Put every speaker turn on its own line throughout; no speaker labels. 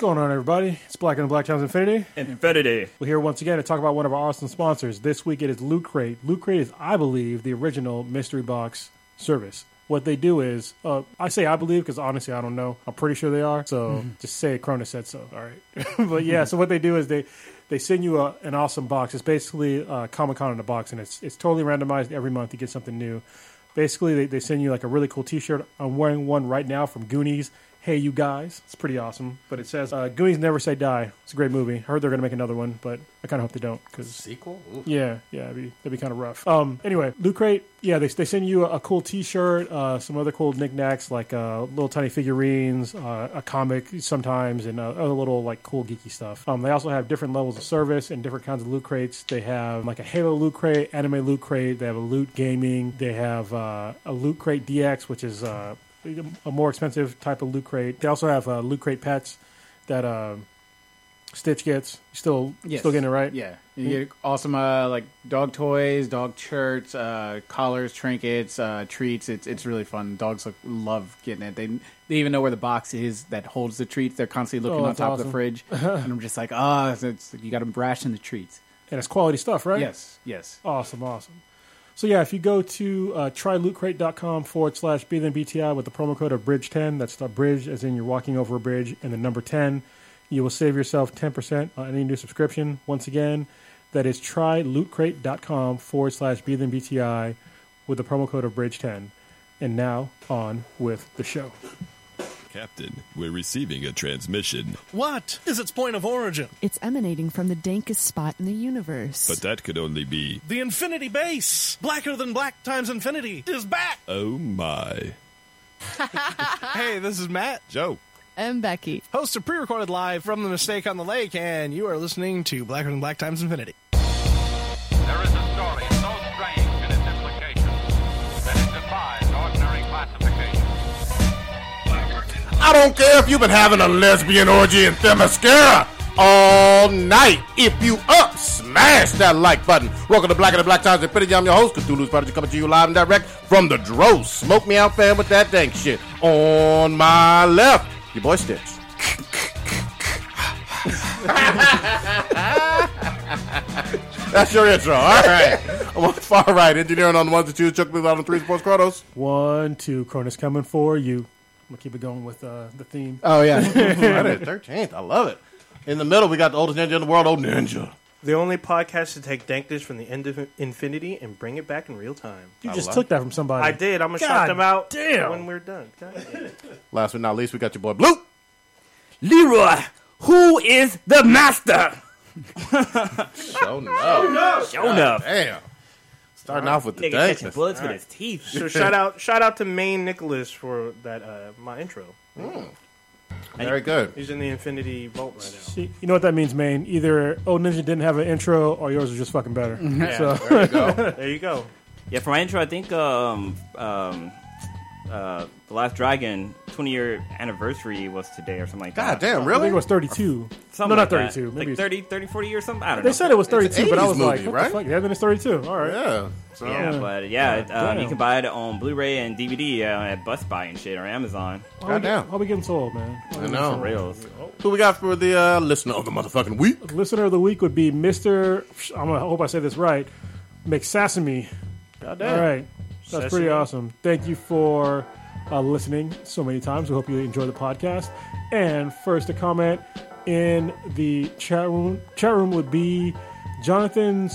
Going on, everybody. It's Black and Black Times Infinity.
Infinity.
We're here once again to talk about one of our awesome sponsors. This week it is Loot Crate. Loot Crate is, I believe, the original mystery box service. What they do is, uh, I say I believe because honestly I don't know. I'm pretty sure they are. So just say Cronus said so. All right. but yeah, so what they do is they they send you a, an awesome box. It's basically uh, Comic Con in a box, and it's it's totally randomized every month. You get something new. Basically, they, they send you like a really cool T-shirt. I'm wearing one right now from Goonies. Hey, you guys! It's pretty awesome. But it says uh, Goonies never say die. It's a great movie. I heard they're gonna make another one, but I kind of hope they don't because
Sequel?
yeah, yeah, that'd be, that'd be kind of rough. Um, anyway, Loot Crate, yeah, they, they send you a, a cool T-shirt, uh, some other cool knickknacks like uh, little tiny figurines, uh, a comic sometimes, and uh, other little like cool geeky stuff. Um, they also have different levels of service and different kinds of loot crates. They have like a Halo loot crate, anime loot crate. They have a loot gaming. They have uh, a loot crate DX, which is uh, a more expensive type of loot crate. They also have uh, loot crate pets that. Uh, Stitch gets You still
Yes.
still getting it right. Mm-hmm.
Yeah. You get awesome uh, like dog toys, dog shirts, uh, collars, trinkets, uh, treats. It's it's really fun. Dogs look, love getting it. They they even know where the box is that holds the treats. They're constantly looking
Oh,
on
that's
top of
awesome.
the fridge, and I'm just like, ah, it's, it's- you got them brashing the treats.
and it's quality stuff, right?
Yes, yes.
Awesome, awesome. So yeah, if you go to uh, trylootcrate.com forward slash be then BTI with the promo code of bridge ten, that's the bridge as in you're walking over a bridge and the number ten, you will save yourself ten percent on any new subscription. Once again, that is trylootcrate.com forward slash be then BTI with the promo code of bridge ten. And now on with the show.
Captain, we're receiving a transmission,
What is its point of origin?
It's emanating from the dankest spot in the universe.
but that could only be.
The Infinity Base, blacker than black times infinity, is back.
Oh my.
Hey, this is Matt,
Joe.
I'm Becky.
host of pre-recorded live from the Mistake on the Lake, and you are listening to blacker than black times infinity.
There is a story so strange in its implications that it defies ordinary classification.
I don't care if you've been having a lesbian orgy in Themyscira all night. If you up, smash that like button. Welcome to Black and the Black Times Infinity. I'm your host, Cthulhu's Prodigy, coming to you live and direct from the Dro. Smoke me out, fam, with that dank shit. On my left, your boy Stitch. That's your intro. All right. I'm on the far right, engineering on the ones and twos, Chuck Blues out on the threes, Sports Kratos.
One, two, Cronus coming for you. I'm gonna keep it going with uh, the theme.
Oh yeah, thirteenth. I love it. In the middle, we got the oldest ninja in the world, old ninja.
The only podcast to take Dankness from the end of infinity and bring it back in real time.
You just took that from somebody.
I did. I'm gonna
God
shout them out
damn.
when we're done. God damn it.
Last but not least, we got your boy Blue.
Leroy, who is the master?
Oh no!
Show enough.
Damn. Starting off with the
Nigga catching
dankness.
bullets with his teeth.
So shout out, shout out to Maine Nicholas for that uh, my intro.
Hmm. Very good.
He's in the infinity vault right now.
See, you know what that means, Maine. Either Old Ninja didn't have an intro, or yours was just fucking better. so
There you go.
There you go.
Yeah, for my intro, I think um, um, uh, The Last Dragon 20 year anniversary was today or something like that.
God damn,
I think
really?
it was 32.
Something
no,
like
not
that.
32. Maybe
Like 30, 30, 40 or something? I don't
They
know.
said it was 32, but I
80s
was like,
movie,
what
right?
the fuck? Yeah, then it's 32. All right.
Yeah. So
yeah, but yeah, um,
Oh. damn.
you can buy it on Blu ray and DVD uh, at Best Buy and shit or Amazon.
goddamn.
How we getting sold, man?
I know.
Rails.
Who we got for the uh, listener of the motherfucking week?
Listener of the week would be Mr. I'm gonna I hope I say this right. McSasamy. All right. That's pretty
Sesame.
awesome. Thank you for uh, listening so many times. We hope you enjoy the podcast. And first, a comment in the chat room chat room would be Jonathan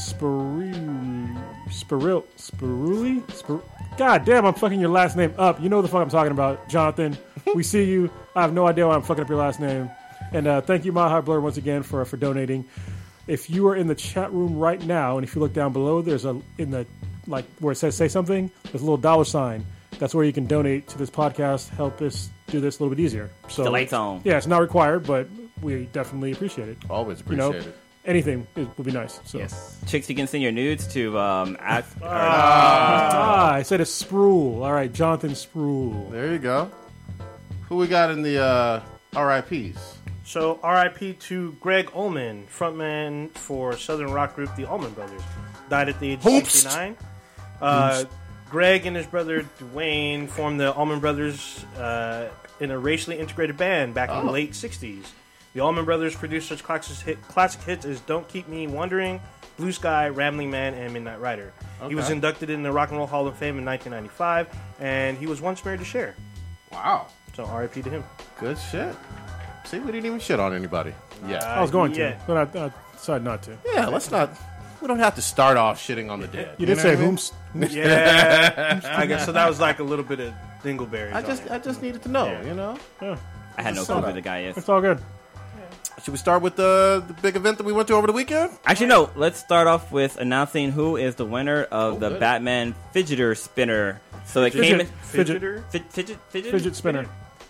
Spirou Spiril Spiruli. Spir- God damn, I'm fucking your last name up. You know the fuck I'm talking about, Jonathan. we see you. I have no idea why I'm fucking up your last name. And uh, thank you, Maha Blur, once again for for donating if you are in the chat room right now and if you look down below there's a in the like where it says say something there's a little dollar sign that's where you can donate to this podcast help us do this a little bit easier so
The lights on.
yeah it's not required but we definitely appreciate it
Always
you know
appreciate it.
anything is, would be nice so
Yes. Chicks, you can send your nudes to um, at, or-
ah i said it's sproul all right jonathan sproul
There you go. Who we got in the uh, RIPS?
So R.I.P. to Greg Ullman, frontman for Southern rock group the Ullman Brothers, died at the age of
Hoopst.
69. Uh, Greg and his brother Dwayne formed the Ullman Brothers uh, in a racially integrated band back in the late 60s. The Allman Brothers produced such classic, hit, classic hits as Don't Keep Me Wondering, Blue Sky, Rambling Man, and Midnight Rider. He was
Okay.
inducted in the Rock and Roll Hall of Fame in 1995, and he was once married to Cher.
Wow.
So RIP to him.
Good shit. See, we didn't even shit on anybody. Yeah.
I was going
Uh, yeah.
to, but I, I decided not to.
yeah, let's not. We don't have to start off shitting on the dead.
You did
know
say
what I mean?
whom's
Yeah, I guess so. That was like a little bit of dingleberries.
I
on
just,
it.
I just needed to know. You know.
I had no clue who the guy is.
It's all good.
Should we start with the the big event that we went to over the weekend?
Actually, no. Let's start off with announcing who is the winner of the
good.
Batman Fidgeter Spinner. So it came
Oh, Fidget,
in
fidget,
Fidgeter?
fid- fidget fidget
fidget spinner.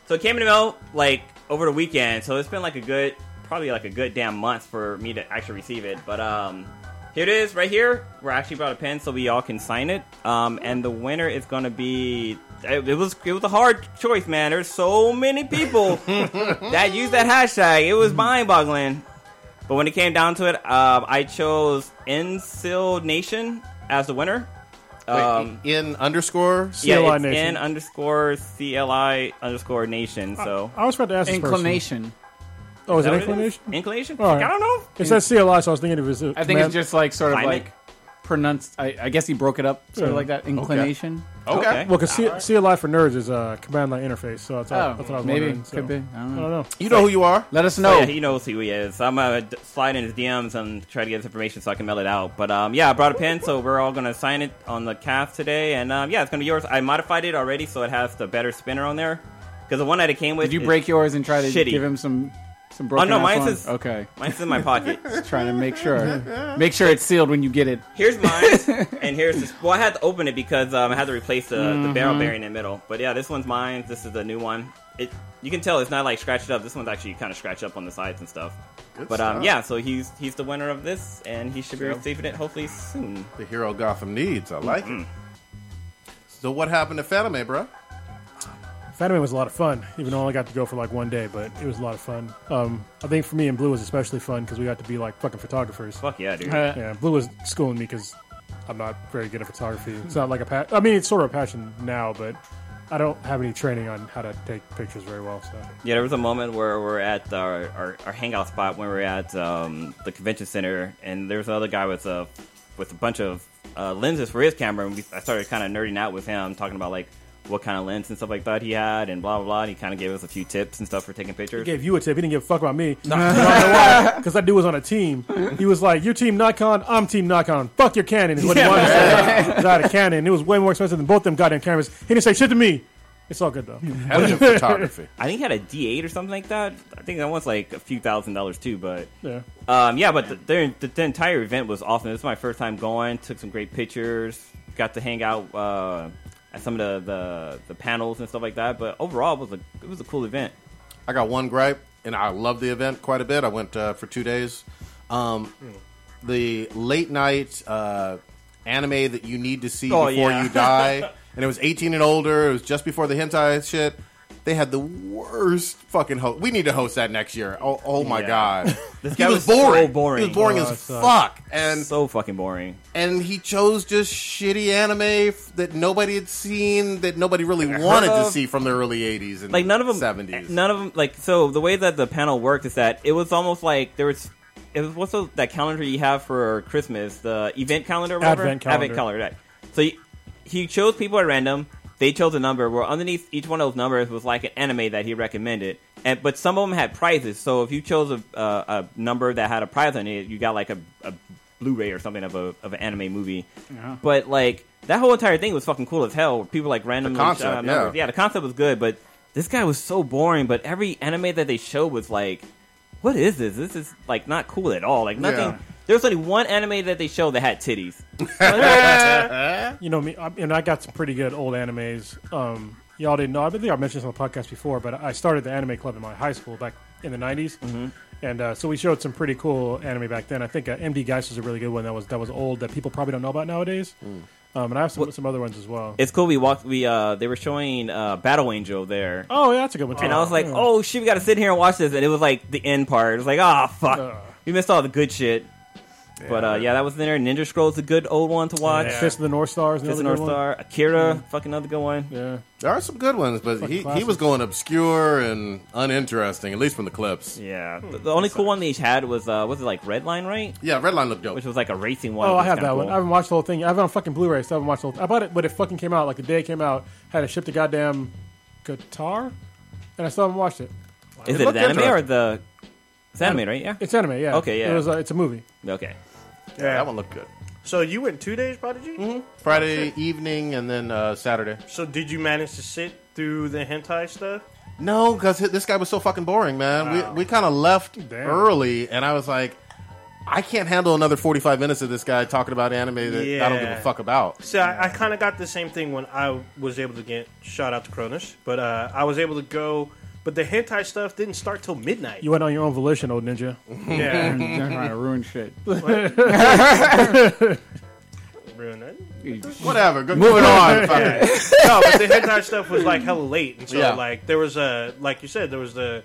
So it came in the mail like over the weekend. So it's been like a good, probably like a good damn month for me to actually receive it. But um, here it is, right here. We're actually brought a pen so we all can sign it. Um, and the winner is gonna be. It, it was it was a hard choice, man. There's so many people that used that hashtag. It was mind-boggling. But when it came down to it, um, I chose Ensil Nation as the winner. Um,
in underscore.
yeah,
CLI
it's
Nation.
N underscore CLI underscore Nation. So
I was about to ask this person.
Inclination.
Oh, is
that
that
what it is?
inclination?
Inclination?
All right.
I don't know.
It says CLI, so I was thinking it was. a
I think
command-
it's just like sort of
Climate?
like pronounced. I, I guess he broke it up sort
Yeah.
of like that. Inclination.
Okay.
Okay.
Well, because C- CLI for nerds is a command line interface, so that's, all,
Oh,
that's what I was
maybe
wondering. so.
could be. Hmm. I don't
I
know.
don't know.
You know who you are.
Let us know.
So, Oh, yeah, he knows who he is. I'm gonna d- slide in his DMs and try to get his information so I can mail it out. But um, yeah, I brought a pen, so we're all gonna sign it on the calf today. And um, yeah, it's gonna be yours. I modified it already, so it has the better spinner on there. Because the one that it came with,
Did you
is-
break yours and try to
shitty.
give him some some
Oh
broken?
no,
ass
mine's
one?
is
okay.
Mine's in my pocket.
Trying to make sure, make sure it's sealed when you get it.
Here's mine, and here's this. Well, I had to open it because um, I had to replace the, the barrel bearing in the middle. But yeah, this one's mine. This is the new one. It you can tell it's not like scratched up. This one's actually kind of scratched up on the sides and stuff. but um,
stuff.
yeah, so he's he's the winner of this, and he should be receiving it hopefully soon.
The hero Gotham needs. I like
Mm-hmm.
it. So what happened to eh, Fanime, bro?
Phantom Man was a lot of fun, even though I only got to go for like one day, but it was a lot of fun. Um, I think for me and Blue was especially fun because we got to be like fucking photographers.
Fuck yeah, dude.
Yeah, Blue was schooling me because I'm not very good at photography. It's not like a pa- I mean, it's sort of a passion now, but I don't have any training on how to take pictures very well. So
Yeah, there was a moment where we're at our, our, our hangout spot when we were at um, the convention center, and there was another guy with a with a bunch of uh, lenses for his camera, and we, I started kind of nerding out with him, talking about like what kind of lens and stuff like that he had, and blah blah blah. And he kind of gave us a few tips and stuff for taking pictures.
he gave you a tip. He didn't give a fuck about me. Because that dude was on a team. He was like, "Your team Nikon, I'm team Nikon. Fuck your Canon." Is what he wanted to say. 'Cause I had a Canon. and It was way more expensive than both them goddamn cameras. He didn't say shit to me. It's all good though.
Amateur photography.
I think he had a D8 or something like that. I think that one's like a few thousand dollars too, but
Yeah.
Um, yeah, but the, the, the, the entire event was awesome. This is my first time going. Took some great pictures. Got to hang out uh, at some of the, the, the panels and stuff like that. But overall, it was a it was a cool event.
I got one gripe, and I love the event quite a bit. I went uh, for two days. Um, the late night uh, anime that you need to see
Oh,
before
yeah.
you die, and it was 18 and older. It was just before the hentai shit. They had the worst fucking host. We need to host that next year. Oh, oh my
Yeah.
god,
This
he
guy
was
was so
boring.
boring.
He was boring
Oh, it
as
sucks.
fuck, and
so fucking boring.
and he chose just shitty anime f- that nobody had seen, that nobody really wanted to
of-
see from the early 80s and
Um, Like none of them.
70s.
None of them. Like so, the way that the panel worked is that it was almost like there was. It was what's the, that calendar you have for Christmas? The event calendar, or whatever.
Advent calendar.
Advent calendar. Right. So you, he chose people at random. They chose a number. Where underneath each one of those numbers was like an anime that he recommended, and but some of them had prizes. So if you chose a, uh, a number that had a prize on it, you got like a, a Blu-ray or something of a of an anime movie.
Uh-huh.
But like that whole entire thing was fucking cool as hell. People like randomly shot
concept,
out
yeah.
numbers. Yeah, the concept was good, but this guy was so boring. But every anime that they showed was like, what is this? This is like not cool at all. Like nothing.
Yeah.
There was only one anime that they showed that had titties.
you know me, I, and I got some pretty good old animes. Um, y'all didn't know. I think I mentioned this on the podcast before, but I started the anime club in my high school back in the '90s, and uh, so we showed some pretty cool anime back then. I think uh, MD Geist was a really good one that was that was old that people probably don't know about nowadays. Um, and I have some, some other ones as well.
It's cool. We walked. We uh, they were showing uh, Battle Angel there,
Oh, yeah, that's a good one too.
and I was like,
Yeah.
oh shit, we got to sit here and watch this. And it was like the end part. It was like, ah, fuck, we missed all the good shit. But uh, yeah, that was in there. Ninja Scroll's a good old one to watch.
Fist of the North Star is another
Fist of North
good
Star, Akira, fucking another good one.
One. Yeah.
There are some good ones, but he, he was
classics.
going obscure and uninteresting, at least from the clips. Yeah,
Yeah, the, the only cool one they each had was uh, was it like Red Line, right?
Redline looked dope.
Which was like a racing one.
Oh,
which
I
was
have
kinda
that one.
cool.
I haven't watched the whole thing. I have it on fucking Blu-ray, so I haven't watched the whole. I bought it, but it fucking came out like the day it came out. Had it shipped to goddamn Qatar, and I still haven't watched it.
Is
It
it,
looked
the anime or
interesting.
the? It's anime, right? Yeah.
It's anime, yeah.
Okay, yeah.
It was. Uh, it's a movie.
Okay.
yeah, that one looked good.
So you went two days, Prodigy?
Mm-hmm.
Friday evening and then uh, Saturday.
So did you manage to sit through the hentai stuff?
No, because this guy was so fucking boring, man.
Wow.
We, we kind of left
Damn.
early, and I was like, I can't handle another 45 minutes of this guy talking about anime that I don't give
Yeah.
a fuck about.
See, I, I kind of got the same thing when I was able to get shout out to Cronus, but uh, I was able to go. But the hentai stuff didn't start till midnight.
You went on your own volition, old ninja.
yeah,
They're trying to ruin shit.
ruin it.
Whatever. Go, moving on. Fuck it.
No, Oh, but the hentai stuff was like hella late, and so
Yeah.
like there was a like you said there was the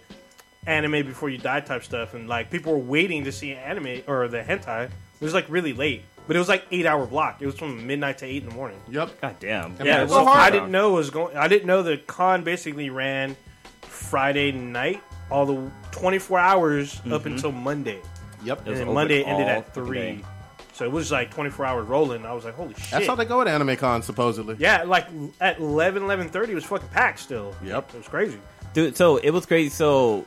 anime before you die type stuff, and like people were waiting to see anime or the hentai. It was like really late, but it was like eight hour block. It was from midnight to eight in the morning.
Yep.
God damn.
Yeah,
it's
so
so hard.
I didn't know it was going. I didn't know the con basically ran Friday night all the 24 hours up
Mm-hmm.
until Monday,
Yep.
was
and then
open
Monday ended
all
at
fucking
three.
day.
So it was like 24 hours rolling. I was like, holy shit.
That's how they go at anime con, supposedly.
yeah, like at 11, 11.30, it was fucking packed still.
Yep.
It was crazy.
dude so it was crazy so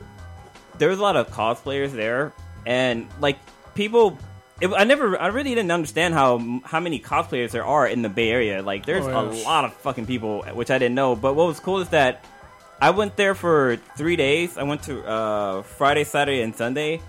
there was a lot of cosplayers there and like people it, i never i really didn't understand how how many cosplayers there are in the bay area like there's
Oh, yeah.
a lot of fucking people which i didn't know but what was cool is that i went there for three days i went to uh, friday saturday and sunday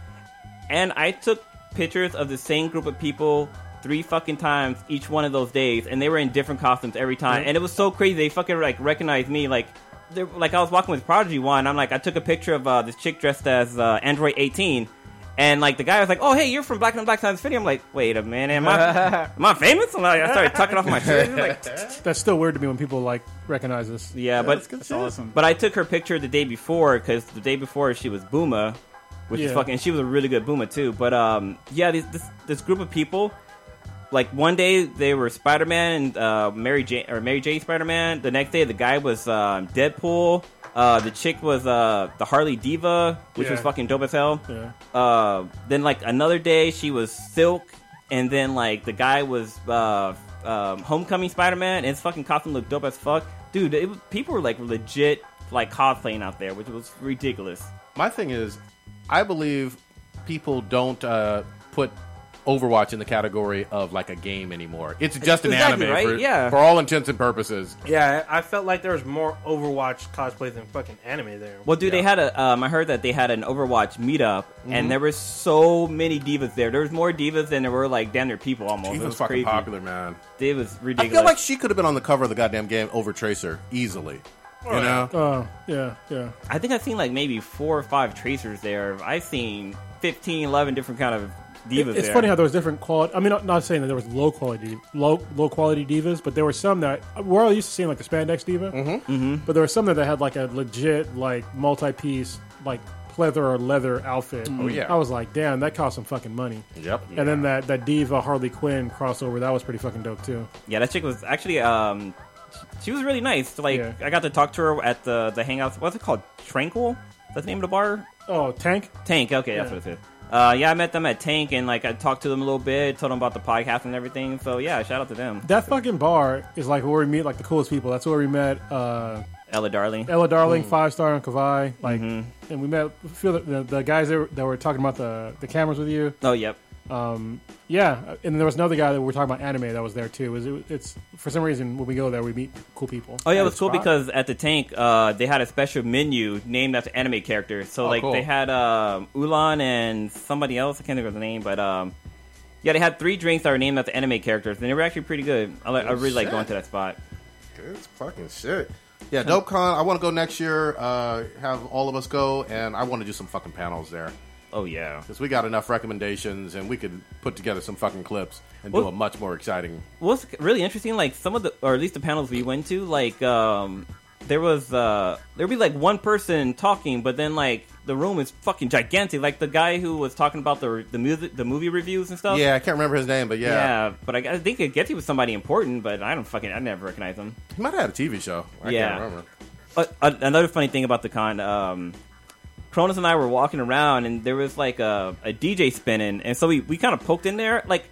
and i took pictures of the same group of people three fucking times each one of those days and they were in different costumes every time and it was so crazy they fucking like recognized me like they're- like I was walking with Prodigy one, I'm like, I took a picture of uh, this chick dressed as uh, Android 18, and like the guy was like, "Oh, hey, you're from Black and Black Times Video." I'm like, "Wait a minute, am I, am I famous?" And like, I started tucking off my shirt. I'm like,
That's still weird to me when people like recognize this.
yeah, but
That's awesome.
but I took her picture the day before because the day before she was Booma, which is
Yeah.
fucking. And she was a really good Booma too. But um, yeah, this this, this group of people, like one day they were Spider Man and uh, Mary Jane or Mary Jane Spider Man. The next day the guy was um, Deadpool. Uh, the chick was uh, the Harley Diva, which
Yeah.
was fucking dope as hell.
Yeah.
Uh, then like another day she was Silk, and then like the guy was uh, um, Homecoming Spider Man, and his fucking costume looked dope as fuck, dude. It, was- people were like legit like cosplaying out there, which was ridiculous.
My thing is, I believe people don't uh, put Overwatch in the category of like a game anymore. It's just an
Exactly,
anime,
right?
for,
Yeah.
for all intents and purposes.
Yeah, I I felt like there was more Overwatch cosplay than fucking anime there.
Well, dude, they had a. Um, I heard that they had an Overwatch meetup,
Mm-hmm.
and there were so many divas there. There was more divas than there were like damn near people almost.
He
it
was,
was,
fucking
crazy.
popular, man.
It was
I
ridiculous.
feel like she could have been on the cover of the goddamn game over Tracer easily. you know,
Oh, yeah, yeah.
I think I've seen like maybe four or five tracers there. I've seen 15, 11 different kind of divas.
It's
there.
funny how there was different quality. I mean, not, not saying that there was low quality, low low quality divas, but there were some that we're all used to seeing like the spandex diva. Mm-hmm. But there were some that had like a legit like multi piece like pleather or leather outfit. Oh
yeah.
I was like, damn, that cost some fucking money.
Yep.
And then that that diva Harley Quinn crossover that was pretty fucking dope too.
Yeah, that chick was actually um, she was really nice. Like
Yeah.
I got to talk to her at the the hangout. What's it called? Tranquil. That's the name of the bar.
Oh, Tank.
Tank. Okay, that's what it is. Uh, yeah, I met them at Tank, and like I talked to them a little bit, told them about the podcast and everything. So yeah, shout out to them,
That fucking bar is like where we meet like the coolest people. That's where we met uh,
Ella Darling.
Ella Darling, five star on Kavai. Like, and we met a few of the, the guys that were, that were talking about the the cameras with you.
Oh, yep.
Yeah, uh, and there was another guy that we were talking about anime that was there too. It was it, it's for some reason when we go there we meet cool people.
Oh yeah, it
At
was
a
cool
spot.
because at the tank, uh, they had a special menu named after anime characters. So like
cool.
they had um, Ulan and somebody else. I can't think of the name, but um, yeah, they had three drinks that were named after anime characters, and they were actually pretty good. I, li- I really like
shit.
going to that spot.
It's fucking shit. Yeah, DopeCon. I want to go next year. Uh, have all of us go, and I want to do some fucking panels there
Oh yeah.
because we got enough recommendations, and we could put together some fucking clips and do
Well-
a much more exciting.
what's really interesting, like some of the, or at least the panels we went to, like um, there was uh, there'd be like one person talking, but then like the room is fucking gigantic. Like the guy who was talking about the the music, the movie reviews and stuff.
Yeah, I can't remember his name, but yeah,
Yeah, but I, I think I guess he was somebody important, but I don't fucking I never recognize him.
he might have had a TV show. I
Yeah.
can't remember.
Uh, uh, another funny thing about the con, um, Cronus and I were walking around, and there was like a, a DJ spinning, and so we, we kind of poked in there. Like,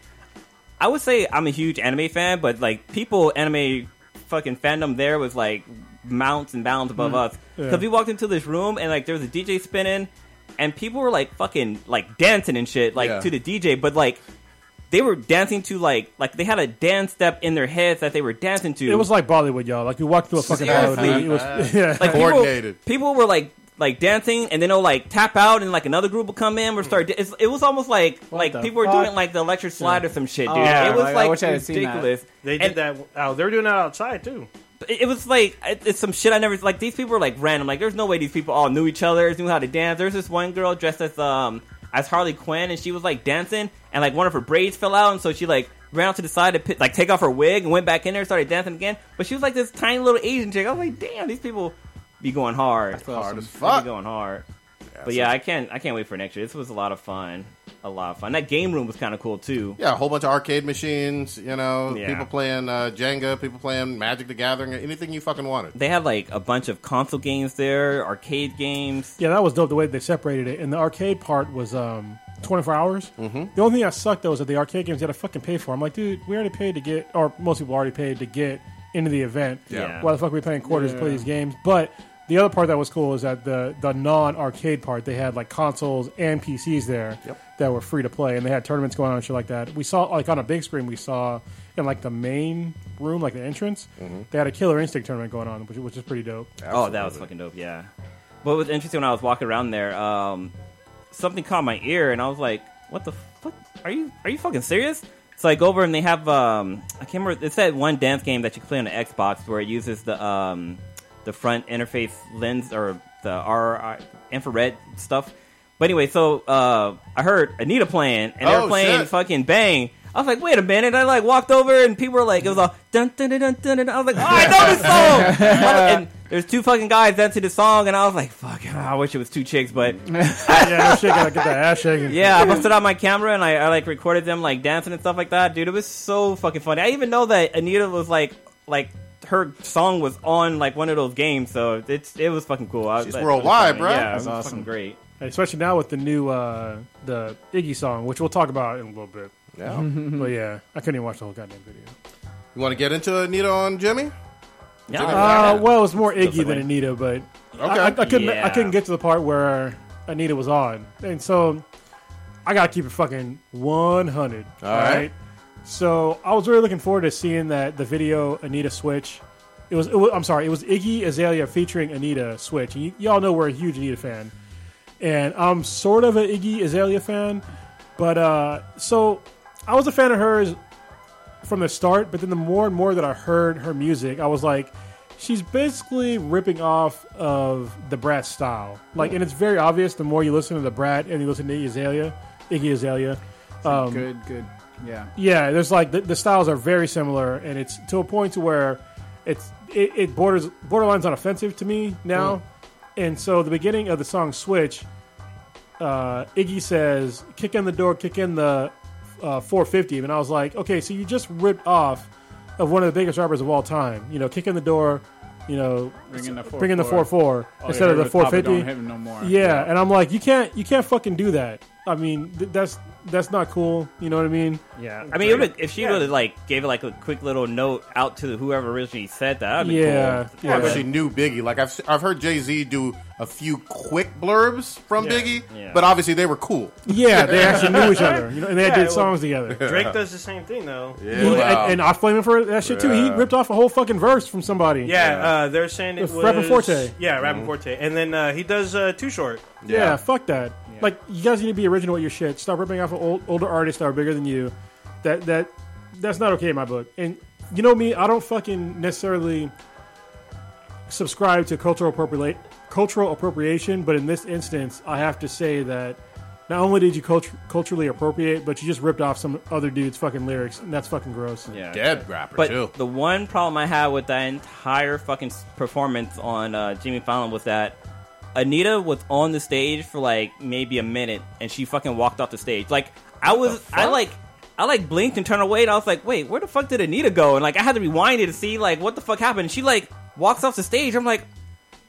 I would say I'm a huge anime fan, but like people anime fucking fandom there was like mounts and bounds
Mm.
above us because we walked into this room and like there was a DJ spinning, and people were like fucking like dancing and shit like
Yeah.
to the DJ, but like. They were dancing to like like they had a dance step in their heads that they were dancing to.
It was like Bollywood, y'all. Like we walked through a fucking
Seriously.
Bollywood. It
Uh.
was yeah.
like people-
Coordinated.
People, were like like dancing, and then they'll like tap out, and like another group will come in or start. It's, it was almost like
the
like people were
fuck? Oh,
doing like the electric slide or some shit, dude. it
Yeah,
was
like, I
like
wish I had seen that.
ridiculous.
They
And
did that. Oh, they were doing that outside too.
It it was like it- it's some shit I never like. These people were like random. Like there's no way these people all knew each other, knew how to dance. There's this one girl dressed as um as Harley Quinn, and she was like dancing, and like one of her braids fell out, and so she like ran out to the side to pi- like take off her wig and went back in there and started dancing again. But she was like this tiny little Asian chick. I was like, damn, these people be going hard.
Hard as
Really
fuck.
going hard. but yeah, I can't. I can't wait for next year. This was a lot of fun. A lot of fun. That game room was kind of cool too.
Yeah, a whole bunch of arcade machines. You know,
Yeah.
people playing uh, Jenga, people playing Magic the Gathering, anything you fucking wanted.
They had like a bunch of console games there, arcade games.
Yeah, that was dope the way they separated it. And the arcade part was um, 24 hours. Mm-hmm. The only thing that sucked though was that the arcade games you had to fucking pay for. I'm like, dude, we already paid to get, or most people already paid to get into the event.
Yeah.
Why the fuck are we paying quarters to play these games? But the other part that was cool is that the the non arcade part they had like consoles and PCs there that were free to play, and they had tournaments going on and shit like that. We saw like on a big screen we saw in like the main room, like the entrance, they had a Killer Instinct tournament going on, which, which is pretty dope.
Oh, that was fucking dope. Yeah. What was interesting when I was walking around there, um, something caught my ear, and I was like, "What the fuck? Are you are you fucking serious?" So I go over and they have um, I can't remember. It's that one dance game that you play on the Xbox where it uses the um, the front interface lens or the R infrared stuff. But anyway, so uh, I heard Anita playing, and they
Oh,
were playing
shit.
fucking Bang. I was like, wait a minute. I like walked over, and people were like, it was all dun dun dun dun dun. dun. I was like, oh, I know this song. and there's two fucking guys dancing the song, and I was like, fuck. I wish it was two chicks, but
yeah, no shit, gotta get that ass shaking.
yeah, I busted out my camera and I, I like recorded them like dancing and stuff like that. Dude, it was so fucking funny. I even know that Anita was like like her song was on like one of those games, so it's it was fucking cool. I,
She's
like,
worldwide, bro.
Yeah,
That's
it was
awesome.
fucking great.
especially now with the new uh, the Iggy song, which we'll talk about in a little bit.
Yeah. you
But yeah, I couldn't even watch the whole goddamn video.
want to get into Anita on Jimmy?
Yeah,
Uh, well, it was more
Feels
Iggy
that
than
way.
Anita, but
Okay.
I, I, I couldn't I
Yeah.
couldn't get to the part where Anita was on, and so I gotta keep it fucking one hundred.
All right.
So I was really looking forward to seeing that the video Anita switch. It was, it was I'm sorry, it was Iggy Azalea featuring Anita switch. And you, y'all know we're a huge Anita fan, and I'm sort of an Iggy Azalea fan, but uh, so I was a fan of hers from the start, but then the more and more that I heard her music, I was like, she's basically ripping off of the Brat style. Like, and it's very obvious the more you listen to the Brat and you listen to Iggy Azalea, Iggy Azalea.
good, good. Yeah.
Yeah, there's like the, the styles are very similar, and it's to a point to where it's it, it borders borderlines on offensive to me
Mm.
now. And so the beginning of the song "Switch," uh, Iggy says, "Kick in the door, kick in the uh, 450," and I was like, "Okay, so you just ripped off of one of the biggest rappers of all time. You know, kick in the door, you know,
Bring in the Oh,
bring in the
4-4.
4-4 instead of the
Don't
450."
hit him no more.
Yeah, and I'm like, you can't, you can't fucking do that. I mean, th- that's that's not cool. You know what I mean?
yeah. I mean, it would've- if she would have like gave it like a quick little note out to whoever originally said that, that'd be
Yeah,
cool.
yeah.
Or she knew Biggie. Like I've I've heard Jay Z do a few quick blurbs from Biggie,
Yeah.
but obviously they were cool.
Yeah, they actually knew each other, you know, and they
Yeah,
did
well-
songs together.
Drake does the same thing though. Yeah,
He- and, and I flame him for that shit too. He
Yeah.
ripped off a whole fucking verse from somebody.
Uh, they're saying it
With
was
Rappaforte.
Yeah, Rappaforte, and then uh, he does uh, Too Short.
yeah, Fuck that. Like you guys need to be original with your shit. Stop ripping off of old, older artists that are bigger than you. That that that's not okay in my book. And you know me, I don't fucking necessarily subscribe to cultural appropriate cultural appropriation, but in this instance, I have to say that. Not only did you cultu- culturally appropriate, but you just ripped off some other dude's fucking lyrics, and that's fucking gross.
Yeah.
Dead rapper
But
too.
the one problem I had with that entire fucking s- performance on uh, Jimmy Fallon was that Anita was on the stage for like maybe a minute, and she fucking walked off the stage. Like I was, I like, I like blinked and turned away, and I was like, wait, where the fuck did Anita go? And like I had to rewind it to see like what the fuck happened. And she like walks off the stage. I'm like.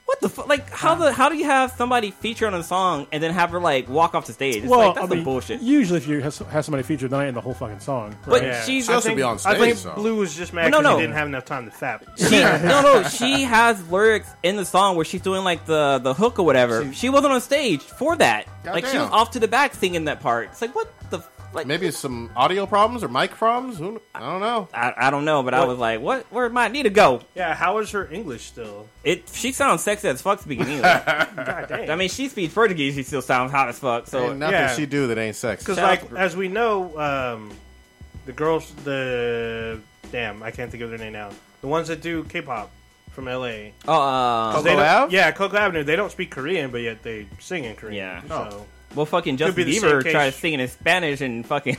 What the fuck? Like, how the how do you have somebody feature on a song and then have her like walk off the stage? It's like that's
I
some
mean,
bullshit.
Usually, if you have, have somebody featured, then I end the whole fucking song.
but
right?
Yeah.
she's
She also
think-
be on
I think
stage, so.
Blue was just mad
Well, no,
because
no.
he didn't have enough time to fap it.
She, no, no, she has lyrics in the song where she's doing like the the hook or whatever. She wasn't on stage for that. like she was
Goddamn.
off to the back singing that part. It's like what the f- like
Maybe it's some audio problems or mic problems. Who, kn- I don't know.
I, I don't know, but I was like, what? Where might need to go?
Yeah, how is her English still?
It she sounds sexy as fuck speaking English.
God damn.
I mean, she speaks Portuguese. She still sounds hot as fuck. So
Ain't nothing
yeah.
she do that ain't sex.
Because,
Shout
like,
out to-
as we know, um, the girls, the damn, I can't think of their name now. The ones that do K-pop from LA.
oh, uh,
They
Coco
don't-
Ave?
Yeah, Coco Avenue. They don't speak Korean, but yet they sing in Korean.
Yeah.
So
well, fucking
Could be
Justin
the same
Bieber
case.
tried singing in Spanish and fucking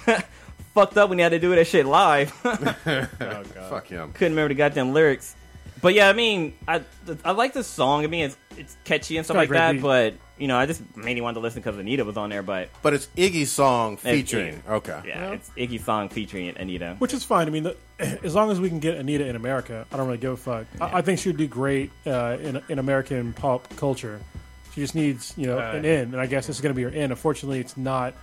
fucked up when he had to do that shit live.
Fuck him.
couldn't remember the goddamn lyrics. But yeah, I mean, I I like this song. I mean, it's it's catchy and stuff
got a
like
great
that.
beat.
But you know, I just mainly wanted to listen because Anita was on there. But
But it's Iggy's song
it's
featuring.
Iggy.
Okay.
yeah, it's Iggy song featuring Anita.
Which is fine. I mean, the, as long as we can get Anita in America, I don't really give a fuck. I, I think she'd do great uh, in in American pop culture. She just needs, you know, an in, and I guess this is going to be her in. Unfortunately, it's not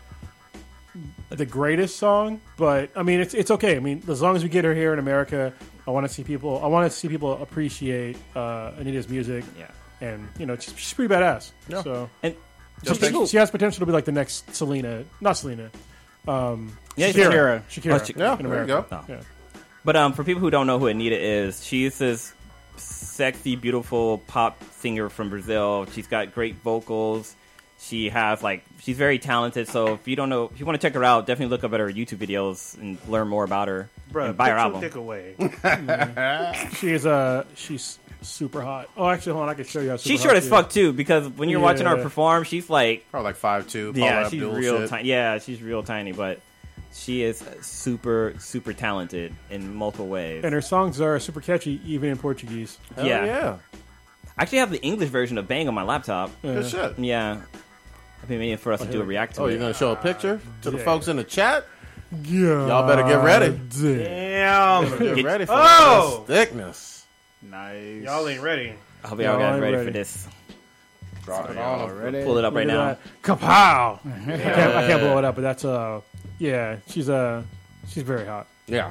the greatest song, but I mean, it's it's okay. I mean, as long as we get her here in America, I want to see people. I want to see people appreciate uh, Anita's music.
Yeah.
and you know, she's, she's pretty badass. So
And
she, she- she has potential to be like the next Selena, not Selena,
yeah,
Shakira. Shakira.
Oh, Sha-
Yeah,
in
there you
America.
go.
No.
Yeah.
But um, for people who don't know who Anita is, she's this sexy, beautiful pop singer from Brazil. She's got great vocals. She has like she's very talented. So if you don't know, if you want to check her out, definitely look up at her YouTube videos and learn more about her
bruh,
and buy her
put
album.
your dick away.
She is uh she's super hot. Oh, actually, hold on, I can show you how super
She's
hot
short as
she
fuck too because when you're watching her
Yeah.
perform, she's like,
Probably like five two.
yeah, she's real tiny. Yeah, she's real tiny, but she is super, super talented in multiple ways.
Is. And her songs are super catchy, even in Portuguese.
yeah.
yeah.
I actually have the English version of Bang on my laptop.
Hmm.
Good shit.
Yeah, I've been waiting for us to do a react to
Oh,
it.
you're gonna show a picture to the
Yeah.
folks in the chat.
Yeah,
Y'all better get ready.
Damn,
Get ready for
Oh!
this thickness.
Nice.
y'all ain't ready.
I hope y'all guys
I'm
ready,
ready.
for this.
already.
Pull it up right now.
Kapow! I, can't, I can't blow it up, but that's uh, yeah, she's uh, she's very hot.
Yeah.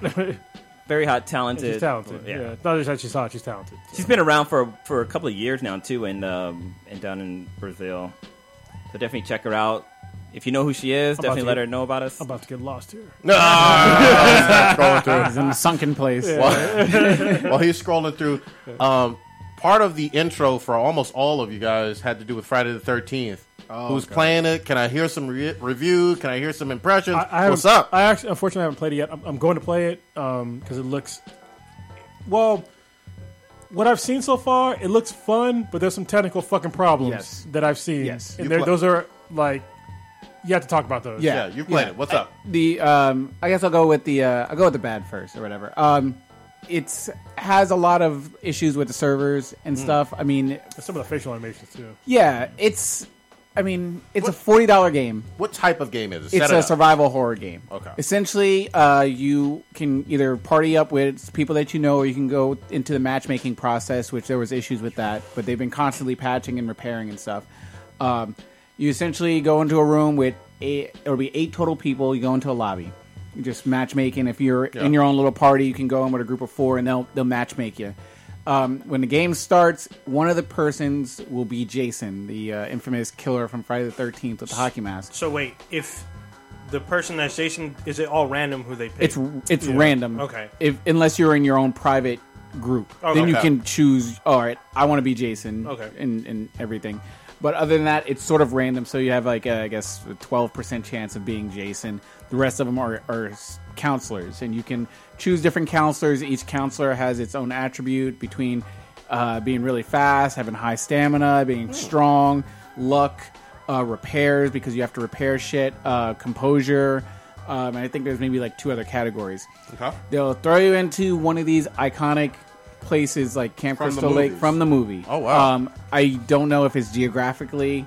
Very hot, talented.
She's talented. Yeah,
yeah.
it's not just that she's hot, she's talented.
She's been around for for a couple of years now too, and um, and down in Brazil. So definitely check her out. If you know who she is,
I'm about
definitely
to
let
get-
her know about us.
I'm about to get lost here.
Scrolling through.
He's in a sunken place.
while, while he's scrolling through, um, part of the intro for almost all of you guys had to do with Friday the Thirteenth. Who's playing it? Can I hear some re- reviews? Can I hear some impressions?
I, I haven't-
What's up?
I actually, unfortunately, haven't played it yet. I'm, I'm going to play it because it looks well. What I've seen so far, it looks fun, but there's some technical fucking problems
Yes.
that I've seen.
Yes.
and
You
they're-
play-
those are like you have to talk about those.
yeah, you played it. What's
I-
up?
The um, I guess I'll go with the uh, I'll go with the bad first or whatever. Um, it's has a lot of issues with the servers and stuff. I mean,
some of the facial animations too.
yeah, it's I mean it's
What-
a forty dollar game.
What type of game is it? Set
It's
it
a
up.
survival horror game.
Okay.
Essentially, uh, you can either party up with people that you know, or you can go into the matchmaking process, which there was issues with that, but they've been constantly patching and repairing and stuff. Um, you essentially go into a room with eight, it'll be eight total people. You go into a lobby, you just matchmaking. If you're in your own little party, you can go in with a group of four, and they'll they'll matchmake you. Um, when the game starts, one of the persons will be Jason, the uh, infamous killer from Friday the Thirteenth with the hockey mask.
So wait, if the person that's Jason, is it all random who they pick?
It's it's random.
Okay.
If unless you're in your own private group,
Oh,
then you
okay.
can choose. All right, I want to be Jason.
Okay.
And and everything, but other than that, it's sort of random. So you have like uh, I guess a twelve percent chance of being Jason. The rest of them are are s- counselors, and you can choose different counselors. Each counselor has its own attribute between uh, being really fast, having high stamina, being strong, luck, uh, repairs because you have to repair shit, uh, composure. Um, and I think there's maybe like two other categories.
Okay.
They'll throw you into one of these iconic places like Camp
From the
Crystal Lake
movies.
from the movie.
Oh, wow.
Um, I don't know if it's geographically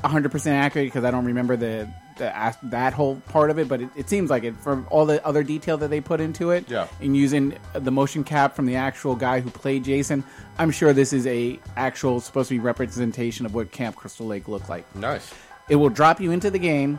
100 percent accurate because I don't remember the, the as- that whole part of it, but it, it seems like it from all the other detail that they put into it.
Yeah.
and using the motion cap from the actual guy who played Jason, I'm sure this is a actual supposed to be representation of what Camp Crystal Lake looked like.
Nice.
It will drop you into the game,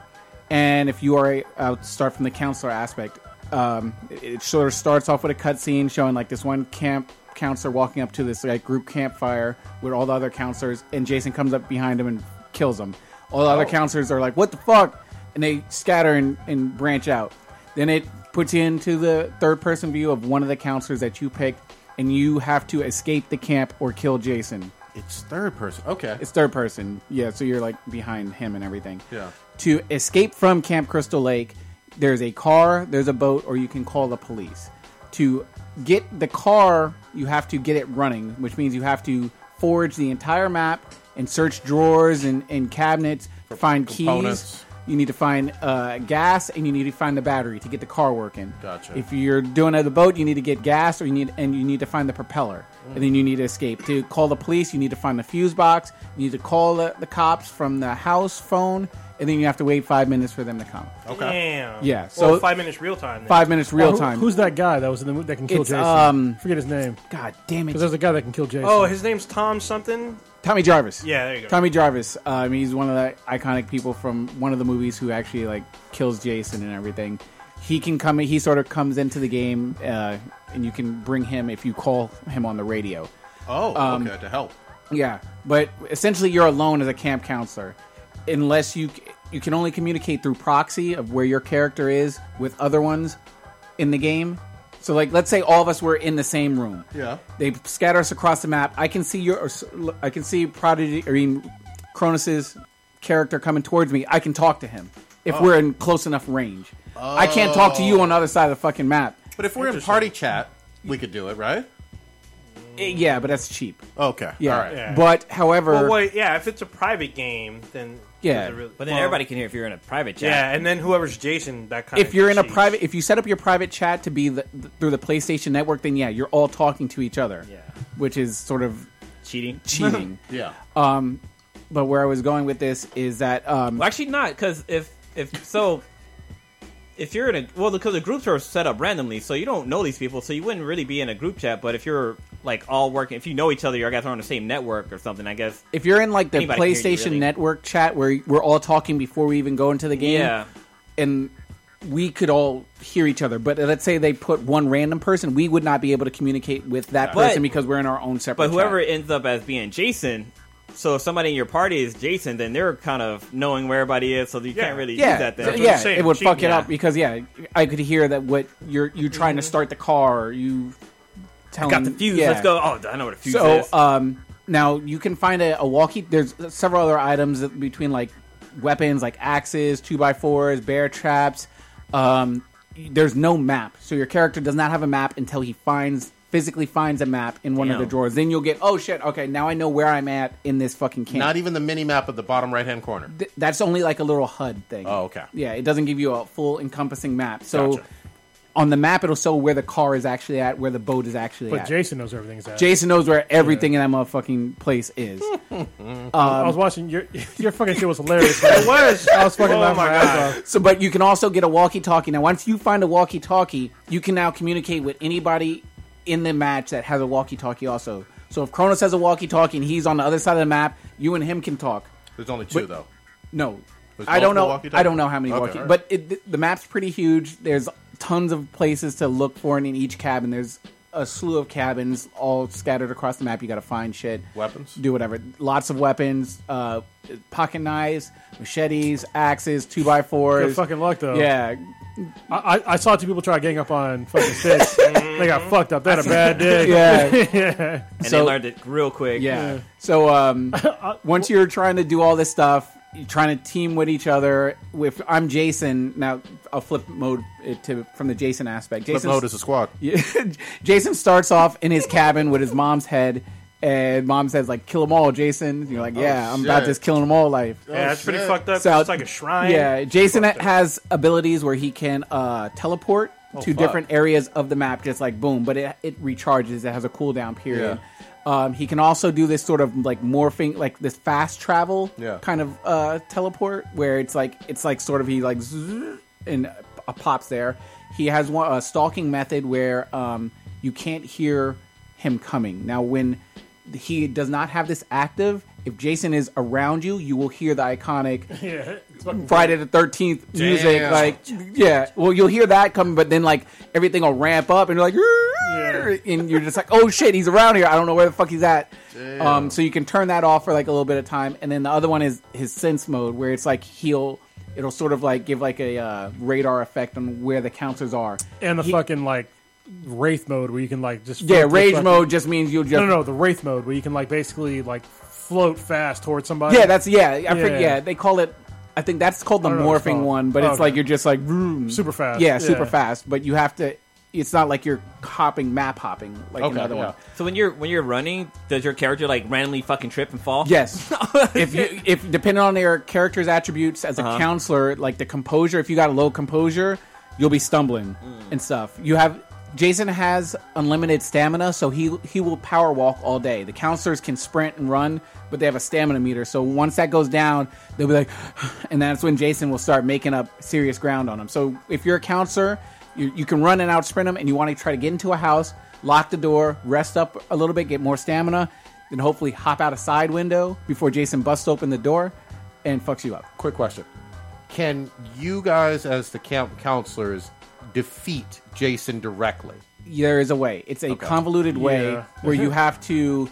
and if you are, a, I'll start from the counselor aspect. Um, it, it sort of starts off with a cutscene showing like this one camp counselor walking up to this like group campfire with all the other counselors, and Jason comes up behind him and kills him. All the other counselors are like, "What the fuck?" and they scatter and, and branch out. Then it puts you into the third person view of one of the counselors that you picked, and you have to escape the camp or kill Jason.
It's third person. Okay.
It's third person. Yeah, so you're like behind him and everything.
Yeah.
To escape from Camp Crystal Lake, there's a car, there's a boat, or you can call the police. To get the car, you have to get it running, which means you have to forge the entire map and search drawers and, and cabinets, find
components.
keys. You need to find uh, gas and you need to find the battery to get the car working.
Gotcha.
If you're doing it on the boat, you need to get gas, or you need and you need to find the propeller,
Mm.
and then you need to escape. To call the police, you need to find the fuse box. You need to call the, the cops from the house phone, and then you have to wait five minutes for them to come.
Damn.
Yeah,
So
so-
Oh. five minutes real time. Then.
Five minutes real
Who-
time.
who's that guy that was in the mo- that can kill
It's,
Jason?
um,
Forget his name.
God damn
Because
it,
there's a guy that can kill Jason.
Oh, his name's Tom something.
Tommy Jarvis.
Yeah, there you go.
Tommy Jarvis. Um, he's one of the iconic people from one of the movies who actually like kills Jason and everything. He can come. He sort of comes into the game, uh, and you can bring him if you call him on the radio.
Oh,
Um,
okay. To help.
Yeah, but essentially you're alone as a camp counselor, unless you you can only communicate through proxy of where your character is with other ones in the game. So like, let's say all of us were in the same room.
Yeah.
They scatter us across the map. I can see your, or s- I can see Prodigy, I mean, Cronus's character coming towards me. I can talk to him if
Oh.
we're in close enough range. I can't talk to you on the other side of the fucking map.
But if we're in party chat, we could do it, right?
Eh, Yeah, but that's cheap.
Okay.
Yeah.
All right.
Yeah.
But however,
Well, wait, yeah. If it's a private game, then
Yeah.
does it really-
But then
well,
everybody can hear if you're in a private chat.
Yeah, and then whoever's Jason, that kind.
if
of
you're in a
cheats.
private if you set up your private chat to be the, th through the PlayStation network then yeah you're all talking to each other
Yeah.
which is sort of
Cheating.
cheating
Yeah.
Um, but where I was going with this is that um
Well, actually, not because if if so, if you're in a well, because the groups are set up randomly, so you don't know these people, so you wouldn't really be in a group chat. But if you're like all working, if you know each other, you guys are on the same network or something. I guess
if you're in like the
Anybody can hear you,
PlayStation
really.
network chat where we're all talking before we even go into the game
Yeah.
and we could all hear each other but let's say they put one random person we would not be able to communicate with that
But-
person because we're in our own separate
But whoever
chat.
ends up as being Jason, so if somebody in your party is Jason, then they're kind of knowing where everybody is, so you
Yeah.
can't really use
yeah,
that then.
what I'm
yeah,
saying,
it would
cheating,
fuck it
yeah. Mm-hmm.
up because yeah, I could hear that what you're you trying to start the car, or you telling
Got the fuse.
yeah.
Let's go. Oh, I know what a fuse
So
is.
um, now you can find a, a walkie. There's several other items that- between like weapons, like axes, two by fours, bear traps. Um, there's no map, so your character does not have a map until he finds physically finds a map in one of the
Damn.
drawers. Then you'll get oh shit, okay, now I know where I'm at in this fucking camp.
Not even the mini map at the bottom right hand corner.
Th- that's only like a little HUD thing.
Oh, okay.
Yeah, it doesn't give you a full encompassing map. So
Gotcha.
on the map, it'll show where the car is actually at, where the boat is actually
but
at.
Jason knows everything's at.
Jason knows where everything in that motherfucking place is.
I
um,
was watching your your fucking shit was hilarious. it was. I was fucking
Oh
laughing
my
my ass
God.
off.
so, but you can also get a walkie-talkie. Now, once you find a walkie-talkie, you can now communicate with anybody in the match that has a walkie-talkie. Also, so if Kronos has a walkie-talkie and he's on the other side of the map, you and him can talk.
There's only two, though.
No,
There's
I don't
multiple
know.
walkie-talkies?
I don't know how many
Okay,
walkie,
all right.
but it, th- the map's pretty huge. There's tons of places to look for, and in each cabin, there's a slew of cabins all scattered across the map. You got to find shit,
Weapons?
do whatever. Lots of weapons, uh, pocket knives, machetes, axes, two by fours.
Good fucking luck though.
yeah,
I, I- I saw two people try to gang up on fucking sticks. they got fucked up. They had a bad day.
yeah,
and
so-
they learned it real quick.
yeah. So um,
Uh,
once you're trying to do all this stuff. You're trying to team with each other. If I'm Jason, now I'll flip mode it to from the Jason aspect.
Flip
Jason's-
mode is a squad.
Yeah. Jason starts off in his cabin with his mom's head, and mom says like, "Kill them all, Jason." And you're like, "Yeah, I'm about
shit.
this killing them all life."
Yeah, that's pretty
Oh, shit.
fucked up.
So-
it's like a shrine.
Yeah, Jason has abilities where he can uh, teleport
Oh,
to
fuck.
different areas of the map, just like boom. But it it recharges. It has a cooldown period. Um, he can also do this sort of like morphing, like this fast travel
Yeah.
kind of uh, teleport, where it's like it's like sort of he like zzz, and uh, pops there. He has one, a stalking method where um, you can't hear him coming. Now, when he does not have this active, if Jason is around you, you will hear the iconic
Yeah, it's fucking
Friday the Thirteenth music.
Damn.
Like, yeah. Well, you'll hear that coming, but then like everything will ramp up, and you're like, "Rrrr," and you're just like, oh shit, he's around here. I don't know where the fuck he's at. Um, so you can turn that off for like a little bit of time, and then the other one is his sense mode, where it's like he'll. It'll sort of like give like a uh, radar effect on where the counters are.
and the
He-
fucking like wraith mode where you can like just
yeah,
float the
rage
fucking-
mode just means you'll just
No, no, no, the wraith mode where you can like basically like float fast towards somebody.
yeah, that's yeah. I yeah.
Yeah.
yeah, they call it. I think that's called the
I don't know what it's
morphing
called.
one, but
Oh,
it's like
okay.
you're just like vroom.
Super fast.
Yeah, super
Yeah.
fast. But you have to. It's not like you're hopping, map hopping like
Okay,
another
yeah.
one.
So when you're when you're running, does your character like randomly fucking trip and fall?
Yes, if you if depending on your character's attributes as a counselor, like the composure, if you got low composure, you'll be stumbling and stuff. You have Jason has unlimited stamina, so he he will power walk all day. The counselors can sprint and run, but they have a stamina meter. So once that goes down, they'll be like, and that's when Jason will start making up serious ground on him. So if you're a counselor, you, you can run and out sprint him, and you want to try to get into a house, lock the door, rest up a little bit, get more stamina then hopefully hop out a side window before Jason busts open the door and fucks you up.
Quick question: Can you guys, as the camp counselors, defeat Jason directly?
There is a way. It's a convoluted way
Yeah.
where you have to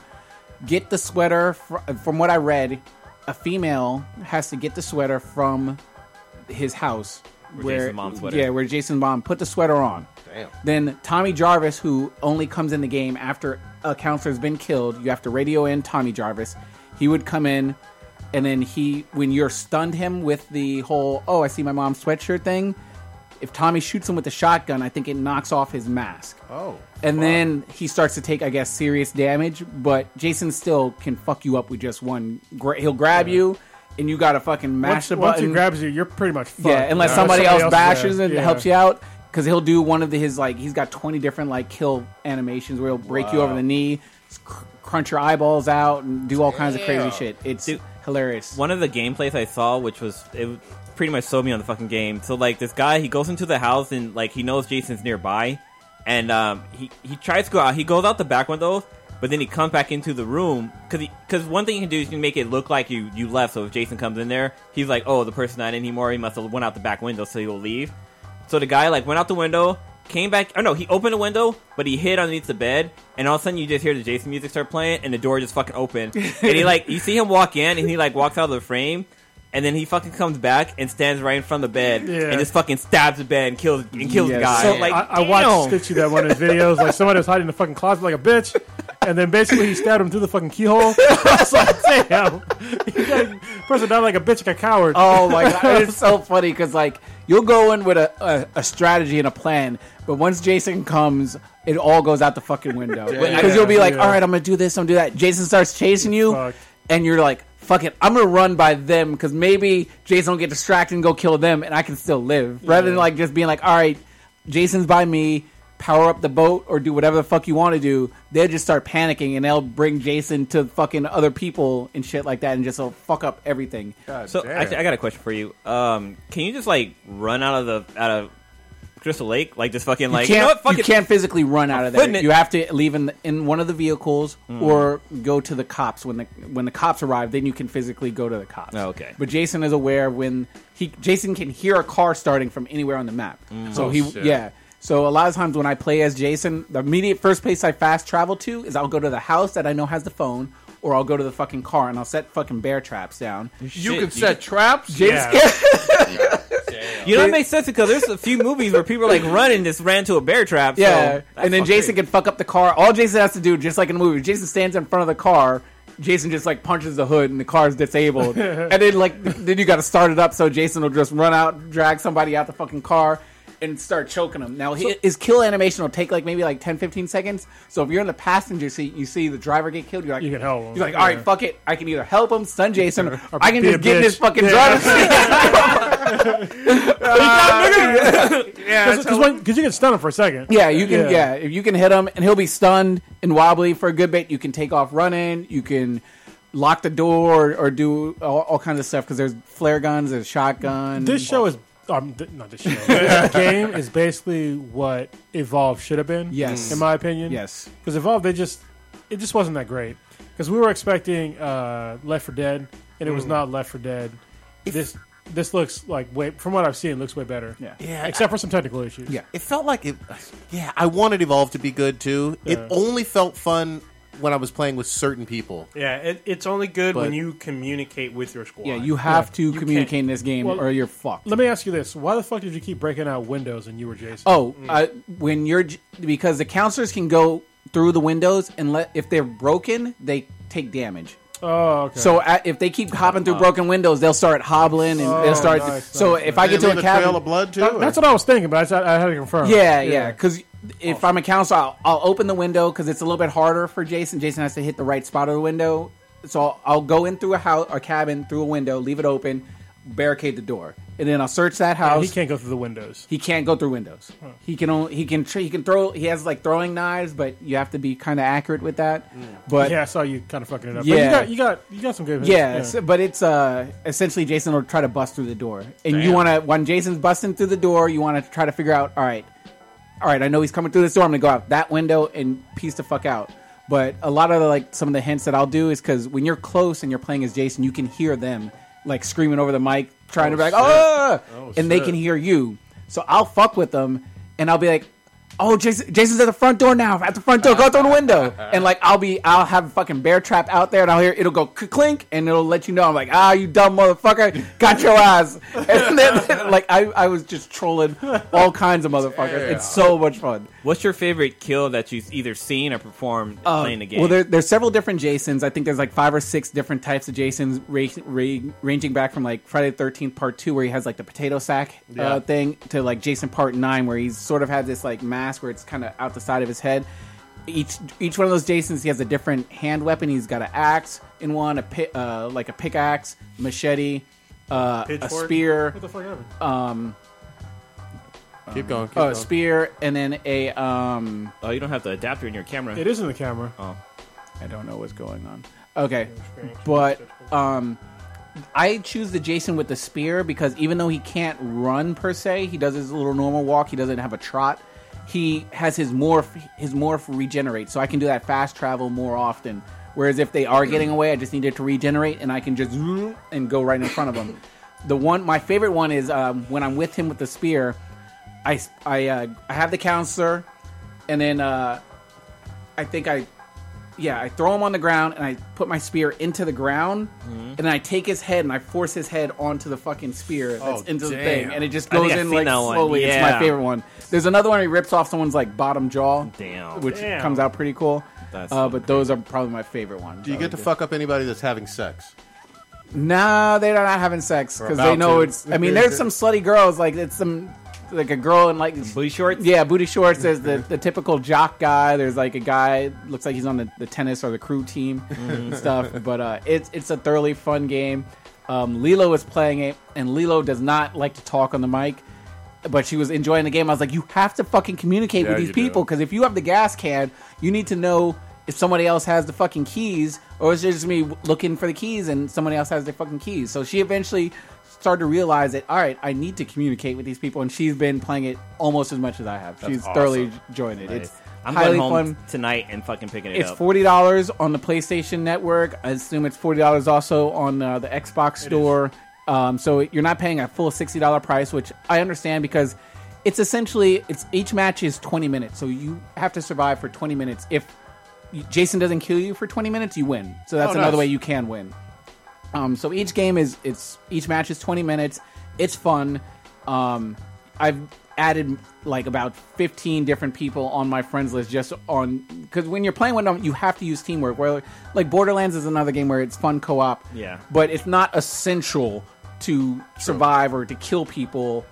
get the sweater. Fr- from what I read, a female has to get the sweater from his house. Where,
Jason Mom's sweater.
Yeah, where Jason Mom put the sweater on.
Damn.
Then Tommy Jarvis, who only comes in the game after a counselor's been killed, you have to radio in Tommy Jarvis. He would come in, and then he, when you're stunned him with the whole "oh, I see my mom's sweatshirt" thing, if Tommy shoots him with the shotgun, I think it knocks off his mask.
Oh,
And then he starts to take, I guess, serious damage. But Jason still can fuck you up with just one. Gra- he'll grab you, and you gotta fucking mash
Once,
the
once
button.
he grabs you, you're pretty much fucked.
Yeah, unless
Unless
somebody, else
is there.
bashes and
Yeah.
helps you out, because he'll do one of the, his like he's got twenty different like kill animations where he'll break you over the knee, cr- crunch your eyeballs out, and do all kinds of crazy shit. It's
Dude.
hilarious.
one of the gameplays I saw, which was it pretty much sold me on the fucking game. So like this guy, he goes into the house and like he knows Jason's nearby, and um, he he tries to go out. He goes out the back window, but then he comes back into the room because because one thing you can do is you can make it look like you you left. So if Jason comes in there, he's like, oh, the person's not in anymore. He must have went out the back window, so he'll leave. So the guy like went out the window, came back. Oh no, he opened the window, but he hid underneath the bed, and all of a sudden you just hear the Jason music start playing, and the door just fucking open. and he like you see him walk in, and he like walks out of the frame. And then he fucking comes back and stands right in front of the bed
Yeah.
and just fucking stabs the bed and kills and kills the
Yes.
guy.
So
like
I, I
damn.
watched Stitchy that one of his videos. Like somebody was hiding in the fucking closet like a bitch, and then basically he stabbed him through the fucking keyhole. I was like, damn, you got person died like a bitch, like a coward.
Oh my god, it's so funny because like you'll go in with a, a, a strategy and a plan, but once Jason comes, it all goes out the fucking window. Because you'll be like,
Yeah.
all right, I'm gonna do this, I'm gonna do that. Jason starts chasing you,
Fucked.
and you're like, fuck it, I'm gonna run by them because maybe Jason will get distracted and go kill them, and I can still live. Rather than like just being like, all right, Jason's by me. Power up the boat or do whatever the fuck you want to do. They'll just start panicking and they'll bring Jason to fucking other people and shit like that and just will fuck up everything.
So actually, I got a question for you. Um, can you just like run out of the out of Crystal Lake, like just fucking like
you
you
can't,
know what? Fuck
you
it.
can't physically run out of
footing
there.
it. Mm.
You have to leave in the, in one of the vehicles or go to the cops when the when the cops arrive. Then you can physically go to the cops.
Oh, okay.
But Jason is aware when he Jason can hear a car starting from anywhere on the map.
Mm.
So
Oh,
he yeah. So a lot of times when I play as Jason, the immediate first place I fast travel to is I'll go to the house that I know has the phone, or I'll go to the fucking car and I'll set fucking bear traps down.
you
Shit,
can set traps.
yeah.
You know, it makes sense because there's a few movies where people are like running, just ran to a bear trap. so
Yeah,
that's
and then
fucking
Jason can fuck up the car. All Jason has to do, just like in the movie, Jason stands in front of the car. Jason just like punches the hood, and the car's disabled. and then like then you got to start it up, so Jason will just run out, drag somebody out the fucking car. and start choking him. Now he, his kill animation will take like maybe like 10, 15 seconds. So if you're in the passenger seat, you see the driver get killed. You're like,
You can help him.
You're like, all right,
Yeah.
fuck it. I can either help him, stun Jason, or I can
be
just
a
get in
bitch.
this fucking
Yeah.
driver's seat.
Yeah, that's how-
Because you can stun him for a second.
yeah, you can.
Yeah.
Yeah. if you can hit him, and he'll be stunned and wobbly for a good bit. You can take off running. You can. Lock the door or, or do all, all kinds of stuff because there's flare guns, there's shotgun.
This show is um, th- not this show. this game is basically what Evolve should have been.
Yes.
in my opinion.
Yes.
because Evolve they just it just wasn't that great because we were expecting uh, Left for Dead and it
Mm.
was not Left for Dead. this this looks like way from what I've seen it looks way better.
Yeah.
yeah, except for some technical issues.
Yeah.
It felt like it. Yeah, I wanted Evolve to be good too. It
Yeah.
only felt fun when I was playing with certain people.
yeah, it, it's only good
But-
when you communicate with your squad.
Yeah, you have to
You
communicate
can't-
in this game
Well,
or you're fucked.
Let me ask you this: Why the fuck did you keep breaking out windows and you were Jason?
Oh, uh, when you're j- because the counselors can go through the windows and let if they're broken, they take damage.
Oh, okay.
So uh, if they keep hopping
Uh-huh.
through broken windows, they'll start hobbling and they'll start.
Oh, nice,
so
nice,
if I get
Did they
to
leave
a
trail
cabin,
of blood too.
That- that's what I was thinking, but I, I had to confirm.
Oh, yeah, yeah, because. If
Oh.
I'm a counselor, I'll, I'll open the window because it's a little bit harder for Jason. Jason has to hit the right spot of the window, so I'll, I'll go in through a house, a cabin, through a window, leave it open, barricade the door, and then I'll search that house.
he can't go through the windows.
He can't go through windows. He can only he can tr- he can throw. He has like throwing knives, but you have to be kind of accurate with that. But
Mm. Yeah, I
yeah,
saw you kind of fucking it up.
Yeah.
but you got you got you got some good. hits.
s- but it's uh essentially Jason will try to bust through the door, and you want to when Jason's busting through the door, you want to try to figure out. All right, all right, I know he's coming through this door. I'm gonna go out that window and piece the fuck out. But a lot of the, like some of the hints that I'll do is because when you're close and you're playing as Jason, you can hear them like screaming over the mic, trying to be like, oh, and they can hear you. So I'll fuck with them, and I'll be like, oh, Jason, Jason's at the front door now. At the front door, go through the window, and like I'll be, I'll have a fucking bear trap out there, and I'll hear it'll go clink, and it'll let you know. I'm like, ah, you dumb motherfucker, got your ass. And then like I, I was just trolling all kinds of motherfuckers. It's so much fun.
What's your favorite kill that you've either seen or performed playing the game?
Uh, Well, there, there's several different Jasons. I think there's like five or six different types of Jasons, ra- ra- ranging back from like Friday the Thirteenth Part Two, where he has like the potato sack uh, thing, to like Jason Part Nine, where he's sort of had this like mask where it's kind of out the side of his head. Each each one of those Jasons, he has a different hand weapon. He's got an axe in one, a pi- uh, like a pickaxe, machete, uh, a
Pitchfork?
spear,
What the fuck happened?
Keep going. Keep
uh,
going.
spear, and then a um.
oh, you don't have the adapter in your camera.
It is in the camera.
I don't know what's going on. Okay, but um, I choose the Jason with the spear because even though he can't run per se, he does his little normal walk. He doesn't have a trot. He has his morph. His morph regenerates, so I can do that fast travel more often. Whereas if they are getting away, I just need it to regenerate, and I can just zoom and go right in front of them. The one, my favorite one is um, when I'm with him with the spear. I I uh, I have the counselor, and then uh, I think I yeah, I throw him on the ground and I put my spear into the ground
Mm-hmm.
and then I take his head and I force his head onto the fucking spear that's
Oh,
into the
damn.
thing and it just
I think
goes
I've
in
seen
like
that one.
slowly. It's my
Yeah.
favorite one. There's another one where he rips off someone's like bottom jaw,
Damn.
which
Damn.
comes out pretty cool.
That's
uh, but those are probably my favorite ones.
Do you get to fuck up anybody that's having sex?
Nah, they're not having sex because they
about
know
to.
it's. I mean, there's some slutty girls like it's some like a girl in like
Booty shorts?
Yeah, booty shorts. There's the,
Mm-hmm.
the typical jock guy. There's like a guy looks like he's on the, the tennis or the crew team
Mm-hmm.
and stuff. But uh, it's it's a thoroughly fun game. Um, Lilo is playing it, and Lilo does not like to talk on the mic. But she was enjoying the game. I was like, you have to fucking communicate with
Yeah,
these
you do.
people because if you have the gas can, you need to know if somebody else has the fucking keys, or it's just me looking for the keys and somebody else has their fucking keys. So she eventually started to realize that all right, I need to communicate with these people, and she's been playing it almost as much as I have. she's thoroughly enjoying it. It's
I'm
highly
going home
fun.
tonight and fucking picking it
It's
up.
forty dollars on the PlayStation Network. I assume it's forty dollars also on uh, the Xbox Store. Um, so you're not paying a full sixty dollar price, which I understand because it's essentially it's each match is twenty minutes, so you have to survive for twenty minutes. If you- Jason doesn't kill you for twenty minutes, you win. So that's
Oh,
another
nice.
way you can win. Um, so each game is it's each match is 20 minutes. It's fun. Um, I've added like about 15 different people on my friends list just on because when you're playing with them, you have to use teamwork. Where like Borderlands is another game where it's fun co-op.
Yeah.
but it's not essential to survive or to kill people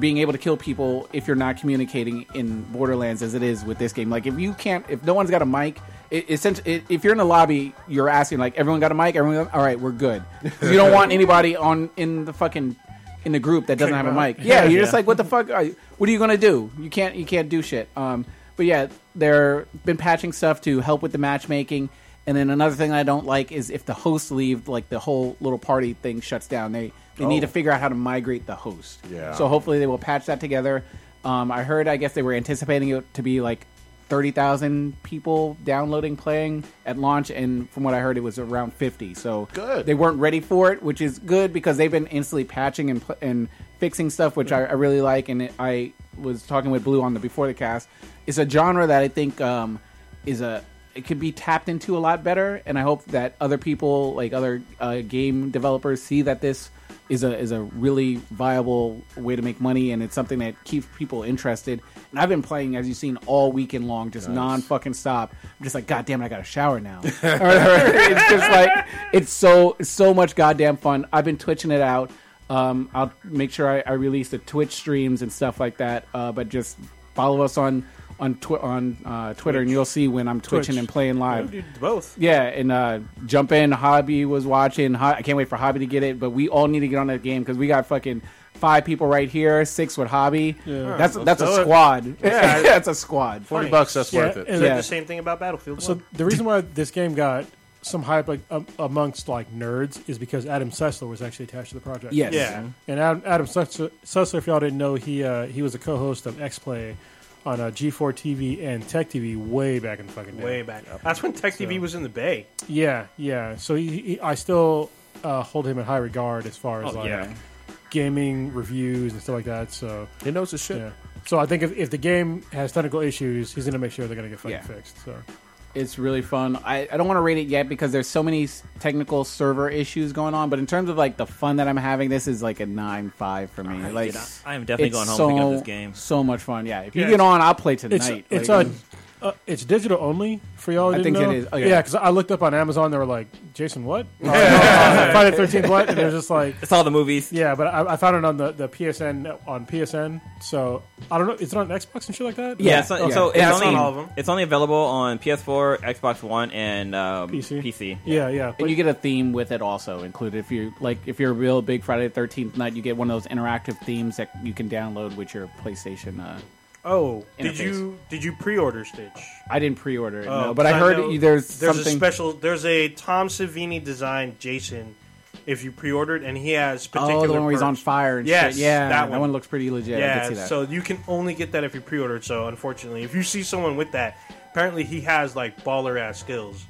being able to kill people if you're not communicating in Borderlands as it is with this game. Like if you can't, if no one's got a mic, it, it, sent- it, if you're in the lobby, you're asking like everyone got a mic, everyone. Got, All right, we're good. 'Cause You don't want anybody on in the fucking in the group that doesn't have a mic. Yeah, you're just like, what the fuck? Are you, what are you gonna do? You can't you can't do shit. Um, but yeah, they're been patching stuff to help with the matchmaking. And then another thing I don't like is if the hosts leave, like the whole little party thing shuts down. They they need to figure out how to migrate the host.
Oh. Yeah.
So hopefully they will patch that together. Um, I heard, I guess they were anticipating it to be like thirty thousand people downloading, playing at launch, and from what I heard, it was around fifty. So
Good.
They weren't ready for it, which is good because they've been instantly patching and pl- and fixing stuff, which I, I really like. And it, I was talking with Blue on the before the cast. It's a genre that I think um, is a it could be tapped into a lot better, and I hope that other people, like other uh, game developers, see that this is a is a really viable way to make money, and it's something that keeps people interested. And I've been playing, as you've seen, all weekend long, just non fucking stop. I'm just like, God damn it, I got to shower now. Or whatever. it's just like it's so it's so much goddamn fun. I've been twitching it out. Um, I'll make sure I, I release the Twitch streams and stuff like that. Uh, but just follow us on on twi- on uh, Twitter, and you'll see when I'm twitching
Twitch.
and playing live.
Dude, both.
Yeah, and uh, jump in. Hobby was watching. Ho- I can't wait for Hobby to get it, but we all need to get on that game because we got fucking five people right here, six with Hobby. That's that's
do
a
it.
squad. Yeah, that's a squad.
Forty bucks. That's
Yeah,
worth it.
and-
Said
Yeah.
the same thing about Battlefield.
So
1.
the reason why this game got some hype like, um, amongst like nerds is because Adam Sessler was actually attached to the project.
Yes.
Yeah.
And Adam, Adam Sessler, Sessler, if y'all didn't know, he uh, he was a co-host of X Play on uh, G4 TV and Tech TV way back in the fucking day.
Way back. That's when Tech TV was in the Bay.
Yeah, yeah. So he, he, I still uh, hold him in high regard as
Oh,
far as like
yeah.
gaming reviews and stuff like that. So
He knows his shit.
yeah. So I think if, if the game has technical issues, he's gonna make sure they're gonna get fucking
Yeah.
fixed. So
It's really fun. I, I don't want to rate it yet because there's so many s- technical server issues going on. But in terms of like the fun that I'm having, this is like a nine five for me. like
dude, I- I am definitely
it's
going home
so,
picking up this game.
So much fun. Yeah. If you
Yeah,
get
it's-
on, I'll play tonight.
it's
Like,
it's a, uh, it's digital only for y'all.
I
Who
think
didn't know.
it is. Oh, yeah.
yeah, because I looked up on Amazon. They were like, Jason, what? Oh, no, uh, Friday Thirteenth, what? And they're just like,
It's all the movies.
yeah. But I, I found it on the, the PSN on PSN. So I don't know. Is it on Xbox and shit like that?
Yeah, so,
Yeah.
so
Yeah,
it's
it's
only
on all of 'em.
it's only available on PS4, Xbox One, and um,
PC.
PC.
yeah, yeah.
and you get a theme with it also included if you like if you're a real big friday the 13th night you get one of those interactive themes that you can download with your playstation uh,
Oh,
Interface.
did you did you pre-order Stitch?
i didn't pre-order it
Oh,
no, but i heard
know
you- there's,
there's
something
a special there's a Tom Savini designed Jason if you pre-ordered and he has particular
oh the one where he's on
perks.
fire and
Yes,
shit yeah
that one.
looks pretty legit i can
Yeah,
see that
so you can only get that if you pre-ordered. So unfortunately, if you see someone with that, apparently he has like baller ass skills.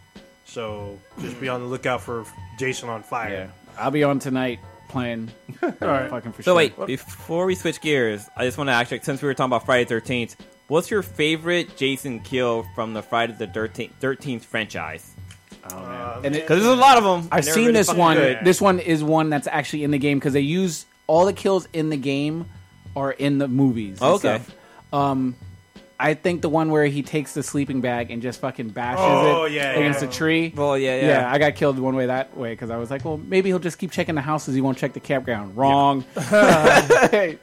So just be on the lookout for Jason on
yeah
fire.
i'll be on tonight playing
right.
fucking for
So
sure.
wait, before we switch gears, I just want to actually since we were talking about Friday Thirteenth, what's your favorite Jason kill from the Friday the Thirteenth franchise?
and it,
Because there's a lot of them.
I've seen this one.
good.
This one is one that's actually in the game because they use all the kills in the game are in the movies. and
Okay.
stuff. Um, I think the one where he takes the sleeping bag and just fucking bashes
Oh,
it
yeah,
against
yeah.
a tree.
Well, yeah, yeah.
I got killed one way that way because I was like, well, maybe he'll just keep checking the houses. He won't check the campground. Wrong. that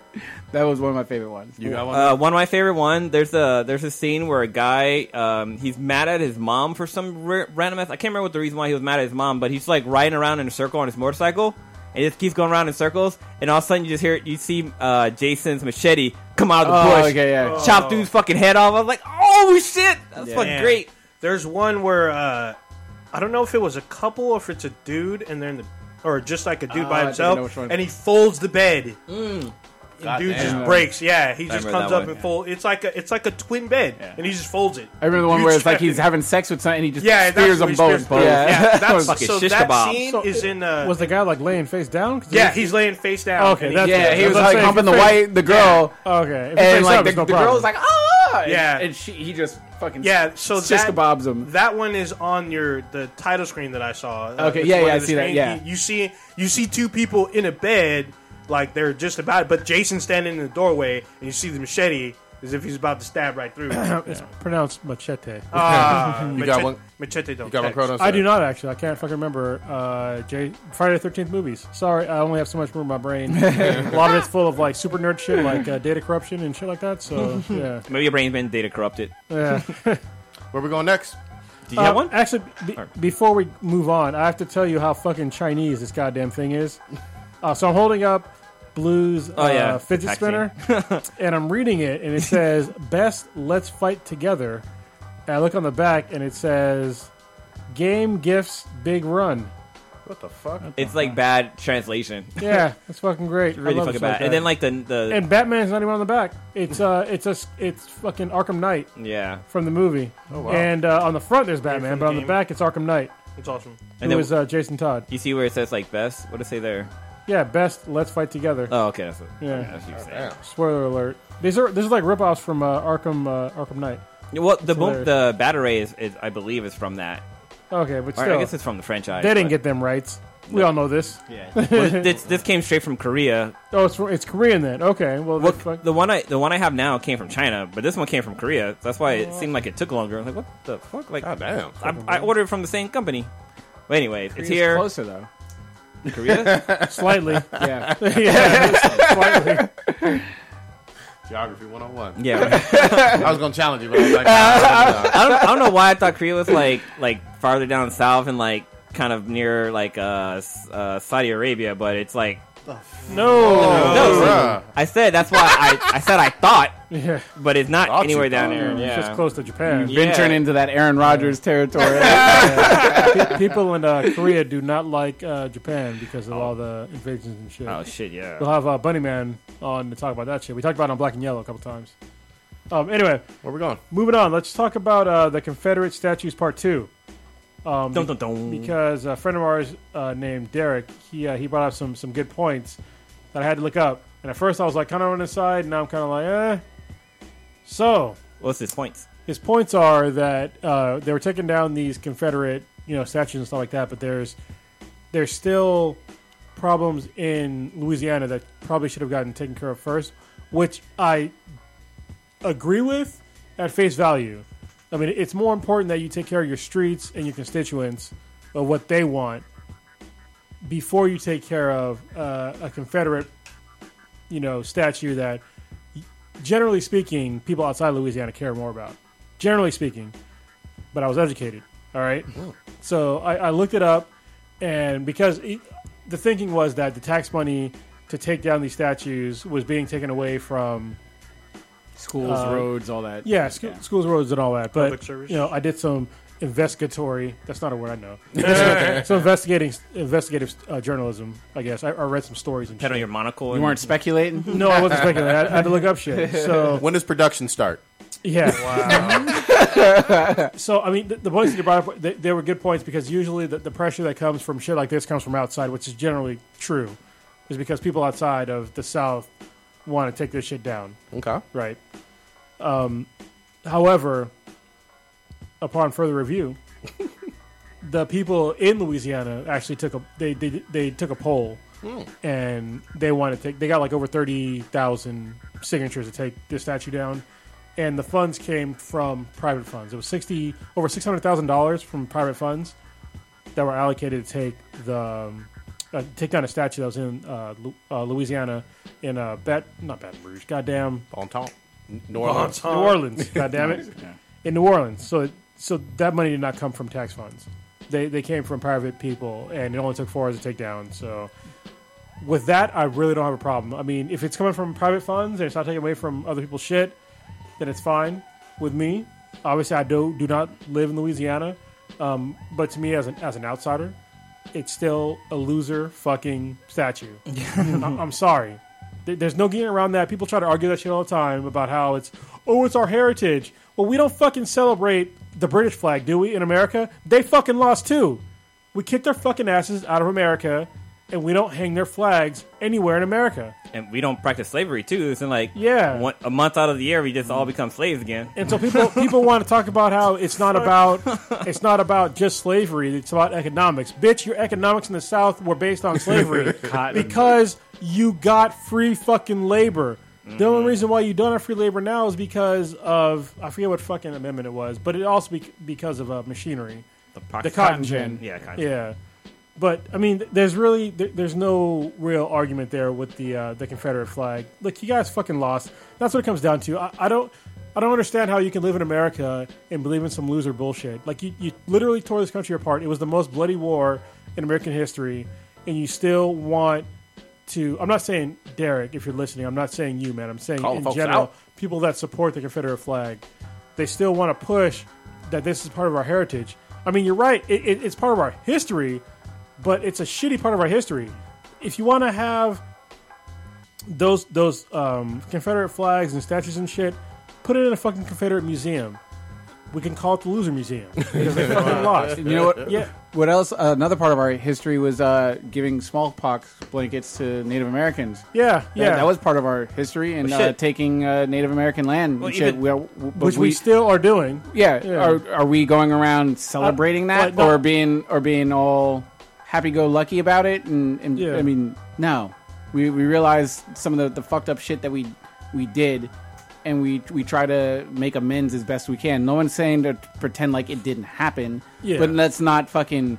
was one of my favorite ones.
You got one.
Uh, one of my favorite one. There's a there's a scene where a guy um, he's mad at his mom for some r- random. ass- I can't remember what the reason why he was mad at his mom, but he's like riding around in a circle on his motorcycle and he just keeps going around in circles. And all of a sudden, you just hear you see uh, Jason's machete come out of the
Oh,
bush,
okay, yeah.
chop dude's fucking head off. I was like, oh shit, that's fucking
Yeah.
great.
There's one where uh, I don't know if it was a couple or if it's a dude and they're in the or just like a
Oh,
dude
I
by
think I
himself
know which one.
and he folds the bed.
Hmm.
And dude
damn.
just breaks. Yeah, he just
remember
comes
that
up
one.
and folds. It's like a it's like a twin bed and he just folds it.
I remember the one
You
where it's like
check-
he's having sex with someone and he just
Yeah,
spears
that's where
them
he
both.
spears both.
Yeah.
Yeah, that's
Fucking
so
shish
that
kebab.
scene
So
is
it-
in uh,
Was the guy like laying face down? 'Cause
yeah,
he-
he's laying face down.
Okay,
and
that's-
Yeah, he
I
was
was about to
like
say,
humping the
if you
white, the girl,
oh, okay. If it's
and
face
like
up,
the,
it's no
the
problem.
girl was like, ah, and-
Yeah.
and she he just fucking
Yeah, so
shish
that-
kebabs him.
That one is on your the title screen that I saw. Uh,
Okay,
it's
yeah,
one
yeah,
of
I
the
see that,
screen.
yeah.
you, you see, you see two people in a bed, like they're just about. But Jason standing in the doorway, and you see the machete, as if he's about to stab right through.
It's pronounced machete.
Oh,
Ah,
You
machete,
got one-
Machete don't.
You got one,
text.
Kronos?
I do not actually. I can't fucking remember. Uh, J- Friday the Thirteenth movies. Sorry, I only have so much room in my brain. a lot of it's full of like super nerd shit, like uh, data corruption and shit like that. So yeah,
Maybe your brain's been data corrupted.
yeah.
Where we going next?
Do you have
Uh,
one?
Actually, be- before we move on, I have to tell you how fucking Chinese this goddamn thing is. Uh, so I'm holding up Blue's uh,
Oh, yeah.
fidget
Taxi.
spinner, and I'm reading it, and it says "Best Let's Fight Together." And I look on the back, and it says "Game Gifts Big Run."
What the fuck?
It's like bad translation.
Yeah, that's fucking great. I
Really
love
fucking
shit like
bad.
that.
And then like the the
And Batman's not even on the back. It's uh, it's a, it's fucking Arkham Knight
yeah.
from the movie. Oh wow! And uh, on the front there's Batman,
from
but
the
on the
game.
back it's Arkham Knight.
It's awesome.
it
And then
was uh, Jason Todd.
you see where it says like best. What does it say there?
Yeah, best. Let's fight together.
Oh, okay, that's what,
Yeah.
okay, that's what you're saying.
Spoiler alert. These are this is like ripoffs from uh, Arkham uh, Arkham Knight.
Well, the boom,
hilarious.
the battery is, is I believe is from that.
Okay, but
Or
still,
I guess it's from the franchise.
they didn't
but-
get them rights. We all know this.
Well, this, this came straight from Korea.
Oh, it's it's Korean then. Okay, well, the
Well,
fuck-
the one I the one I have now came from China, but this one came from Korea. That's why it seemed like it took longer. I'm like, what the fuck? Like,
God damn.
I, I ordered from the same company. But anyways, it's
It's
here.
closer though.
Korea.
slightly.
Yeah.
yeah, slightly.
Geography 101.
yeah. right.
I was going to challenge you, but I was like, nah,
I don't, I don't know why I thought Korea was like like farther down south and like kind of near like uh, S- uh Saudi Arabia, but it's like
No.
no. it's like-
nah.
I said that's why I, I said I thought,
Yeah, Mm,
but it's not
Thought you
anywhere down
thought.
there. Yeah.
it's just close to Japan.
Yeah.
Venturing into that Aaron Rodgers territory.
Pe- People in uh, Korea do not like uh, Japan because of all the invasions and shit.
Oh shit! Yeah.
We'll have uh, Bunny Man on to talk about that shit. We talked about it on Black and Yellow a couple times. Um, anyway,
Where we going?
moving on. Let's talk about uh, the Confederate statues part two.
Dun, dun, dun.
because a friend of ours uh, named Derek, he uh, he brought up some some good points that I had to look up. And at first I was like kind of on his side, and now I'm kind of like, eh. So
What's his points?
his points are that uh, they were taking down these Confederate you know statues and stuff like that, but there's there's still problems in Louisiana that probably should have gotten taken care of first, which I agree with at face value. I mean, it's more important that you take care of your streets and your constituents of what they want before you take care of uh, a Confederate, you know, statue that, generally speaking, people outside Louisiana care more about. Generally speaking, but I was educated. All right, so I, I looked it up, and because it, the thinking was that the tax money to take down these statues was being taken away from
Schools, roads, all that.
yeah, sc- schools, roads, and all that. But
service.
you know, I did some investigatory. That's not a word I know. some investigating, investigative uh, journalism. I guess I, I read some stories and
Had on
shit.
your monocle.
You
and-
weren't speculating.
No, I wasn't speculating. I, I had to look up shit. So
When does production start?
yeah. so I mean, the, the points that you brought up, they, they were good points because usually the, the pressure that comes from shit like this comes from outside, which is generally true, is because people outside of the South want to take this shit down.
Okay.
Right. Um, however, upon further review, the people in Louisiana actually took a they they, they took a poll, and they wanted to take they got like over thirty thousand signatures to take this statue down, and the funds came from private funds. It was sixty over six hundred thousand dollars from private funds that were allocated to take the um, uh, take down a statue that was in uh, Lu- uh, Louisiana in uh, Bat not Baton Rouge, goddamn
Bon temps. New Orleans.
New Orleans, God damn it, in New Orleans. So, so that money did not come from tax funds. They they came from private people, and it only took four hours to take down. So, with that, I really don't have a problem. I mean, if it's coming from private funds and it's not taken away from other people's shit, then it's fine with me. Obviously, I do do not live in Louisiana, um, but to me, as an as an outsider, it's still a loser fucking statue. I'm, I'm sorry. There- There's no getting around that. People try to argue that shit all the time about how it's, oh, it's our heritage. Well, we don't fucking celebrate the British flag, do we, in America? They fucking lost too. We kicked their fucking asses out of America, and we don't hang their flags anywhere in America.
and we don't practice slavery too. It's in like
Yeah.
one, a month out of the year we just all become slaves again.
And so people people want to talk about how it's not about it's not about just slavery. It's about economics. Bitch, your economics in the South were based on slavery because you got free fucking labor. The
Mm-hmm.
only reason why you don't have free labor now is because of I forget what fucking amendment it was, but it also be, because of uh, machinery,
The,
the
pox-
cotton,
gin.
gin.
Yeah, cotton. gin.
yeah. But I mean, th- there's really there, there's no real argument there with the uh, the Confederate flag. Look, you guys fucking lost. That's what it comes down to. I, I don't I don't understand how you can live in America and believe in some loser bullshit. Like you, you literally tore this country apart. It was the most bloody war in American history, and you still want to. I'm not saying Derek, if you're listening. I'm not saying you, man. I'm saying
Calling
in
folks
general,
out.
people that support the Confederate flag, they still want to push that this is part of our heritage. I mean, you're right. It, it, it's part of our history, but it's a shitty part of our history. If you want to have those those um, Confederate flags and statues and shit, put it in a fucking Confederate museum. We can call it the Loser Museum because they fucking lost.
You know what?
Yeah,
What else? Uh, another part of our history was uh, giving smallpox blankets to Native Americans.
yeah,
That-
yeah.
that, was part of our history, and
Well,
uh,
shit.
taking uh, Native American land.
Well,
and shit.
even-
we are, w- but
which we, still are doing.
yeah.
yeah.
Are, are we going around celebrating
Uh,
that,
but no-
or being or being all happy-go-lucky about it? And, and
Yeah.
I mean, no, we we realize some of the, the fucked up shit that we we did. And we, we try to make amends as best we can. No one's saying to pretend like it didn't happen,
Yeah.
but let's not fucking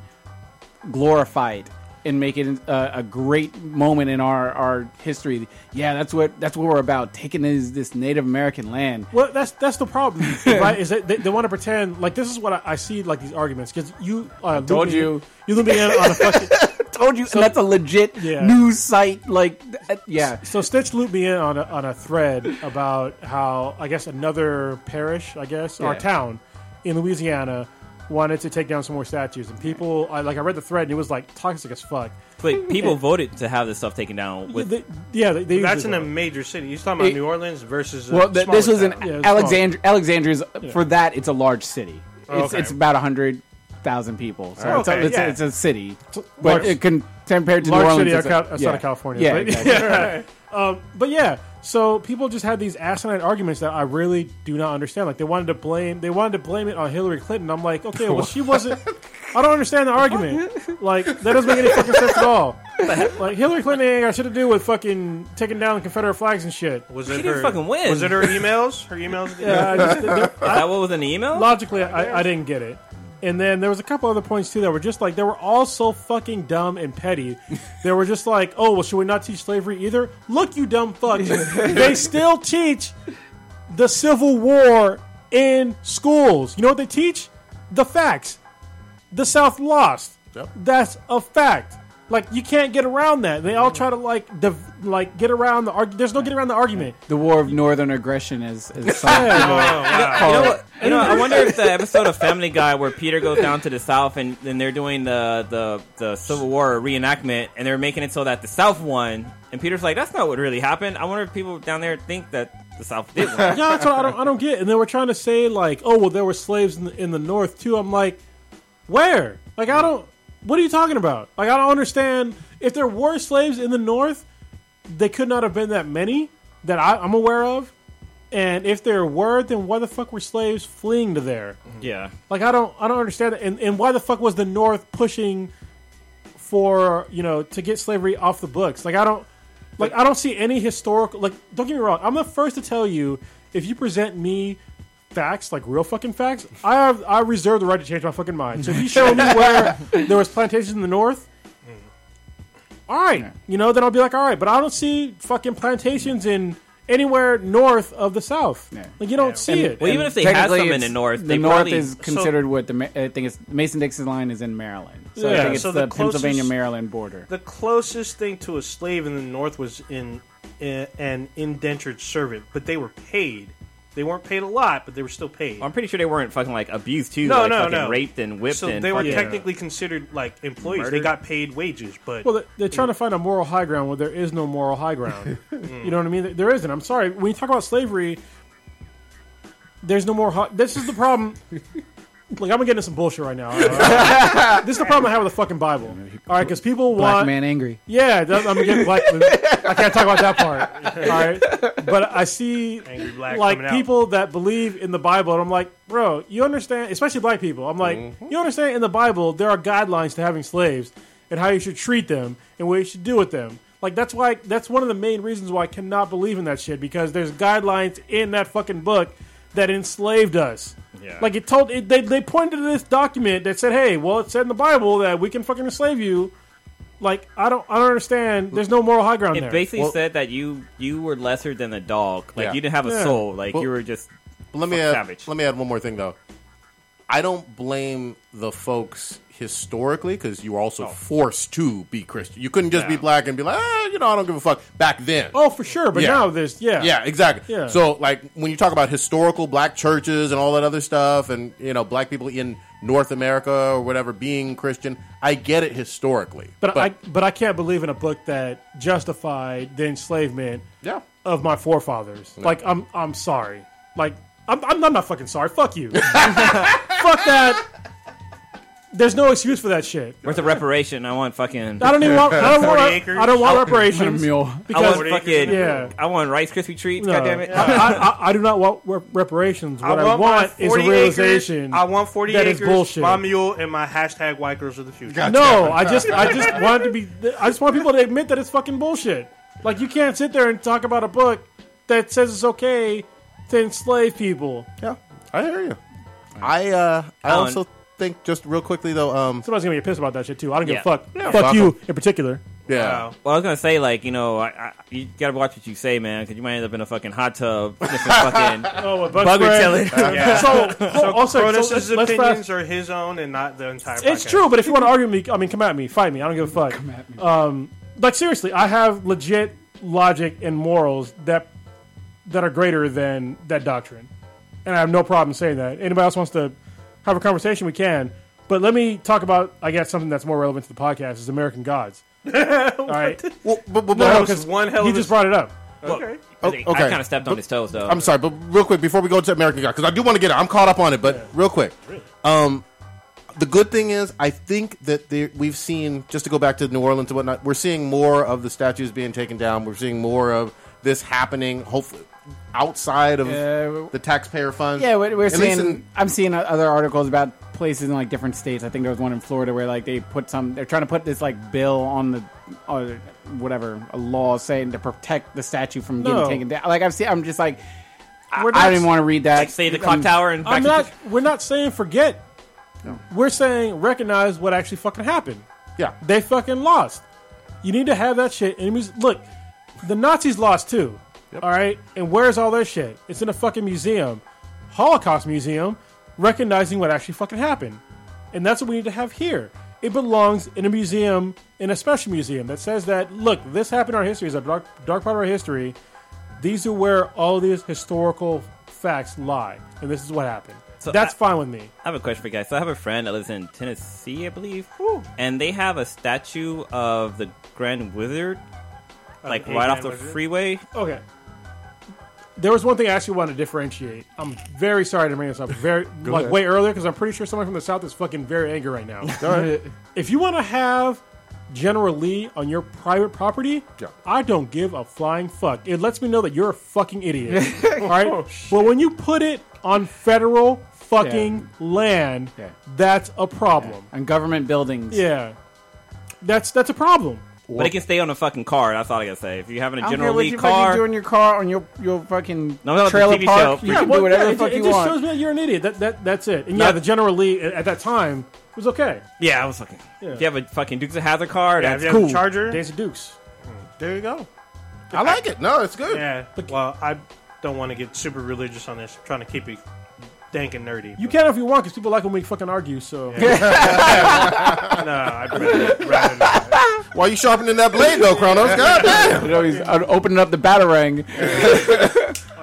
glorify it and make it uh, a, a great moment in our, our history. Yeah, that's what that's what we're about. Taking this, this Native American land.
Well, that's that's the problem, right? Is that they, they want to pretend like this is what I, I see like these arguments because you uh,
told
looped me-
you.
you looped me in on a fucking
Told you, and that's a legit
Yeah.
news site. Like, th- yeah,
So Stitch looped me in on a, on a thread about how I guess another parish, I guess, or
Yeah.
town in Louisiana wanted to take down some more statues, and people I, like I read the thread and it was like toxic as fuck.
Wait, people voted to have this stuff taken down. With
They- yeah, they, they
That's in
usually
a
do.
major city. You're talking about
It-
New Orleans versus. A
Well, th- this was
smaller
an
town.
Yeah, it's
Alexandria. Alexandria's uh, for that. It's a large city. It's
Okay.
it's about hundred thousand people. So it's, a,
Okay,
it's,
yeah.
a, it's a city, but
large-
it can compared to New
large
Orleans,
city
it's
outside-
a-
outside
yeah.
of California,
Yeah,
right? Um,
exactly.
But yeah, so people just had these asinine arguments that I really do not understand. Like they wanted to blame they wanted to blame it on Hillary Clinton. I'm like, okay, well she wasn't. I don't understand the argument. Like that doesn't make any fucking sense at all. Like Hillary Clinton ain't got shit to do with fucking taking down the Confederate flags and shit.
Was
She
it
didn't
her?
fucking win.
Was it her emails? Her emails.
Yeah, I just,
that what was in the email?
logically, I, I didn't get it. And then there was a couple other points too that were just like they were all so fucking dumb and petty. They were just like, "Oh, well, should we not teach slavery either?" Look, you dumb fucks. they still teach the Civil War in schools. You know what they teach? The facts. The South lost.
Yep.
That's a fact. Like you can't get around that. They all try to like div- like get around the argument. There's no getting around the argument.
the War of Northern Aggression is is some
Yeah.
Oh, wow.
uh, You know what- you know, I wonder if the episode of Family Guy where Peter goes down to the South and then they're doing the, the, the Civil War reenactment and they're making it so that the South won and Peter's like, that's not what really happened. I wonder if people down there think that the South did win.
Yeah, that's what I don't, I don't get. And they were trying to say like, oh well, there were slaves in the, in the North too. I'm like, where? Like I don't. What are you talking about? Like I don't understand. If there were slaves in the North, they could not have been that many that I, I'm aware of. And if there were, then why the fuck were slaves fleeing to there?
yeah.
Like I don't I don't understand that. And, and why the fuck was the North pushing for you know to get slavery off the books? Like I don't like I don't see any historical like don't get me wrong, I'm the first to tell you if you present me facts, like real fucking facts, I have I reserve the right to change my fucking mind. So if you show me where there was plantations in the north all right, you know, then I'll be like, all right, but I don't see fucking plantations in anywhere north of the South.
Yeah.
Like you don't see it.
Well, even if they had
Technically,
some in the
it's-
North,
the
they
North
probably,
is considered what the Ma- I think it's Mason Dixon line is in Maryland. So I
Yeah.
think it's
So
the,
the closest-
Pennsylvania Maryland border.
The closest thing to a slave in the North was in, in an indentured servant, but they were paid. They weren't paid a lot, but they were still paid.
I'm pretty sure they weren't fucking like abused too,
No,
like
no,
fucking
no.
raped and whipped
so
and
they were
fucking-
technically considered like employees. They
Murdered?
got paid wages, but
Well, they- they're trying to find a moral high ground where there is no moral high ground. you know what I mean? There isn't. I'm sorry. When you talk about slavery, there's no more. High, this is the problem. Like I'm gonna get into some bullshit right now. all right? this is the problem I have with the fucking Bible. All right, because people
Black
want
man angry.
yeah, that, I'm getting black. I can't talk about that part. All right, but I see
Angry black
like
coming out.
people that believe in the Bible, and I'm like, bro, you understand? Especially black people. I'm like,
Mm-hmm.
you understand? In the Bible, there are guidelines to having slaves and how you should treat them and what you should do with them. Like that's why that's one of the main reasons why I cannot believe in that shit because there's guidelines in that fucking book that enslaved us.
Yeah.
Like it told it, they they pointed to this document that said, "Hey, well, it said in the Bible that we can fucking enslave you." Like I don't I don't understand. There's no moral high ground
It
there.
basically
Well-
said that you you were lesser than a dog. Like
Yeah.
you didn't have a
Yeah.
soul. Like you
Well-
were just.
let me
Fuck
add,
Savage.
let me add one more thing though. I don't blame the folks historically because you were
Oh.
also forced to be Christian. You couldn't just be black and be like, ah, you know, I don't give a fuck back then.
oh, for sure. But
Yeah.
now there's yeah
Yeah, exactly.
Yeah.
So, like, when you talk about historical black churches and all that other stuff, and you know, black people in North America or whatever being Christian, I get it historically.
But, I but I can't believe in a book that justified the enslavement
Yeah.
of my forefathers. Like I'm I'm sorry. Like I'm, I'm I'm not fucking sorry. Fuck you. Fuck that. There's no excuse for that shit.
Where's the reparation? I want fucking.
I don't even want. I don't
40
want.
acres?
I don't want reparations.
mule.
I
Because
want
40
fucking.
Yeah.
I want Rice Krispie treats.
no,
God damn it.
I, I, I, I do not want re- reparations. What I want,
my
is a
40
realization.
Acres, I want forty
that is
acres.
bullshit.
My mule and my hashtag white girls of the future.
No, I just I just wanted to be I just want people to admit that it's fucking bullshit. Like you can't sit there and talk about a book that says it's okay to enslave people.
yeah, I hear you. I uh, I
Alan.
also think just real quickly though, um,
Somebody's gonna get pissed about that shit too. I don't give
Yeah.
a fuck. fuck,
fuck
you
'em.
in particular.
yeah,
uh,
Wow.
Well, I was gonna say, like, you know, I, I, you gotta watch what you say, man, because you might end up in a fucking hot tub, sniffing fucking
Oh, bug
bugger chili.
Yeah.
So, so also, so
Cronus's
let's, let's
opinions
fast.
are his own and not the entire.
It's
podcast.
true, but if you want to argue with me, I mean, come at me, fight me. I don't give a fuck. Come at me. Um, like seriously, I have legit logic and morals that that are greater than that doctrine, and I have no problem saying that. Anybody else wants to have a conversation, we can. But let me talk about, I guess, something that's more relevant to the podcast is American Gods. All right,
Well, but, but,
That
no,
was
because
one hell
he
of a-
just brought it up.
Okay.
oh,
I kind of stepped on his toes, though.
I'm sorry, but real quick before we go to American God, because I do want to get it. I'm caught up on it, but real quick. Um, the good thing is, I think that there, we've seen just to go back to New Orleans and whatnot. We're seeing more of the statues being taken down. We're seeing more of this happening. Hopefully, outside of
Yeah, we-
the taxpayer funds.
Yeah, we're, we're
At least
seeing.
in-
I'm seeing o- other articles about places in like different states. I think there was one in Florida where like they put some. They're trying to put this like bill on the or whatever a law saying to protect the statue from
No.
getting taken down. Like I've seen. I'm just like. I,
We're
I
not-
didn't want to read that.
like, say the clock tower and back
I'm
to
not. We're not saying forget. We're saying recognize what actually fucking happened.
yeah.
They fucking lost. You need to have that shit. in a muse look, the Nazis lost too. All right, and where's all their shit? It's in a fucking museum, Holocaust museum, recognizing what actually fucking happened, and that's what we need to have here. It belongs in a museum, in a special museum that says that look, this happened in our history. It's a dark, dark part of our history. These are where all these historical facts lie, and this is what happened.
So
that's
I-
fine with me.
I have a question for you guys. So I have a friend that lives in Tennessee, I believe, and they have a statue of the Grand Wizard, like
the
right off
Grand
the
Wizard?
freeway.
Okay. There was one thing I actually wanted to differentiate. I'm very sorry to bring this up very like
ahead.
way earlier because I'm pretty sure someone from the south is fucking very angry right now. if you want to have General Lee on your private property,
Yeah.
I don't give a flying fuck. It lets me know that you're a fucking idiot. all right, but when you put it on federal fucking land,
Yeah.
that's a problem.
on government buildings.
Yeah. that's that's a problem.
But it can stay on a fucking car. That's all I gotta say. If you're having a
I don't care
General
what
Lee
you fucking do
car,
in your car on your your fucking
No, no, the
trailer
TV
park.
show.
You
Yeah,
can
well,
do whatever
yeah,
the fuck
it,
you
it just
want.
shows me that you're an idiot. That, that that's it. And
No.
yeah, the General Lee at at that time was okay.
yeah, I was fucking. If you have a fucking Dukes of Hazard car,
Yeah,
that's
if you have
cool.
a charger,
Days of Dukes.
There you go. I like it. No, it's good.
yeah. Well, I don't want to get super religious on this. I'm trying to keep it dank and nerdy.
You can if you want, because people like when we fucking argue. So
no, I'd rather, rather not.
Why you sharpening that blade though, Kronos? God damn.
You know, he's uh, opening up the batarang.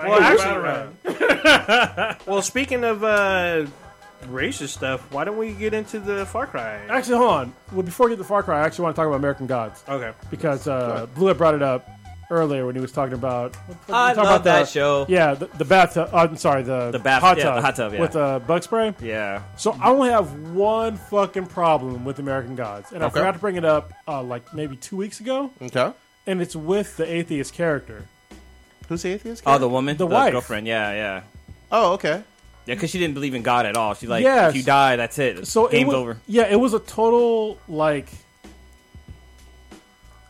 Well, actually, well, speaking of uh, racist stuff, why don't we get into the Far Cry?
actually, hold on. Well, before we get to Far Cry, I actually want to talk about American Gods
Okay.
because uh, Blue had brought it up earlier when he was talking about. what the fuck
I
was he talking
love
about
that
the-
show.
Yeah, the, the bathtub. Uh, I'm sorry, the
The bath-
hot
yeah,
tub,
the hot tub, yeah.
with uh, bug spray.
Yeah.
So I only have one fucking problem with American Gods, and I forgot to bring it up uh, like maybe two weeks ago,
Okay.
and it's with the atheist character.
Who's the atheist?
Oh, the woman,
The wife.
girlfriend. Yeah, yeah,
oh, okay.
yeah. Because she didn't believe in God at all. She's like,
Yes.
if you die, that's it.
so
game's
it was,
over.
Yeah, it was a total like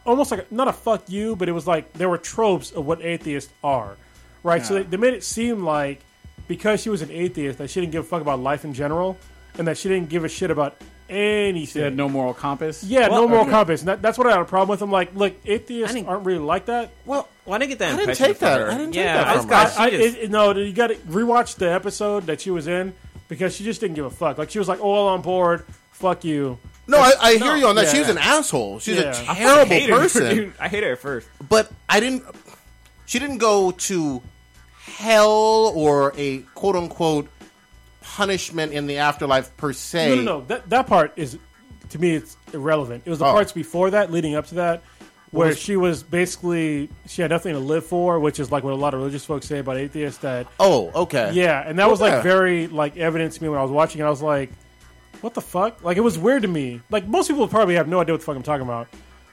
almost like a, not a fuck you, but it was like there were tropes of what atheists are, right? So they, they made it seem like because she was an atheist that she didn't give a fuck about life in general, and that she didn't give a shit about anything.
They had no moral compass.
yeah,
Well,
no moral
okay.
compass. And that, that's what I had a problem with. I'm like, look,
I
atheists
didn't-
aren't really like that.
Well, well, I didn't get that
I didn't
impression
take
from
that.
her.
I didn't take
yeah,
that
I
from
just
her.
got.
I,
she just-
it, it- no, you got to rewatch the episode that she was in because she just didn't give a fuck. Like she was like, "Oh, "All on board, fuck you."
No, I, I hear you on that.
yeah.
she was an asshole. She's
Yeah. I
a
fucking
terrible
hated her,
person.
dude. I hate her at first.
but I didn't. She didn't go to hell or a quote unquote punishment in the afterlife per se.
No, no, no. That that part is to me it's irrelevant. It was the
Oh.
parts before that, leading up to that, where she was basically she had nothing to live for, which is like what a lot of religious folks say about atheists. That
Oh, okay.
yeah, and that was
yeah.
like very like evident to me when I was watching. it. I was like, what the fuck? Like it was weird to me. Like most people probably have no idea what the fuck I'm talking about.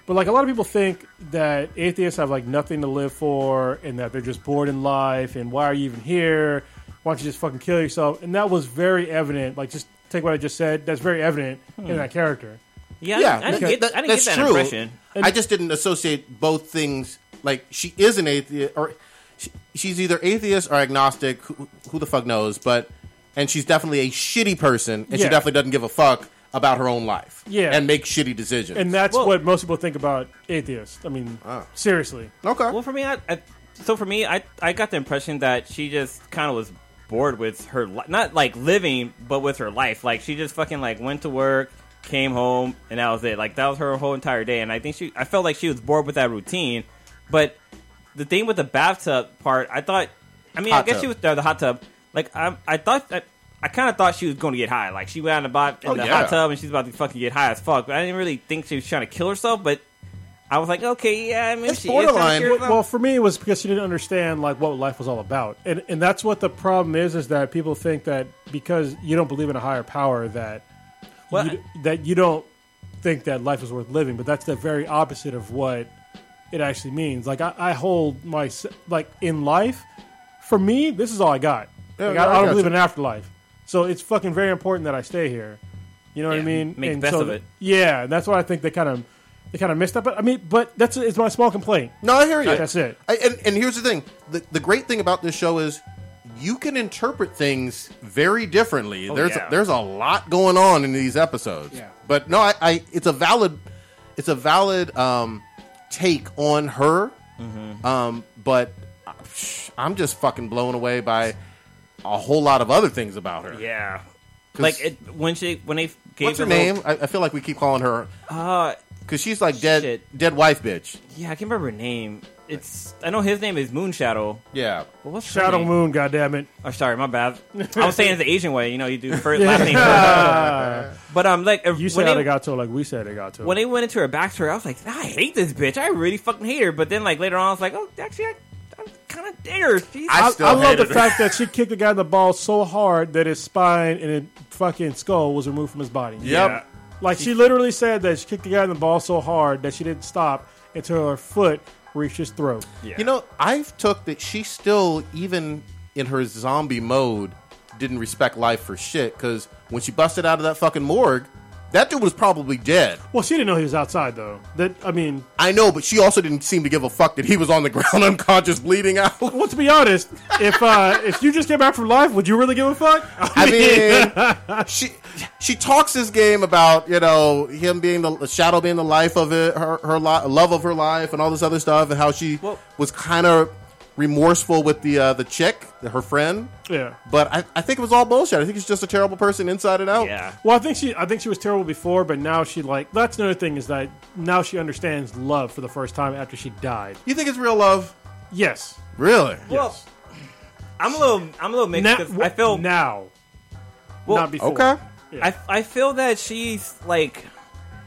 But like a lot of people think that atheists have like nothing to live for and that they're just bored in life and why are you even here? Why don't you just fucking kill yourself? And that was very evident. Like just take what I just said. That's very evident in that character.
Yeah,
Yeah,
I didn't,
okay.
get, I didn't get
that's
that
true.
impression.
I just didn't associate both things. Like she is an atheist, or she, she's either atheist or agnostic. Who, who the fuck knows? But and she's definitely a shitty person, and
Yeah.
she definitely doesn't give a fuck about her own life.
Yeah.
and make shitty decisions.
And that's
Well-
what most people think about atheists. I mean, seriously.
okay,
Well, for me, I, I so for me, I I got the impression that she just kind of was bored with her li- not like living, but with her life. Like she just fucking like went to work, came home, and that was it. Like that was her whole entire day. And I think she, I felt like she was bored with that routine. But the thing with the bathtub part, I thought, I mean, I
Hot
guess
tub.
she was uh, the hot tub. Like I, I thought that. I kind of thought she was going to get high. Like she went out in the, bo- in
Oh,
the
yeah.
hot tub and she's about to fucking get high as fuck. But I didn't really think she was trying to kill herself. But I was like, okay, yeah, I mean,
It's
she is trying to
borderline.
kill herself.
Well, for me, it was because she didn't understand like what life was all about, and and that's what the problem is: is that people think that because you don't believe in a higher power that
Well,
you, that you don't think that life is worth living. But that's the very opposite of what it actually means. Like I, I hold my s- like in life, for me, this is all I got.
Yeah,
Like,
no,
I,
I
I don't
got
believe
you.
in an afterlife, so it's fucking very important that I stay here. You know what I
Yeah,
mean?
make the best
so
of
th-
it.
Yeah, that's why I think they kind of they kind of missed that. But I mean, but that's it's my small complaint.
no, I hear you.
That's it.
I, and, and here's the thing: the, the great thing about this show is you can interpret things very differently. there's
Oh, yeah.
there's a lot going on in these episodes.
Yeah.
But no, I, I it's a valid it's a valid um, take on her.
Mm-hmm.
Um, but uh, psh, I'm just fucking blown away by a whole lot of other things about her.
Yeah. Like it, when she when they gave
What's her
the little-
name? I, I feel like we keep calling her
Uh,
because she's like dead
Shit.
dead wife bitch.
yeah, I can't remember her name. It's I know his name is Moonshadow.
Yeah.
But what's her
Shadow
name?
Moon, goddammit.
Oh, sorry, my bad. I was saying it the Asian way. You know, you do first last name. first. but um, like uh,
You
when
said
they,
arigato like we said arigato.
when they went into her backstory, I was like, I hate this bitch. I really fucking hate her. But then like later on, I was like, oh, actually, I, I kind of dig her. She's
I
I,
still
I love the
hated her.
fact that she kicked the guy in the ball so hard that his spine and his fucking skull was removed from his body.
Yep.
Like she literally said that she kicked the guy in the ball so hard that she didn't stop until her foot reached his throat.
You know, I've took that she still, even in her zombie mode, didn't respect life for shit. Because when she busted out of that fucking morgue, that dude was probably dead.
Well, she didn't know he was outside though. That I mean,
I know, but she also didn't seem to give a fuck that he was on the ground unconscious, bleeding out.
well, to be honest, if uh, if you just came back from life, would you really give a fuck?
I mean, she she talks this game about you know him being the shadow being the life of it, her her li- love of her life, and all this other stuff, and how she
Well-
was kind of remorseful with the uh, the chick, her friend.
Yeah.
but I, I think it was all bullshit. I think she's just a terrible person inside
oh.
and out.
yeah.
Well, I think she I think she was terrible before, but now she like that's another thing is that now she understands love for the first time after she died.
You think it's real love?
Yes.
Really?
Well, I'm a little I'm a little mixed.
Now-
'cause I feel
now,
well,
not before.
Okay.
I, I feel that she's like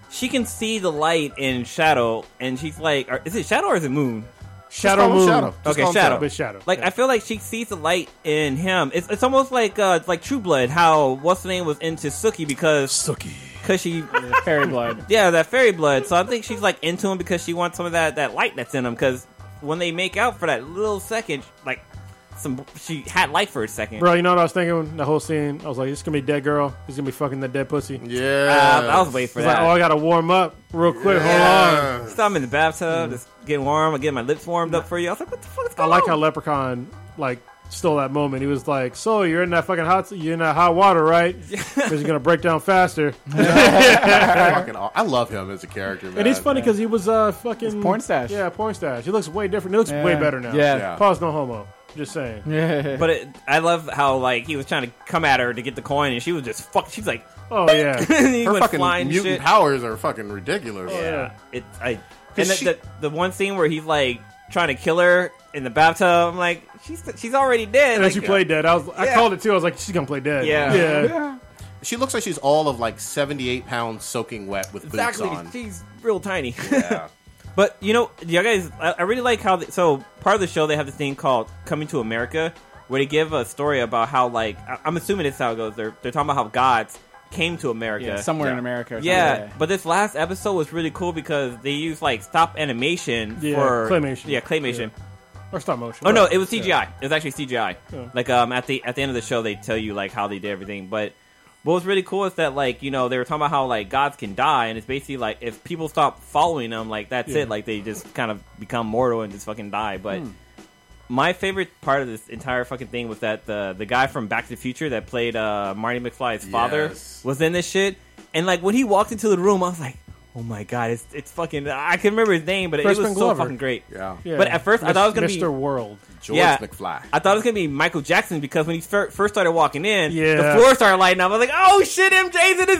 she can see the light in shadow and she's like or- is it shadow or is it moon
Shadow
call him
Moon.
Shadow. Just
okay
call him
shadow
Shadow.
Big Shadow,
like
yeah.
i feel like she sees the light in him it's, it's almost like uh it's like true blood how what's the name was into suki because
Suki.
because she
Fairy blood.
yeah that fairy blood so i think she's like into him because she wants some of that that light that's in him because when they make out for that little second like some. She had life for a second.
Bro, you know what I was thinking? The whole scene, I was like, "This is gonna be dead girl. He's gonna be fucking the dead pussy." It's
Uh,
Yeah.
I was waiting for
like,
that.
oh, I gotta warm up real quick. Hold on.
So I'm in the bathtub, just getting warm. I get my lips warmed up for you. I was like, what the fuck is
Mm-hmm. I
going
like how
on?
Leprechaun like stole that moment. He was like, "So you're in that fucking hot, you're in that hot water, right? Because you're gonna break down faster."
Fucking aw- I love him as a character, man.
And he's funny because he was uh fucking
porn stash.
Yeah, porn stash. He looks way different. He looks way
Yeah.
better now.
Yeah.
Yeah.
Pause. No homo. Just saying.
But it, I love how like he was trying to come at her to get the coin, and she was just fuck. She's like,
Oh yeah.
he
Her
went
fucking
flying and
mutant
shit.
powers are fucking ridiculous.
yeah.
It, I, and the,
she-
the, the one scene where he's like trying to kill her in the bathtub, I'm like, she's she's already dead.
And then
like,
she played dead. I was. I
Yeah.
called it too. I was like, she's gonna play dead.
Yeah.
Yeah.
She looks like she's all of like 78 pounds soaking wet with
exactly.
boots on.
She's real tiny.
Yeah.
But you know, you guys, I, I really like how. The, so part of the show, they have this thing called "Coming to America," where they give a story about how, like, I, I'm assuming this is how it goes. They're they're talking about how gods came to America
Yeah, somewhere in America. Or
Yeah,
something.
but this last episode was really cool because they used like stop animation
Yeah,
for
claymation.
Yeah, claymation.
Or stop motion.
Oh no,
Right.
it was CGI. It was actually CGI. Like um at the at the end of the show they tell you like how they did everything. But what was really cool is that like, you know, they were talking about how like gods can die and it's basically like if people stop following them, like that's
Yeah.
it. Like they just kind of become mortal and just fucking die. But my favorite part of this entire fucking thing was that the the guy from Back to the Future that played uh, Marty McFly's father
Yes.
was in this shit, and like when he walked into the room, I was like, "Oh my god, it's it's fucking." I can remember his name, but it was
Crispin
so
Glover.
fucking great.
Yeah.
Yeah.
But at first, I thought it was gonna
Mr.
be
World.
George
Yeah.
McFly.
I thought it was gonna be Michael Jackson because when he fir- first started walking in,
Yeah.
the floor started lighting up. I was like, "Oh shit, MJ's in this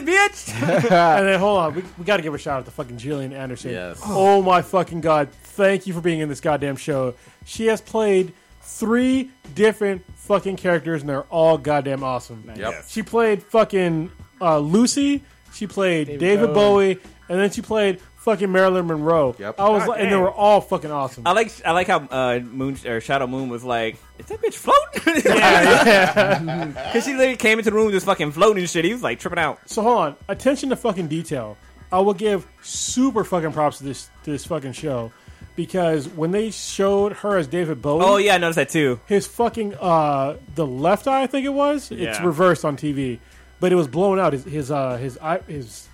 bitch!"
And then hold on, we, we got to give a shout out to fucking Gillian Anderson.
Uh, Yes.
Oh my fucking god! Thank you for being in this goddamn show. She has played three different fucking characters, and they're all goddamn awesome.
Yep.
She played fucking uh, Lucy. She played David, Bowie,
Bowie.
and then she played fucking Marilyn Monroe.
Yep. Um,
I was, like, and they were all fucking awesome.
I like I like how uh, Moon or Shadow Moon was like, "Is that bitch floating?"
Yeah, yeah.
Because she literally came into the room just fucking floating and shit. He was like tripping out.
So hold on, attention to fucking detail. I will give super fucking props to this to this fucking show because when they showed her as David Bowie,
Oh yeah, I noticed that too.
his fucking uh the left eye I think it was it's
Yeah.
reversed on TV but it was blown out his his uh his eye his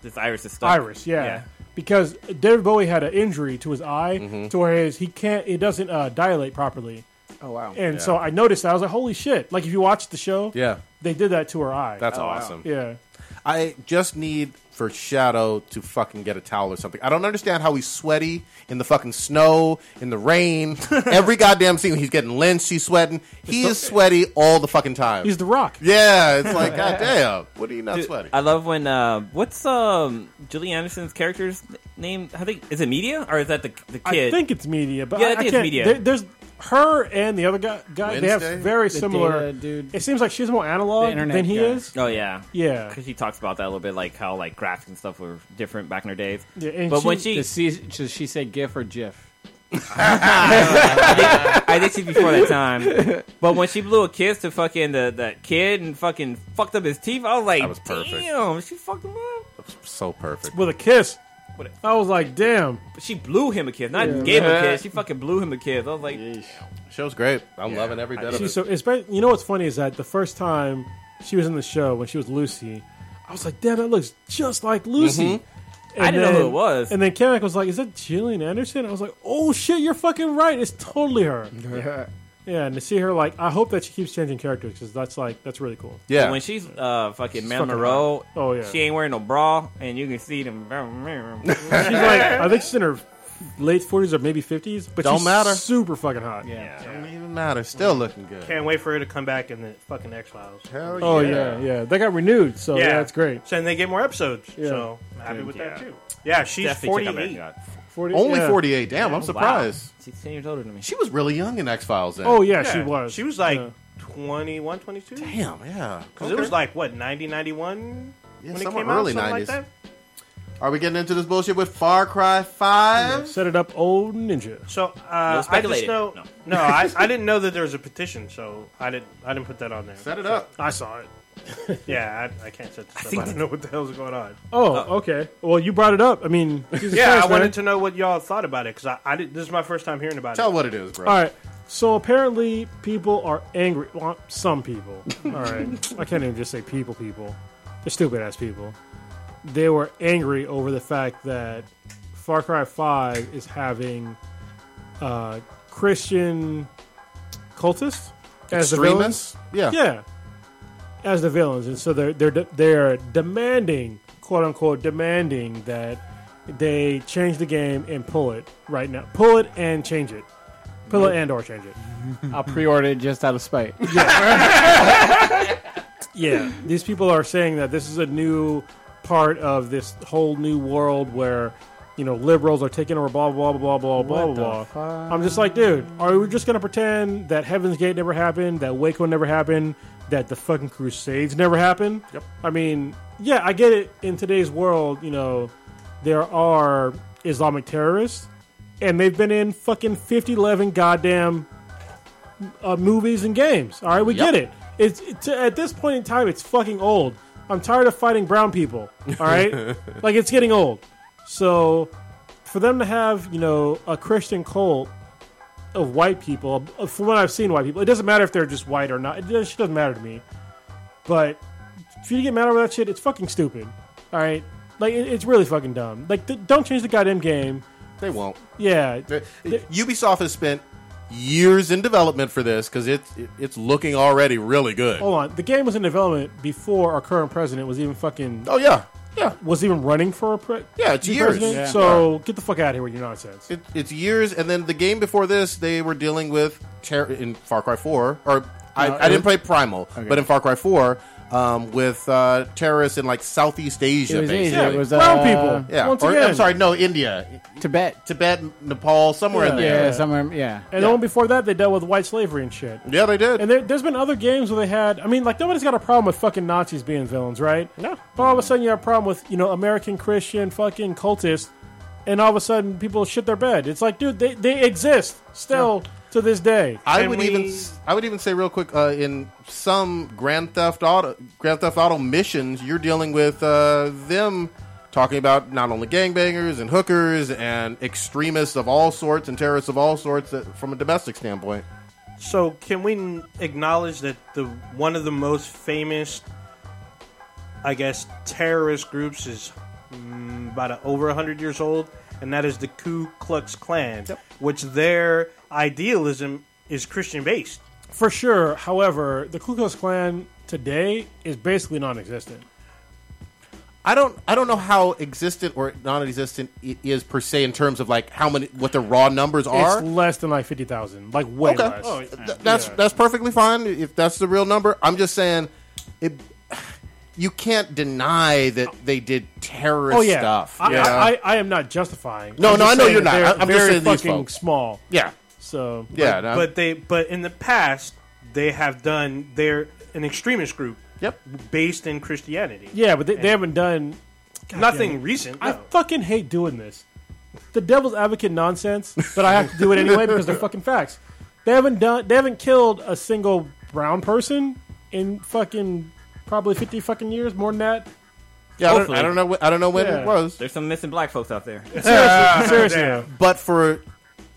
This iris is stuck.
iris yeah, because David Bowie had an injury to his eye
Mm-hmm.
to where his he can't it doesn't uh, dilate properly
oh wow.
and so I noticed that I was like holy shit like if you watch the show
Yeah.
they did that to her eye
Oh,
Oh.
That's awesome.
yeah
I just need for Shadow to fucking get a towel or something. I don't understand how he's sweaty in the fucking snow, in the rain. Every goddamn scene, he's getting lynched, he's sweating. He is sweaty all the fucking time.
he's the Rock
yeah, it's like, goddamn. What are you not sweaty?
I love when uh, what's um Julie Anderson's character's name? I think is it media or is that the the
I
kid?
think it's media but
Yeah, I
I
think it's
can't-
media.
there- there's her and the other guy, guy they have
Wednesday?
very
The
similar
data dude.
it seems like she's more analog
internet
than he
guy.
is
Oh yeah,
yeah
Because she talks about that a little bit, like how like graphics and stuff were different back in her days.
Yeah, and
but
she-
when she,
Does she, does she say GIF or GIF?
I did see before that time. But when she blew a kiss to fucking the that kid and fucking fucked up his teeth, I was like,
That was perfect.
damn, she fucked him up.
so perfect.
with a kiss.
With
I was like, damn.
But she blew him a kiss, not gave him a kiss. She fucking blew him a kiss. I was like,
Show's great. I'm loving every bit of it.
She's so. espe- You know what's funny is that the first time she was in the show when she was Lucy, I was like, damn, that looks just like Lucy. And
Mm-hmm. I didn't know who it was.
And then Kamek was like, is that Gillian Anderson? I was like, oh shit, you're fucking right. It's totally her. yeah, and to see her, like, I hope that she keeps changing characters because that's like, that's really cool.
yeah.
When she's uh, fucking Marilyn
fucking
Monroe,
hot. Oh, yeah.
she ain't wearing no bra, and you can see them.
She's like, I think she's in her late 40s or maybe 50s, but
Don't
she's
matter.
super fucking hot.
Yeah.
Don't even matter. Still looking good.
Can't wait for her to come back in the fucking X Files.
Hell
Oh, yeah, yeah. They got renewed, so Oh, yeah, that's great.
So and they get more episodes.
Yeah.
So I'm happy with that
Yeah.
too. Yeah, she's
Definitely check out
48.
American Gods.
40,
Only
yeah.
48. Damn, I'm surprised.
Oh, Wow. She's ten years older than me.
She was really young in X Files then.
Oh, yeah,
Yeah,
she was.
She was like
Yeah.
21, 22. Because
damn, yeah.
it was
Okay.
like what 90, 91
Yeah,
when it
somewhere
came out,
early
something
90s.
like that.
Are we getting into this bullshit with Far Cry 5?
Set it up, old ninja.
So
No,
uh, I just
speculated.
know
No.
no, I, I didn't know that there was a petition, so I didn't I didn't put that on there.
Set it up.
I saw it.
Yeah, I, I can't set this
think-
up. I don't know what the hell's going on.
Oh, okay. Well, you brought it up. I mean, Jesus
Yeah,
Christ,
I
man.
wanted to know what y'all thought about it because I, I did, this is my first time hearing about
Tell
it.
what it is, bro.
All right. So apparently, people are angry. Well, some people. All right, I can't even just say people. People, they're stupid ass people. They were angry over the fact that Far Cry Five is having uh, Christian cultists as the villains.
Extremists? Yeah.
Yeah, as the villains, and so they're they're de- they're demanding, quote unquote, demanding that they change the game and pull it right now. Pull it and change it. Pull it and or change it.
I'll pre-order it just out of spite.
Yeah, these people are saying that this is a new part of this whole new world where you know liberals are taking over. Blah blah blah blah blah
What the
blah
fuck?
blah. I'm just like, dude, are we just gonna pretend that Heaven's Gate never happened, that Waco never happened, that the fucking Crusades never happened? Yep. I mean, yeah, I get it. In today's world, you know, there are Islamic terrorists, and they've been in fucking fifty eleven goddamn uh, movies and games. All right, we get it. It's it's at this point in time, it's fucking old. I'm tired of fighting brown people. All right, like it's getting old. So for them to have you know a Christian cult of white people, uh, from what I've seen, white people, it doesn't matter if they're just white or not. It just doesn't matter to me. But for you to get mad over that shit, it's fucking stupid. All right, like it, it's really fucking dumb. Like th- don't change the goddamn game.
They won't.
Yeah,
They- Ubisoft has spent years in development for this because it, it, it's looking already really good.
hold on. The game was in development before our current president was even fucking
Oh, yeah. Yeah.
was even running for a pre-
Yeah, it's
to
years.
president.
Yeah.
So get the fuck out of here with your nonsense.
It, it's years, and then the game before this, they were dealing with ter- in Far Cry Four, or I,
No,
I
it
didn't
was-
play Primal, but in Far Cry Four, um, with uh, terrorists in like Southeast Asia,
It was
basically.
Asia. It was uh,
Brown people.
yeah,
Once
or,
again.
I'm sorry, no, India,
Tibet.
Tibet, Nepal, somewhere in
Yeah,
there.
yeah, somewhere. Yeah.
and the one before that, they dealt with white slavery and shit.
Yeah, they did.
And there, there's been other games where they had. I mean, like nobody's got a problem with fucking Nazis being villains, right? No. But all of a sudden, you have a problem with you know American Christian fucking cultists, and all of a sudden people shit their bed. It's like, dude, they, they exist still to this day.
I
Can
would
we-
even s- I would even say real quick uh, in some Grand Theft Auto Grand Theft Auto missions you're dealing with uh, them talking about not only gangbangers and hookers and extremists of all sorts and terrorists of all sorts that, from a domestic standpoint.
So can we n- acknowledge that the one of the most famous, I guess, terrorist groups is mm, about a, over hundred years old, and that is the Ku Klux Klan, which their idealism is Christian based.
For sure. However, the Ku Klux Klan today is basically non-existent.
I don't I don't know how existent or non-existent it is per se in terms of like how many what the raw numbers are.
It's less than like fifty thousand, like way
Okay,
less. Oh,
Th- that's that's perfectly fine if that's the real number. I'm just saying, it you can't deny that they did terrorist
Oh yeah,
stuff.
I,
you know?
I, I, I am not justifying.
No,
I'm
no,
just
I know
saying
you're
that
not.
They're
I- I'm just
very
saying these
fucking
folks.
small.
yeah,
So
yeah, no.
But they, but in the past, they have done they're an extremist group.
Yep.
based in Christianity.
yeah, but they, they haven't done.
nothing
damn it.
recent.
I
no.
fucking hate doing this. The devil's advocate nonsense, but I have to do it anyway because they're fucking facts. They haven't done. They haven't killed a single brown person in fucking probably fifty fucking years, more than that.
yeah, I, don't,
hopefully.
I don't know. wh- I don't know when
Yeah.
it was,
There's some missing black folks out there.
Ah.
Seriously,
but for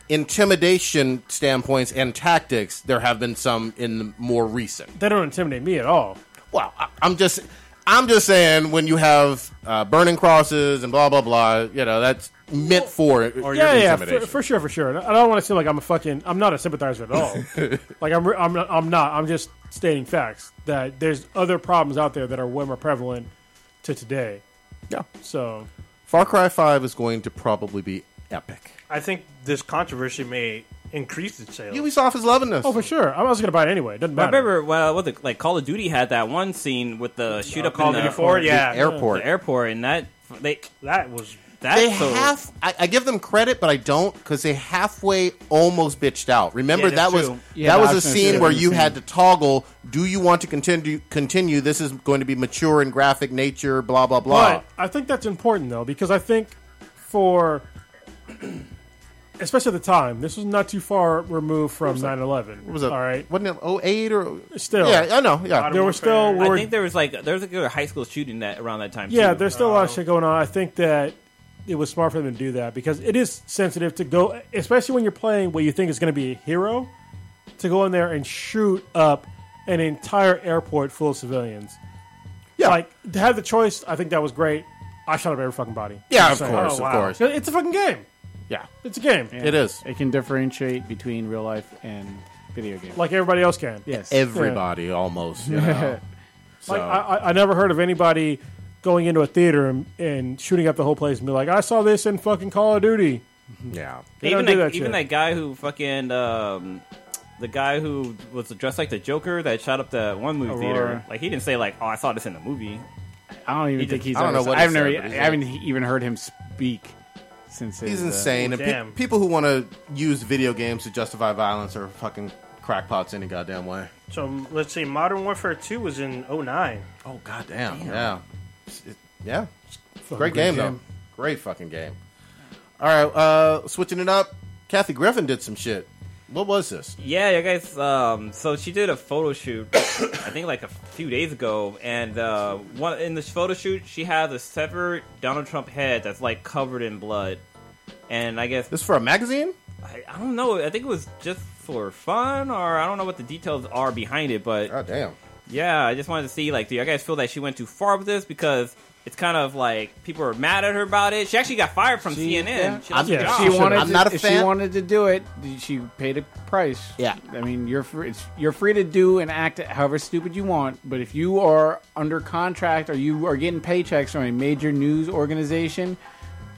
intimidation standpoints and tactics, there have been some in more recent.
they don't intimidate me at all.
Well, I, I'm just. I'm just saying, when you have uh, burning crosses and blah blah blah, you know that's meant for or
yeah, yeah, for,
intimidation.
for sure, for sure. And I don't want to seem like I'm a fucking. I'm not a sympathizer at all. like I'm, re- I'm, not, I'm not. I'm just stating facts that there's other problems out there that are way more prevalent to today.
Yeah.
So
Far Cry Five is going to probably be epic.
I think this controversy may increase its sales.
Ubisoft is loving this.
oh, for sure. I was gonna buy it anyway. It doesn't
I
matter.
remember well, what the, like Call of Duty had that one scene with the shoot up
Call
in
of
the,
Duty 4, yeah.
Airport.
the airport, and that they
That was
that
they
so,
half. I, I give them credit, but I don't because they halfway almost bitched out. Remember
Yeah,
that
that's
was
true.
Yeah,
that
no,
was
I
a
was gonna say
scene
that
where
was a
you
scene.
had to toggle. Do you want to continue? Continue. This is going to be mature and graphic nature. Blah blah blah.
But I think that's important though because I think for especially at the time, this was not too far removed from 9/11.
What was it?
All right.
Wasn't it 08 or
Still.
Yeah, I know. Yeah.
There were still.
I
were-
think there was like there was like a high school shooting that around that time.
Yeah,
too.
there's still a lot of shit going on. I think that it was smart for them to do that because it is sensitive to go, especially when you're playing what you think is going to be a hero to go in there and shoot up an entire airport full of civilians.
Yeah.
Like, to have the choice, I think that was great. I shot up every fucking body.
yeah, of
Just saying.
course, of
wow.
course.
It's a fucking game.
Yeah,
It's a game.
it is.
It can differentiate between real life and video games.
Like everybody else can.
yes.
Everybody almost. You know? so,
Like, I, I, I never heard of anybody going into a theater and, and shooting up the whole place and be like, I saw this in fucking Call of Duty.
yeah.
They
even
don't do
that,
that
even
shit.
that guy who fucking um, the guy who was dressed like the Joker that shot up the one movie
Aurora.
theater. Like he didn't say like, "Oh, I saw this in the movie."
I don't even
He
think
just-
he's.
I don't
ever-
know what he
I've never. e-
said, but
I
he's-
haven't even heard him speak since.
He's
his, uh,
insane. and pe-
damn.
people who want to use video games to justify violence are fucking crackpots any goddamn way.
So m- let's see. Modern Warfare 2 was in 09.
Oh goddamn! Yeah, It's- it- yeah. Great game, though. Great fucking game. All right, uh, switching it up. Kathy Griffin did some shit. What was this?
Yeah, you guys. Um, so she did a photo shoot, I think like a few days ago, and uh, one in this photo shoot she has a severed Donald Trump head that's like covered in blood, and I guess
This for a magazine?
I, I don't know. I think it was just for fun, or I don't know what the details are behind it, but
Goddamn.
Yeah, I just wanted to see like, do you guys feel that she went too far with this? Because it's kind of like people are mad at her about it. She actually got fired from
She-
CNN.
yeah.
She lost her
Yeah,
job.
She wanted.
I'm
to,
not a
if She
fan.
wanted to do it. She paid a price.
Yeah.
I mean, you're free, it's, you're free to do and act however stupid you want. But if you are under contract or you are getting paychecks from a major news organization.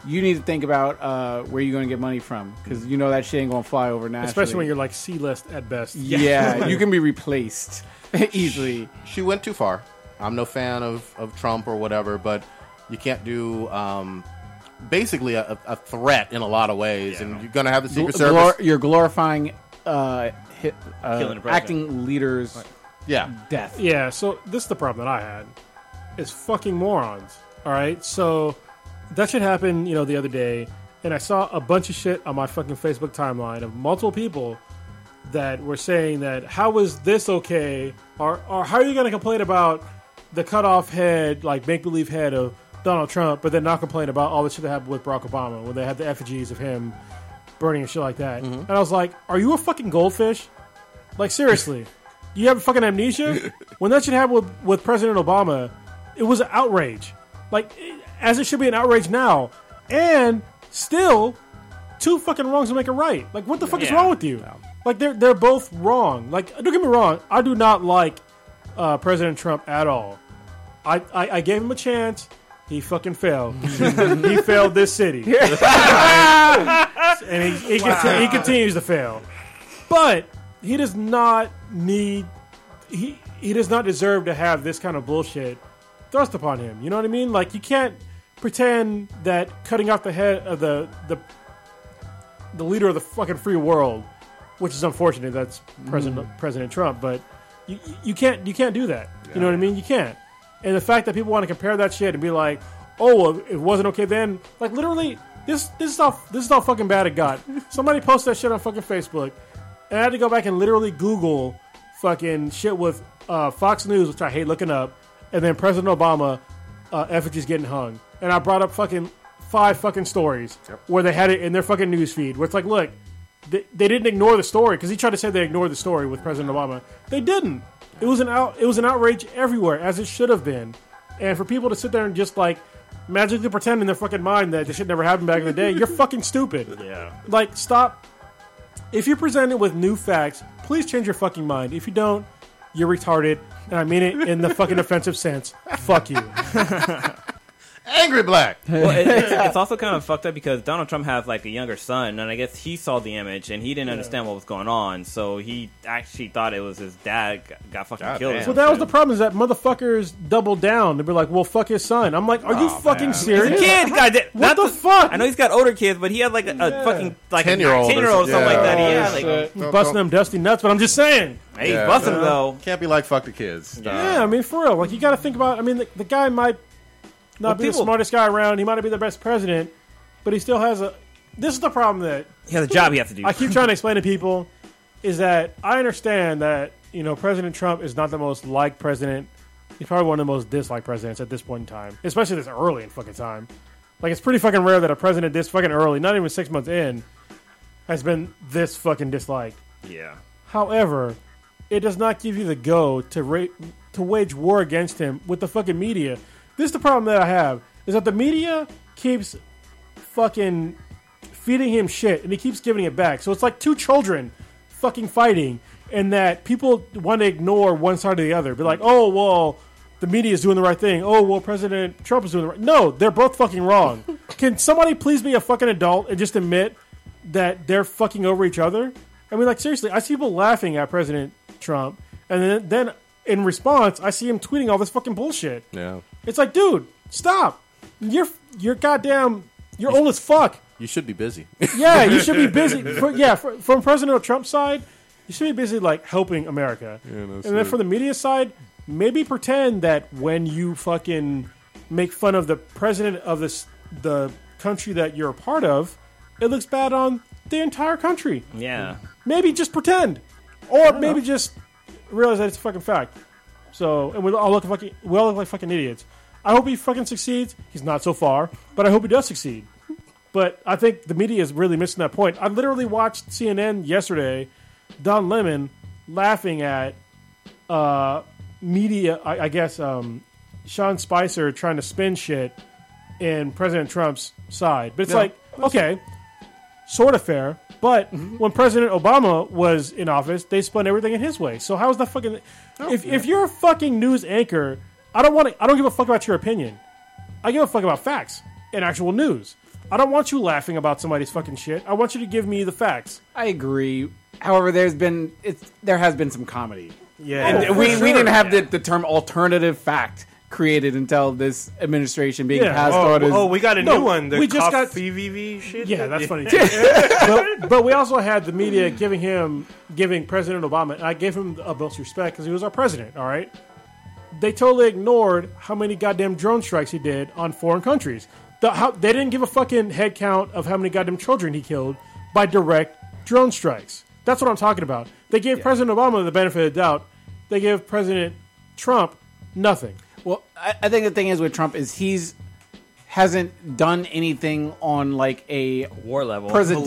You need to think about uh, where you're going to get money from because you know that shit ain't going to fly over naturally.
Especially when you're like C list at best.
yeah, you can be replaced easily.
She went too far. I'm no fan of, of Trump or whatever, but you can't do um, basically a, a threat in a lot of ways, and you're gonna have the Secret
Glor-
Service.
you're glorifying uh, hi-
Killing the
uh,
president.
acting leaders'
Yeah,
death.
Yeah, so this is the problem that I had. It's fucking morons. All right, so that shit happened, you know, the other day, and I saw a bunch of shit on my fucking Facebook timeline of multiple people that were saying that how is this okay, or or how are you going to complain about the cutoff head, like make believe head of Donald Trump, but then not complain about all the shit that happened with Barack Obama when they had the effigies of him burning and shit like that. And I was like, are you a fucking goldfish? Like seriously, you have fucking amnesia. when that shit happened with, with President Obama, it was an outrage. Like it- as it should be an outrage now, and still, two fucking wrongs will make a right. Like what the fuck is
Yeah.
wrong with you? Like they're they're both wrong. Like don't get me wrong, I do not like uh, President Trump at all. I, I I gave him a chance. He fucking failed. he failed this city, and he he, conti- he continues to fail but he does not need he he does not deserve to have this kind of bullshit thrust upon him. You know what I mean? Like you can't pretend that cutting off the head of the the the leader of the fucking free world, which is unfortunate that's President President Trump, but you you can't you can't do that. You know what I mean? You can't. And the fact that people want to compare that shit and be like, "Oh, well, it wasn't okay then," like literally, this this is how this is how fucking bad it got. Somebody posted that shit on fucking Facebook, and I had to go back and literally Google fucking shit with uh, Fox News, which I hate looking up, and then President Obama uh, effigies getting hung, and I brought up fucking five fucking stories where they had it in their fucking news feed, where it's like, look, they, they didn't ignore the story because he tried to say they ignored the story with President Obama. They didn't. It was an out, it was an outrage everywhere as it should have been, and for people to sit there and just like magically pretend in their fucking mind that this shit never happened back in the day, you're fucking stupid. Yeah. Like stop. If you're presented with new facts, please change your fucking mind. If you don't, you're retarded, and I mean it in the fucking offensive sense. Fuck you.
angry black.
well, it, it's, it's also kind of fucked up because Donald Trump has like a younger son, and I guess he saw the image and he didn't understand what was going on, so he actually thought it was his dad g- got fucking killed.
damn.
or
Well, that was the
something.
problem. Is that motherfuckers doubled down to be like, "Well, fuck his son." I'm like, "Are you fucking serious?"
He's a kid, goddamn.
What
Not
the fuck?
I know he's got older kids, but he had like a, a fucking like a
10-year-old or
ten year old or something like that.
something.
Yeah, like,
He's busting them dusty nuts, but I'm just saying.
hey, he's busting though.
Can't be like fuck the kids.
Yeah, I mean, for real. Like, you got to think about. I mean, the, the guy might not be the
people-
smartest guy around. He might not be the best president, but he still has a. This is the problem that
He has a job he has to do.
I keep trying to explain to people is that I understand that you know President Trump is not the most liked president. He's probably one of the most disliked presidents at this point in time, especially this early in fucking time. Like it's pretty fucking rare that a president this fucking early, not even six months in, has been this fucking disliked.
yeah.
However, it does not give you the go to ra- to wage war against him with the fucking media. This is the problem that I have is that the media keeps fucking feeding him shit and he keeps giving it back. So it's like two children fucking fighting and that people want to ignore one side or the other. Be like, "Oh, well, the media is doing the right thing. Oh, well, President Trump is doing the right." No, they're both fucking wrong. Can somebody please be a fucking adult and just admit that they're fucking over each other. I mean, like seriously, I see people laughing at President Trump, and then, then in response, I see him tweeting all this fucking bullshit.
Yeah.
It's like, dude, stop! You're you're goddamn you're old as fuck.
You should be busy.
Yeah, you should be busy. For, yeah, for, from President Trump's side, you should be busy like helping America. and then from the media side, maybe pretend that when you fucking make fun of the president of this the country that you're a part of, it looks bad on the entire country.
Yeah.
Maybe just pretend, or maybe just realize that it's a fucking fact. So, and we all look fucking we all look like fucking idiots. I hope he fucking succeeds. He's not so far, but I hope he does succeed. But I think the media is really missing that point. I literally watched CNN yesterday, Don Lemon laughing at uh, media. I, I guess um, Sean Spicer trying to spin shit in President Trump's side. But it's like, okay, sort of fair. But when President Obama was in office, they spun everything in his way. So how's that fucking? if, if you're a fucking news anchor, I don't want to. I don't give a fuck about your opinion. I give a fuck about facts and actual news. I don't want you laughing about somebody's fucking shit. I want you to give me the facts.
I agree. However, there's been it's there has been some comedy.
Yeah.
Oh.
and we,
sure.
we didn't have the, the term alternative fact created until this administration being
Yeah.
passed
Oh,
on. as-
oh, we got a
No,
new one. The
we just got-
coffee VV shit.
Yeah, that's funny. too. but, but we also had the media giving him, giving President Obama, and I gave him the utmost respect because he was our president. All right, they totally ignored how many goddamn drone strikes he did on foreign countries. The, how, they didn't give a fucking head count of how many goddamn children he killed by direct drone strikes. That's what I'm talking about. They gave President Obama the benefit of the doubt. They gave President Trump nothing.
Well, I, I think the thing is with Trump is he's hasn't done anything on like a
War level.
presidential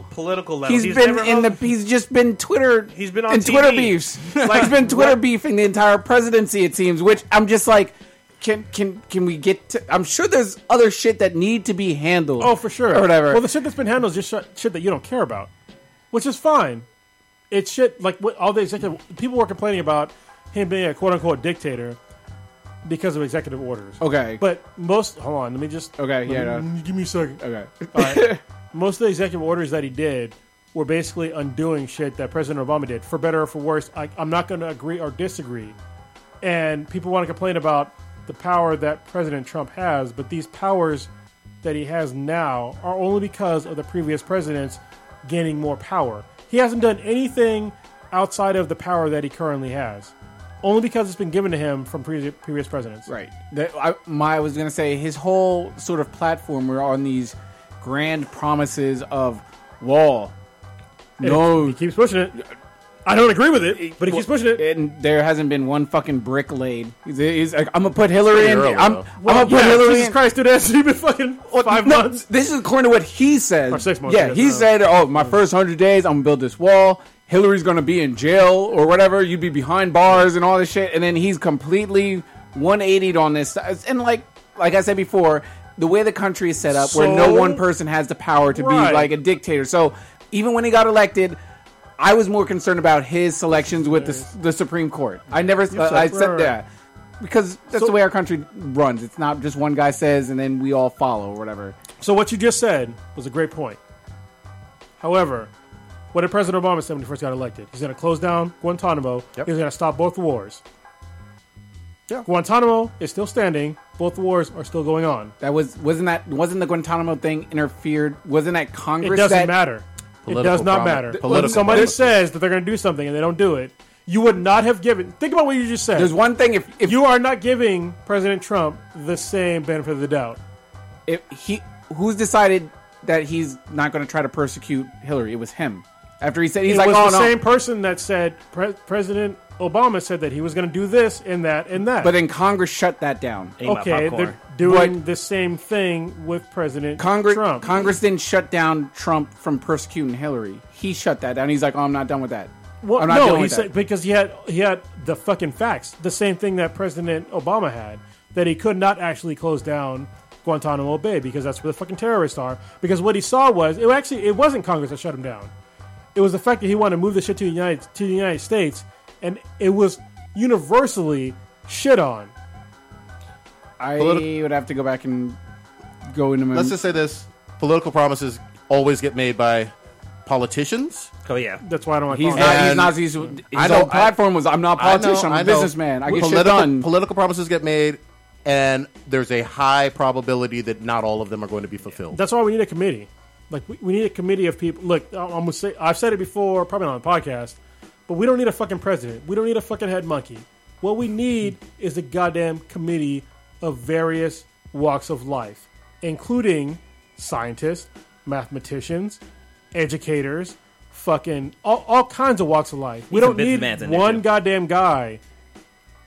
Political- political level.
he's
He's
been
never
in the.
on-
He's just been Twitter.
He's been on
in
TV.
Twitter beefs.
Like,
he's been Twitter
what-
beefing the entire presidency. It seems, which I'm just like. Can, can can we get to I'm sure there's other shit that need to be handled.
Oh, for sure.
Or whatever.
Well, the shit that's been handled is just shit- shit that you don't care about, which is fine. It's shit like what all the executive people were complaining about him being a quote unquote dictator because of executive orders.
Okay.
But most, hold on, let me just.
Okay,
let
yeah, no.
me- Give me a second.
okay.
All right. most of the executive orders that he did were basically undoing shit that President Obama did, for better or for worse. I, I'm not going to agree or disagree. And people want to complain about the power that President Trump has, but these powers that he has now are only because of the previous presidents gaining more power. He hasn't done anything outside of the power that he currently has, only because it's been given to him from previous previous presidents.
Right. That, I, my, I was going to say his whole sort of platform were on these grand promises of wall. No,
He keeps pushing it. I don't agree with it, but he keeps pushing it.
and there hasn't been one fucking brick laid. He's, he's like, I'm gonna put Hillary in.
Earl,
I'm,
though.
I'm gonna put
yeah,
Hillary
Jesus
in.
Christ, dude, that's you've been fucking five
No,
months.
This is according to what he said.
Or six months,
Yeah,
yeah,
he
no.
said, "Oh, my first hundred days, I'm gonna build this wall. Hillary's gonna be in jail or whatever. You'd be behind bars and all this shit." And then he's completely 180 on this. And like, like I said before, the way the country is set up, where no
So-
one person has the power to
Right.
be like a dictator. So even when he got elected. I was more concerned about his selections with the, the Supreme Court. I never, uh, I
right,
said
right.
that because that's
So-
the way our country runs. It's not just one guy says and then we all follow or whatever.
So what you just said was a great point. However, what did President Obama say when he first got elected? He's going to close down Guantanamo. He's going to stop both wars.
Yeah.
Guantanamo is still standing. Both wars are still going on.
That was wasn't that wasn't the Guantanamo thing interfered? Wasn't that
It
Congress?
doesn't
that,
matter. It
Political
does not
drama.
matter.
Th-
When
political
somebody
drama.
says that they're going to do something and they don't do it, you would not have given. Think about what you just said.
There's one thing if if
you are not giving President Trump the same benefit of the doubt.
if he who's decided that he's not going to try to persecute Hillary? It was him. After he said he's
it
like,
was
oh
the
no.
same person that said pre- President Obama said that he was going to do this and that and that.
but then Congress shut that down.
okay, they're doing
But-
the same thing with President
Congress
Trump.
Congress didn't shut down Trump from persecuting Hillary. He shut that down. He's like, oh, I'm not done with that.
Well,
I'm not
no,
dealing
he
with that.
said because he had he had the fucking facts, the same thing that President Obama had, that he could not actually close down Guantanamo Bay because that's where the fucking terrorists are. Because what he saw was it actually it wasn't Congress that shut him down. It was the fact that he wanted to move the shit to the United to the United States, and it was universally shit on.
I
Politi-
would have to go back and go into my.
Let's just say this: political promises always get made by politicians.
Oh yeah.
That's why I don't want to
He's
call him.
not. He's
And-
not. He's, his
I
I
know-
know, platform was. I'm not a politician. I am a businessman. I get
political,
shit done.
Political promises get made, and there's a high probability that not all of them are going to be fulfilled.
That's why we need a committee. Like we, we need a committee of people. Look, I- I'm gonna say I've said it before, probably not on the podcast, but we don't need a fucking president. We don't need a fucking head monkey. What we need is a goddamn committee of various walks of life, including scientists, mathematicians, educators, fucking all, all kinds of walks of life. We
Some
don't need
businessmen in there,
one
too.
goddamn guy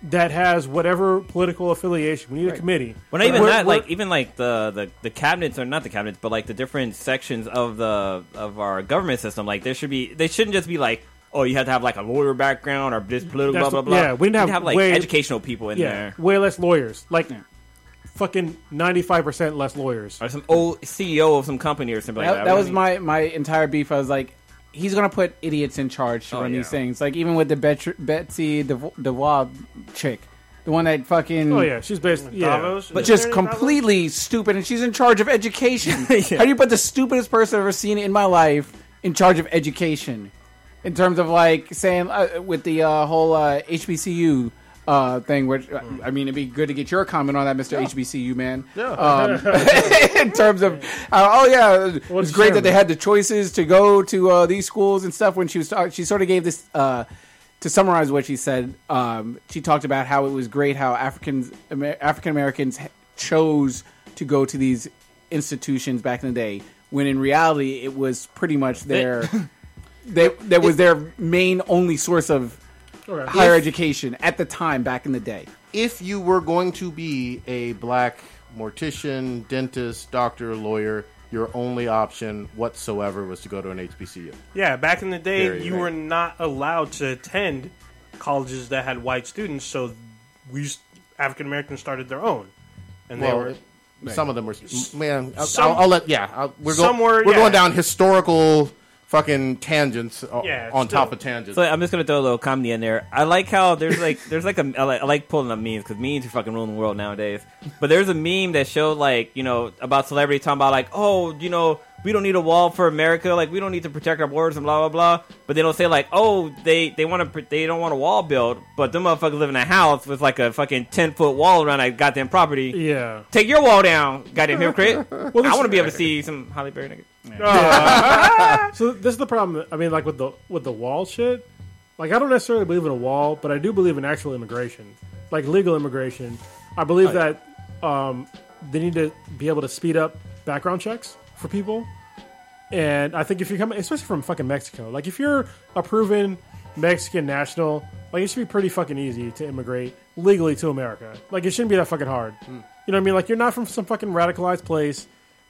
that has whatever political affiliation. We need a committee.
Well, not even
We're-
that.
we're-
Like even like the, the the cabinets or not the cabinets, but like the different sections of the of our government system. Like there should be. They shouldn't just be like, oh, you have to have like a lawyer background or this political
That's
blah blah
what-
blah.
yeah, we need to have
like
way-
educational people in
yeah,
there
way less lawyers. Like fucking ninety five percent less lawyers.
or some old CEO of some company or something like that.
that, that was
I
my my entire beef. I was like, he's gonna put idiots in charge to
Oh,
run these
yeah.
things. Like even with the Bet- Betsy DeVo- DeVoe chick, the one that fucking.
Oh yeah, she's based yeah.
Davos?
But
Is
just
there any Davos?
completely stupid, and she's in charge of education. How do you put the stupidest person I've ever seen in my life in charge of education? In terms of like saying uh, with the uh, whole uh, HBCU uh, thing, which uh,
Hmm.
I mean, it'd be good to get your comment on that, Mister HBCU man. Um, in terms of, uh, oh yeah, it
What's
was great that
Sherman?
they had the choices to go to uh, these schools and stuff. When she was, talk- she sort of gave this. Uh, to summarize what she said, um, she talked about how it was great how Africans Amer- African Americans h- chose to go to these institutions back in the day, when in reality it was pretty much their they that was their main only source of higher education at the time back in the day.
if you were going to be a black mortician, dentist, doctor, lawyer, your only option whatsoever was to go to an HBCU.
Yeah, back in the day,
Very
you
right.
were not allowed to attend colleges that had white students, so we African Americans started their own, and they
Well,
were
uh,
some of them were. Man, I'll,
Some-
I'll, I'll let. Yeah, I'll, we're, go,
Some were,
we're
yeah.
going down historical fucking tangents uh,
Yeah,
on
still-
top of tangents.
So I'm just gonna throw a little comedy in there. I like how there's like there's like a I like, I like pulling up memes because memes are fucking ruling the world nowadays. But there's a meme that showed like you know about celebrity talking about like oh you know we don't need a wall for America like we don't need to protect our borders and blah blah blah. But they don't say like oh they they want to they don't want a wall built, but them motherfuckers live in a house with like a fucking ten foot wall around that goddamn property.
Yeah.
Take your wall down, goddamn hypocrite. I want to be able to see some Holly Berry niggas.
So this is the problem. I mean, like with the with the wall shit. Like I don't necessarily believe in a wall, but I do believe in actual immigration, like legal immigration. I believe that um, they need to be able to speed up background checks for people. And I think if you come, especially from fucking Mexico, like if you're a proven Mexican national, like it should be pretty fucking easy to immigrate legally to America. Like it shouldn't be that fucking hard.
Hmm.
You know what I mean? Like you're not from some fucking radicalized place.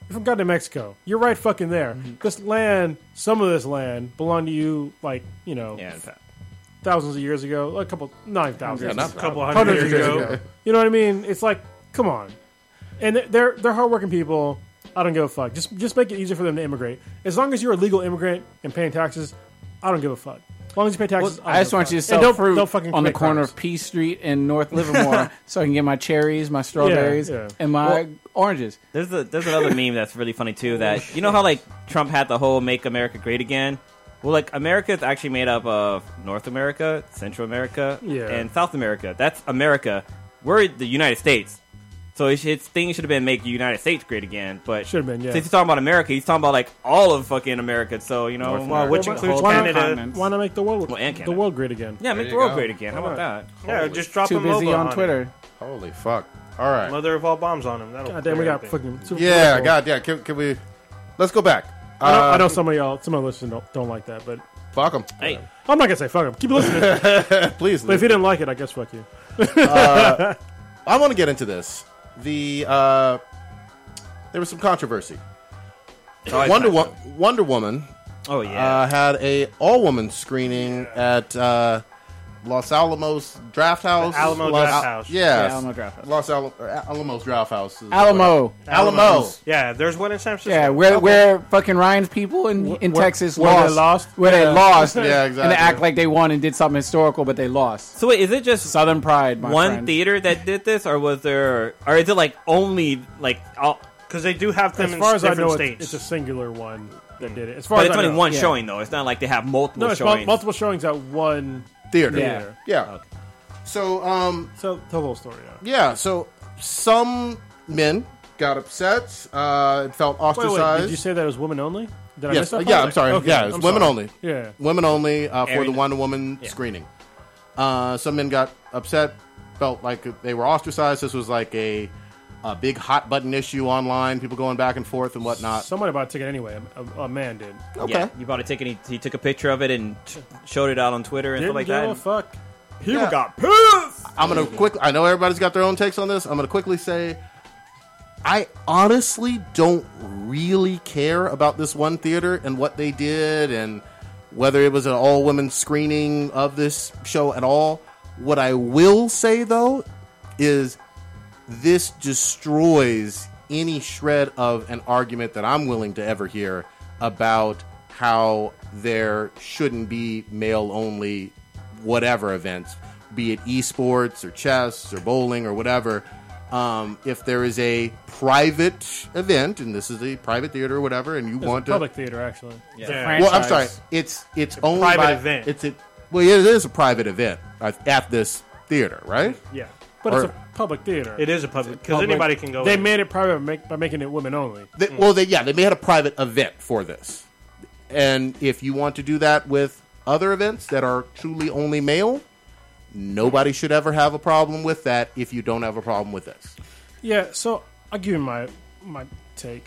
You're from goddamn Mexico. You're right fucking there.
Mm-hmm.
This land, some of this land, belonged to you like, you know,
Yeah, it's-
thousands of years ago, a couple, nine thousand.
Yeah, not-
a couple hundred
Hundreds
years
of years
ago.
ago. You know what I mean? It's like, come on. And they're- they're they're hardworking people. I don't give a fuck. Just just make it easier for them to immigrate. As long as you're a legal immigrant and paying taxes, I don't give a fuck. As long as you pay taxes,
I
don't
just
give a
want
fuck.
you to
And
sell
don't,
fruit
don't fucking
on the
commit
corner
crimes.
of P Street in North Livermore, so I can get my cherries, my strawberries,
yeah.
and my oranges.
There's a, there's another meme that's really funny too. That you know how like Trump had the whole "Make America Great Again." Well, like America is actually made up of North America, Central America,
Yeah.
and South America. That's America. We're the United States. So it's, it's things should have been make the United States great again, but
Should've been, yeah.
Since he's talking about America, he's talking about like all of fucking America. So you know,
Well, which
Well,
includes
why not-
Canada.
Why not make the world
Well, and
the
Canada.
world great again?
yeah, make the
you
world
go.
great again. How about that?
Yeah, just drop
Too
a
busy
MOBA
on
it.
Twitter.
Holy fuck! All right.
Mother of all bombs on him. That'll
God damn, we
clear
got
everything.
fucking super
yeah,
political.
God, yeah. Can, can we? Let's go back.
I know, I
Uh,
know some of y'all, some of the listeners don't, don't like that, but
fuck 'em.
Hey,
I'm not gonna say fuck them. Keep listening.
please.
but if you didn't like it, I guess fuck you.
I want to get into this. The uh, there was some controversy. Wonder Wo- Wonder Woman
Oh yeah.
uh, had a all woman screening at uh, Los Alamos Draft House.
Alamo
Los-
Draft House.
Yeah,
Yeah, Alamo Draft House.
Los Al- or Al- Alamos Draft House. is-
Alamo.
Alamo.
Yeah, there's one in San Francisco.
Yeah, where where fucking Ryan's people in, in
where-
Texas
where they
lost,
lost?
where
Yeah.
they lost,
Yeah,
and
exactly.
they act like they won and did something historical, but they lost.
so wait, is it just
Southern pride, my
one
friend.
theater that did this, or was there, or is it like only like all?
because they do have them
As
in
far as I
different
know, it's,
states.
it's a singular one that did it. As far
But
as
it's
I
only
know.
one
Yeah.
showing though. It's not like they have multiple
No, it's mul-
showings.
multiple showings at one.
Theater.
Yeah.
yeah. So, um,
So tell the whole story. Yeah.
Yeah, so some men got upset, uh, felt
Wait,
ostracized.
wait, did you say that it was women only? Did I miss
yes,
that?
uh,
part?
yeah, I'm sorry.
Okay,
yeah, it's
I'm
women
sorry.
only.
Yeah.
Women only uh, for the
Aaron-
Wonder Woman screening. Uh, some men got upset, felt like they were ostracized. This was like a, a big hot button issue online, people going back and forth and whatnot.
Somebody bought a ticket anyway. A, a- a man did.
okay.
Yeah, you bought a ticket. He, he took a picture of it and t- showed it out on Twitter and
Didn't
stuff like
give
that.
a fuck.
he
Yeah.
got pissed.
I'm gonna quick. I know everybody's got their own takes on this. I'm gonna quickly say, I honestly don't really care about this one theater and what they did and whether it was an all women screening of this show at all. What I will say though is this destroys any shred of an argument that I'm willing to ever hear about how there shouldn't be male only whatever events, be it esports or chess or bowling or whatever. Um, if there is a private event, and this is a private theater or whatever, and you
It's
want
a
to
public theater actually.
well, I'm sorry.
franchise.
It's it's owned
private
by,
event.
It's a well, it is a private event at at this theater, right?
Yeah, but
Or-
it's a public theater.
it is a public because
public.
anybody can go.
They
in.
made it private by make- by making it women only.
They, Well, they, yeah, they made a private event for this, and if you want to do that with other events that are truly only male, nobody should ever have a problem with that. If you don't have a problem with this,
Yeah. So I'll give you my my take.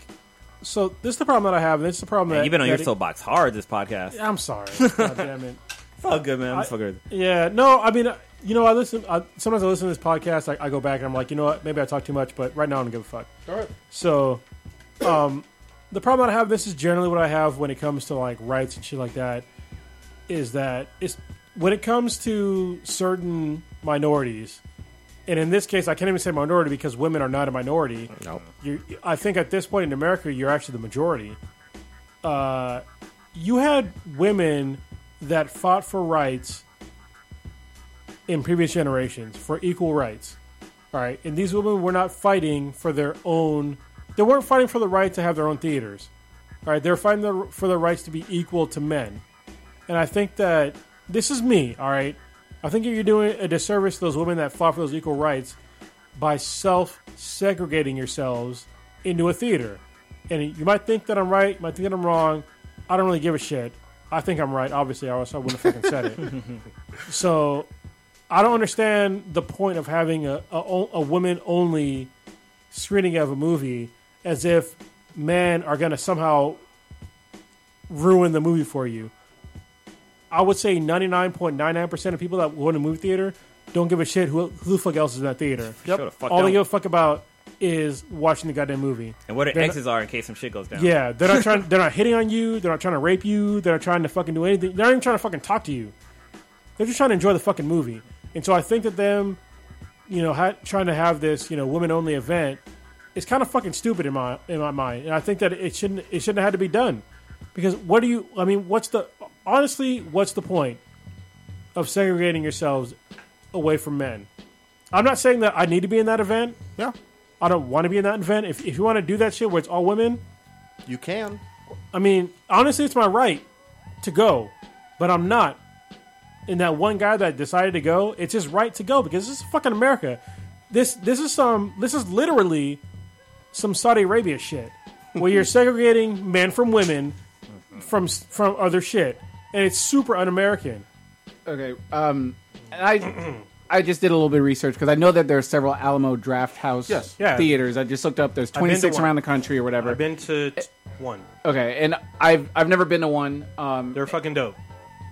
So this is the problem that I have. and This is the problem that
You've been on your
that it-
soapbox hard this podcast.
I'm sorry. God damn it.
Fuck good man. Fuck good.
Yeah, no, I mean, uh, you know, I listen. I, sometimes I listen to this podcast. I, I go back and I'm like, you know what? Maybe I talk too much, but right now I don't give a fuck. All right. So, um, the problem I have this is generally what I have when it comes to like rights and shit like that is that it's when it comes to certain minorities, and in this case, I can't even say minority because women are not a minority.
no.
You, I think at this point in America, you're actually the majority. Uh, you had women that fought for rights in previous generations for equal rights. All right, and these women were not fighting for their own. They weren't fighting for the right to have their own theaters. All right, they're fighting the, for the rights to be equal to men. And I think that this is me. All right, I think you're doing a disservice to those women that fought for those equal rights by self segregating yourselves into a theater. And you might think that I'm right, you might think that I'm wrong. I don't really give a shit. I think I'm right, obviously, or else I wouldn't have fucking said it. so I don't understand the point of having a, a, a women only screening of a movie as if men are going to somehow ruin the movie for you. I would say 99.99% of people that go to a movie theater don't give a shit who, who the fuck else is in that theater.
Sure the fuck
All
don't.
they give a fuck about is watching the goddamn movie.
and what her
They're not-
X's are in case some shit goes down.
Yeah, they're not trying. They're not hitting on you. They're not trying to rape you. They're not trying to fucking do anything. They're not even trying to fucking talk to you. They're just trying to enjoy the fucking movie. And so I think that them, you know, ha- trying to have this, you know, women only event is kind of fucking stupid in my in my mind. And I think that it shouldn't it shouldn't have had to be done because what do you? I mean, what's the honestly? What's the point of segregating yourselves away from men? I'm not saying that I need to be in that event.
Yeah,
I don't want to be in that event. If, if you want to do that shit where it's all women,
you can.
I mean, honestly, it's my right to go, but I'm not. And that one guy that decided to go, it's his right to go because this is fucking America. This this is some this is literally some Saudi Arabia shit where you're segregating men from women from s- from other shit, and it's super un-American.
Okay, um, and I I just did a little bit of research because I know that there are several Alamo Draft House
Yes.
Yeah.
theaters. I just looked up. There's
been to
26
one.
around the country or whatever.
I've been to t- one.
okay, and I've I've never been to one. Um,
They're fucking dope.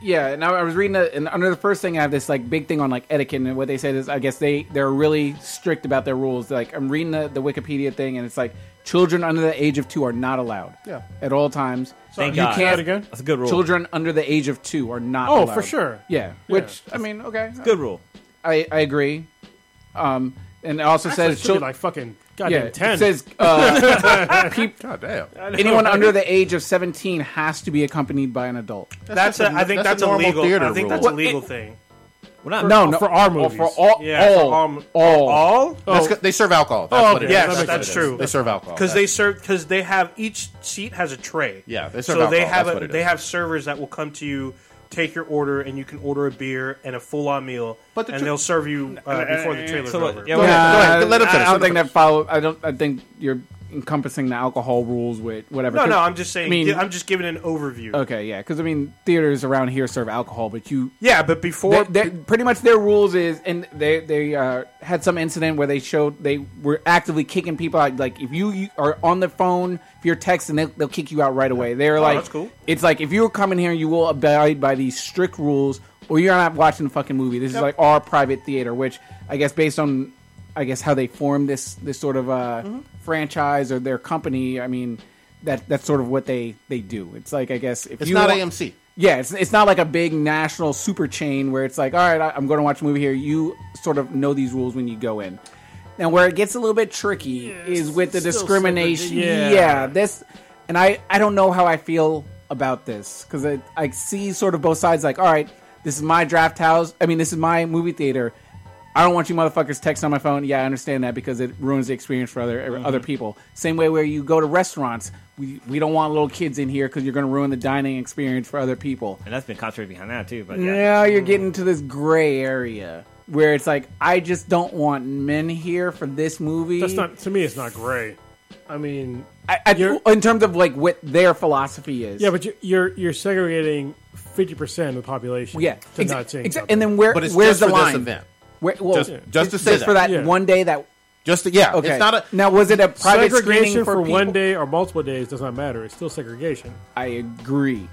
Yeah, and I, I was reading it, and under the first thing, I have this like big thing on like etiquette, and what they said is, I guess they they're really strict about their rules. Like I'm reading the, the Wikipedia thing, and it's like children under the age of two are not allowed.
Yeah.
at all times.
Thank
you
God.
can't- Say that again?
That's a good rule.
Children under the age of two are not.
Oh,
allowed.
for sure.
Yeah, which I mean, okay,
Good rule.
I, I agree. Um, and it also
Actually, it
says
should be
children.
like fucking
yeah,
goddamn
it
ten.
says uh, peop-
Goddamn.
anyone under the age of seventeen has to be accompanied by an adult.
That's, a, I think
that's
that's,
a
a
normal
legal.
theater
I think
rule.
that's a
Well,
legal
it-
thing.
We're not.
no, no,
for our
oh, for
movies.
all,
Yeah, for
all,
our m-
all.
All
That's 'cause they serve alcohol. That's
Oh,
what it is.
yes,
what
that's
it is.
true.
They serve alcohol.
because they serve because they have each seat has a tray.
Yeah, they
so
serve
they
alcohol.
have
That's
a,
what it
they
is.
have servers that will come to you, take your order, and you can order a beer and a full on meal,
But the
and
tra-
they'll serve you uh, before the trailer's
So what-
over.
yeah,
Go
we're-
ahead, go ahead. Let him
I-
finish.
I don't
Let him
think that follow. I don't. I think you're encompassing the alcohol rules with whatever.
No,
'Cause,
no, I'm just saying.
I mean-
I'm just giving an overview.
Okay, yeah, because I mean, theaters around here serve alcohol, but you
Yeah, but
They-
before
they- pretty much their rules is, and they they uh, had some incident where they showed they were actively kicking people out. Like if you, you are on the phone, if you're texting, they'll, they'll kick you out right away. They're like,
Oh, that's cool.
It's like if you come in here, you will abide by these strict rules, or you're not watching the fucking movie. This is like our private theater, which I guess based on, I guess how they formed this this sort of uh,
Mm-hmm.
franchise or their company. I mean. That, that's sort of what they, they do. It's like I guess if
It's
you
not
want-
AMC.
yeah, it's, it's not like a big national super chain where it's like, all right, I- I'm going to watch a movie here. You sort of know these rules when you go in. Now, where it gets a little bit tricky is with the discrimination.
yeah.
this, and I, I don't know how I feel about this because I, I see sort of both sides. Like, all right, this is my draft house. I mean, this is my movie theater. I don't want you motherfuckers texting on my phone. Yeah, I understand that because it ruins the experience for other
Mm-hmm.
other people. Same way where you go to restaurants, we, we don't want little kids in here because you're going to ruin the dining experience for other people.
And that's been controversy behind that too. But yeah.
Now you're getting to this gray area where it's like I just don't want men here for this movie.
That's not to me. It's not gray. I mean,
I, I-
you're-
in terms of like what their philosophy is.
yeah, but you're you're, you're segregating fifty percent of the population.
yeah,
to
Exa-
not seeing
exa-
something.
and then where
But it's
where's
just
the
for this
line?
event.
Where, well,
Just- just to
it's
say that.
for that
Yeah.
one day that
Just to, yeah.
okay.
It's not a.
now was it a private screening
segregation for,
people?
one day or multiple days does not matter. It's still segregation.
I agree.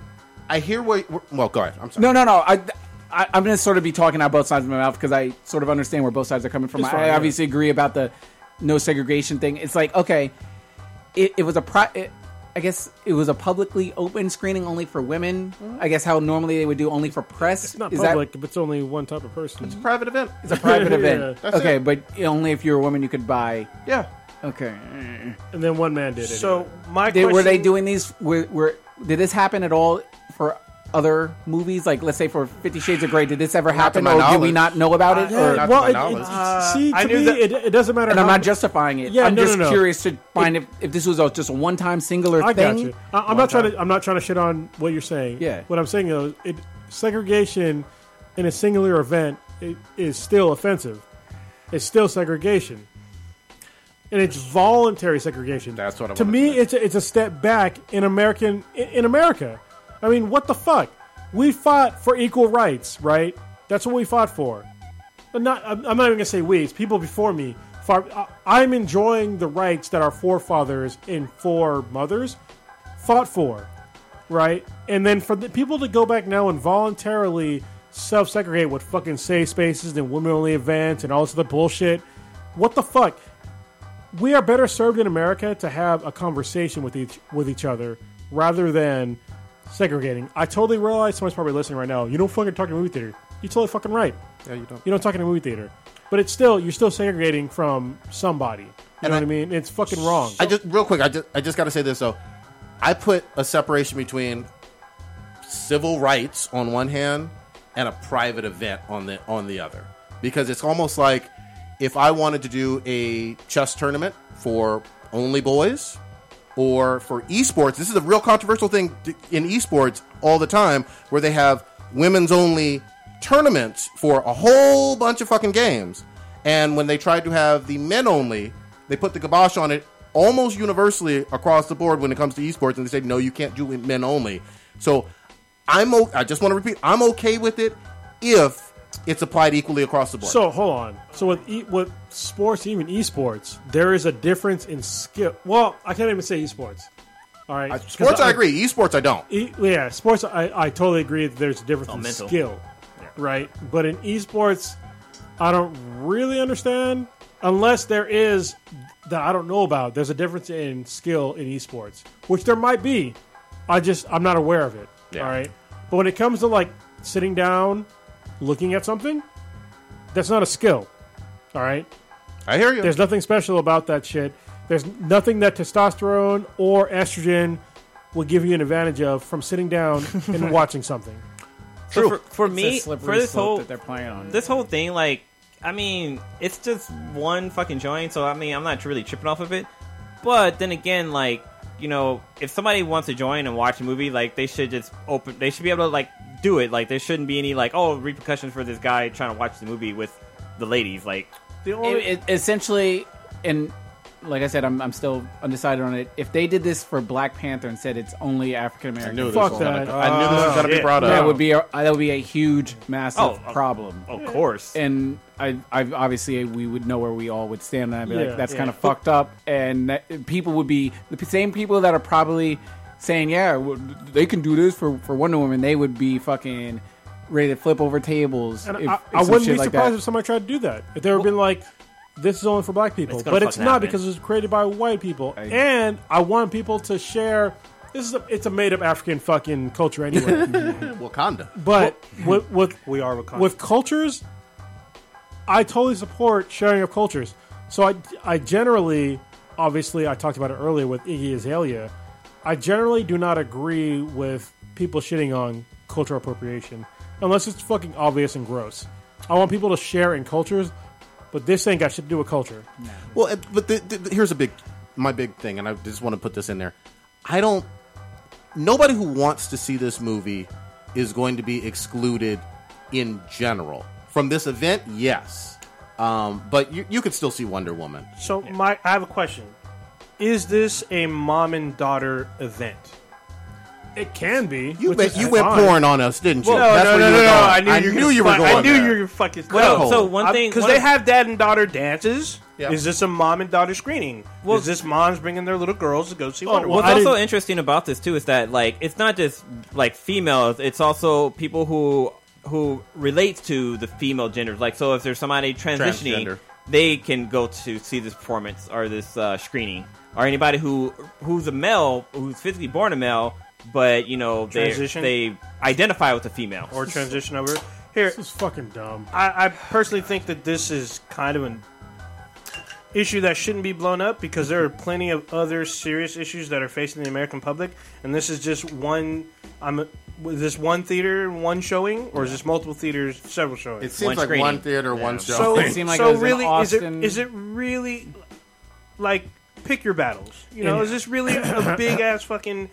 I hear where. where- Well, go ahead. I'm sorry.
No, no, no. I, I, I'm going to sort of be talking out both sides of my mouth because I sort of understand where both sides are coming from.
It's fine,
I
yeah.
obviously agree about the no segregation thing. It's like okay, it, it was a pri- it, I guess it was a publicly open screening only for women. I guess how normally they would do only for press.
Mm-hmm. It's not
Is that-
public, but it's only one type of person.
Private event.
it's a private
Yeah,
event.
that's
okay,
it.
but only if you're a woman you could buy.
Yeah.
Okay,
And then one man did it.
so my
Did-
question,
were they doing these? Were, were did this happen at all for? Other movies, like let's say for Fifty Shades of Grey, did this ever happen,
my
or do we
knowledge.
not know about it?
Yeah,
or-
not to
well,
my
it- it-
knowledge.
see, to
I knew
me,
that-
it, it doesn't matter.
and I'm
how-
not justifying it.
Yeah,
I'm
no,
just
no, no.
curious to find if, if this was a, just a one time singular
I
thing.
got you. I, I'm not trying to. I'm not trying to shit on what you're saying.
Yeah.
What I'm saying though, it segregation in a singular event i- is still offensive. It's still segregation, and it's voluntary segregation.
That's what I
to
wanted
me.
to say.
It's a, it's a step back in American in, in America. I mean, what the fuck? We fought for equal rights, right? That's what we fought for. But not. I'm I'm not even gonna say we. It's people before me. Far, I, I'm enjoying the rights that our forefathers and foremothers fought for, right? And then for the people to go back now and voluntarily self-segregate with fucking safe spaces and women-only events and all this other bullshit. What the fuck? We are better served in America to have a conversation with each with each other rather than segregating. I totally realize someone's probably listening right now. You don't fucking talk to a movie theater. You're totally fucking right.
Yeah, you don't.
You don't talk in a movie theater. But it's still you're still segregating from somebody. You know
I-
what I mean? It's fucking wrong.
I just real quick. I just I just got to say this though. I put a separation between civil rights on one hand and a private event on the on the other because it's almost like if I wanted to do a chess tournament for only boys or for esports. This is a real controversial thing th- in esports all the time where they have women's only tournaments for a whole bunch of fucking games. And when they tried to have the men only, they put the kibosh on it almost universally across the board when it comes to esports and they say no, you can't do men only. So I'm o- I just want to repeat, I'm okay with it if it's applied equally across the board.
So hold on. So with e- with sports, even esports, there is a difference in skill. Well, I can't even say esports. All right,
I- sports
'Cause
I agree, esports I don't.
E- yeah, sports. I, I totally agree that there's a difference
all
in
Oh, mental.
skill, right? But in esports, I don't really understand unless there is that I don't know about. There's a difference in skill in esports, which there might be. I just I'm not aware of it.
Yeah.
All right. But when it comes to like sitting down, looking at something, that's not a skill. All right.
I hear you.
There's nothing special about that shit. There's nothing that testosterone or estrogen will give you an advantage of from sitting down and watching something.
So for, for
It's
me,
a slippery
for this
slope
whole
that they're playing on.
this whole thing, like, I mean, it's just one fucking joint, so I mean, I'm not really tripping off of it. But then again, like, you know, if somebody wants to join and watch a movie, like, they should just open, they should be able to, like, do it. Like, there shouldn't be any, like, oh, repercussions for this guy trying to watch the movie with the ladies. Like,
The only,
it, it, essentially, and like I said, I'm, I'm still undecided on it. If they did this for Black Panther and said it's only African
I
American,
knew this
Fuck
was gonna-
that.
I knew this was going to be
shit.
brought
that
up.
would be a, that would be a huge, massive
Oh, uh,
problem.
of course.
And I, I obviously we would know where we all would stand, and I'd be
Yeah.
like, "That's
Yeah.
kind of fucked up." And that, people would be the p- same people that are probably saying, "Yeah, w- they can do this for for Wonder Woman." They would be fucking ready to flip over tables.
And
if-
I,
if
I
some
wouldn't
shit
be
like that-
surprised if somebody tried to do that. If they were been like, this is only for black people.
It's gonna
but it's
fucking
not
happen.
because it was created by white people. and I want people to share. This is a, it's a made up African fucking culture anyway.
Wakanda.
but with, with
we are Wakanda.
with cultures, I totally support sharing of cultures. So I, I generally, obviously, I talked about it earlier with Iggy Azalea. I generally do not agree with people shitting on cultural appropriation unless it's fucking obvious and gross. I want people to share in cultures, but this ain't got shit to do with culture.
Well, it- but the, the, the- here's a big, my big thing, and I just want to put this in there. I don't. Nobody who wants to see this movie is going to be excluded in general from this event. Yes, um, but you, you could still see Wonder Woman.
so my, I have a question: Is this a mom and daughter event?
It can be.
You
which
went,
is
you went
fine.
porn on us, didn't you?
no, no,
where
no,
you
no,
were
no,
going.
I knew,
I
you,
knew
were
you were
fu-
going.
I knew
there.
you were fucking.
well, so one thing.
because
one
they
of-
have dad and daughter dances.
Yeah.
Is this a mom and daughter screening?
Well-
is this moms bringing their little girls to go see
Oh,
Wonder
well,
Woman?
What's
I
also
didn't-
interesting about this too is that like it's not just like females; it's also people who who relates to the female genders. Like, so if there's somebody transitioning,
Transgender.
they can go to see this performance or this uh, screening, or anybody who who's a male who's physically born a male, but you know they
Transition?
they identify with a female.
or transition over here.
This is fucking dumb.
I, I personally think that this is kind of an issue that shouldn't be blown up because there are plenty of other serious issues that are facing the American public, and this is just one. I'm was this one theater, one showing, or is this multiple theaters, several showings?
It seems
One
like
screening.
one theater, one show.
so
It seemed like
so
it was in
really
Austin.
is it is it really like pick your battles? You know, is this really a big ass fucking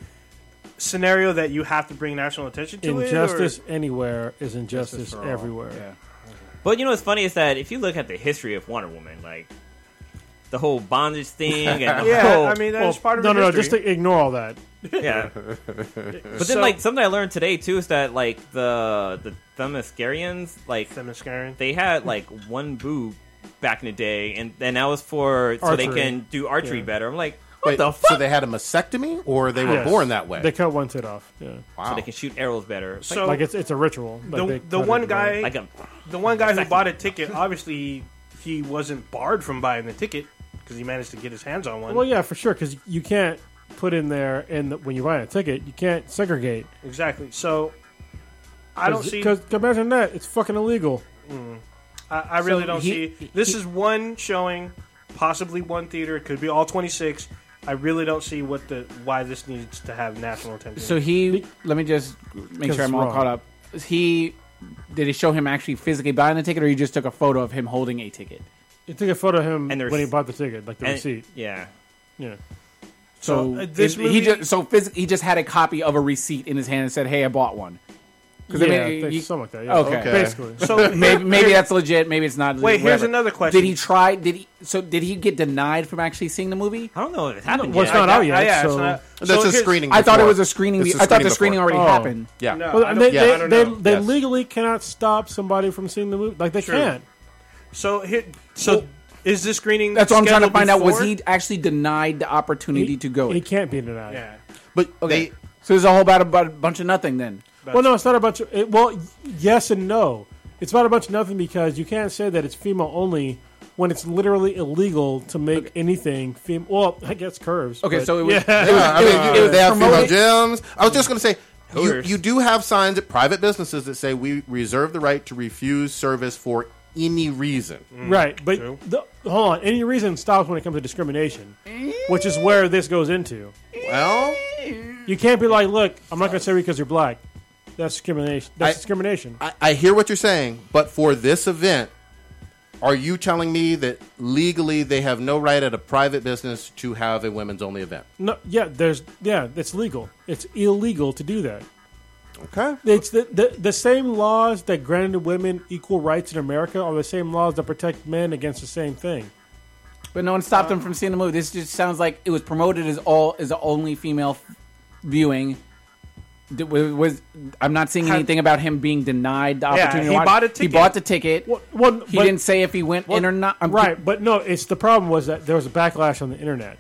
scenario that you have to bring national attention to? it, or-
Injustice anywhere is injustice
for all.
everywhere.
Yeah.
But you know what's funny is that if you look at the history of Wonder Woman, like the whole bondage thing, and the
Yeah,
whole,
I mean that's
Well,
part of
no,
her
no, no.
history.
Just to ignore all that.
yeah. But then,
So-
like something I learned today too is that like the the Themyscarians, like
Themyscira.
they had like one boob back in the day, and and that was for so they
Archery.
can do archery better. I'm like, what
Wait,
the fuck?
so they had a mastectomy, or they were
Yes.
born that way?
They cut one tit off. Yeah.
wow.
So they can shoot arrows better. It's like-
So
like it's it's a ritual. Like,
Oh. the,
they
the
cut
one
it.
guy,
like a
the one guy who bought a ticket, obviously he wasn't barred from buying the ticket because he managed to get his hands on one.
Well, yeah, for sure, because you can't put in there, and the- when you buy a ticket, you can't segregate.
Exactly. So I don't see. I,
Because imagine that, it's fucking illegal.
I really
So
don't
he-
see. This is one showing, possibly one theater. It could be all twenty six. I really don't see what the why this needs to have national attention.
So he, let me just make
Because
sure I'm
it's
all
wrong.
caught up. He, did it show him actually physically buying the ticket, or you just took a photo of him holding a ticket?
You took a photo of him
And there's-
when he bought the ticket, like the
and-
receipt.
yeah.
Yeah,
So,
uh, this
it-
movie-
he just so phys- he just had a copy of a receipt in his hand and said, "Hey, I bought one." 'Cause, I
yeah,
mean,
think
you-
something like that. Yeah.
okay.
Okay.
basically.
So
maybe, maybe that's legit. Maybe it's not. Legit,
Wait, here's
whatever.
another question.
Did he try? Did he? So did he get denied from actually seeing the movie?
I don't know if it happened
Well,
yet.
it's not out yet.
I- yeah, it's
so.
not- so
That's a
here's-
screening.
I thought it
before.
was a screening.
It's
I thought the
before.
screening already
Oh.
happened.
Yeah.
No,
Well,
I
and
don't-
they,
yeah, I
they,
don't
they,
know.
they
Yes.
legally cannot stop somebody from seeing the movie. Like they
True.
can't.
So here, so is this screening?
That's what I'm trying to
scheduled
find out. Was
before?
he actually denied the opportunity to go?
It can't be denied.
Yeah.
But
Okay.
they
so there's a whole about a bu- bunch of nothing then.
Well, no, it's not a bunch of. It, well, y- yes and no. It's not a bunch of nothing because you can't say that it's female only when it's literally illegal to make anything fem- well, I guess curves.
Okay,
but-
so it was,
Yeah, I mean,
it was
they have female
promoting-
gyms. I was just going to say, you,
Hooters.
you do have signs at private businesses that say we reserve the right to refuse service for any reason.
Hmm,
right, but the, hold on, any reason stops when it comes to discrimination, which is where this goes into.
Well,
You can't be like, look, I'm not going to serve you because you're black. That's discrimination. That's
I-
discrimination.
I, I hear what you're saying, but for this event, are you telling me that legally they have no right at a private business to have a women's only event?
no, yeah, there's yeah, it's legal. It's illegal to do that.
Okay.
It's the, the the same laws that granted women equal rights in America are the same laws that protect men against the same thing.
but no one stopped
Uh.
them from seeing the movie. This just sounds like it was promoted as all as only female f- viewing. D- wa- Was I'm not seeing anything about him being denied the opportunity. to
he
watch.
bought a
He
ticket.
bought the ticket.
Well, well,
he
but-
didn't say if he went in or not. I'm
right, but no, it's the problem was that there was a backlash on the internet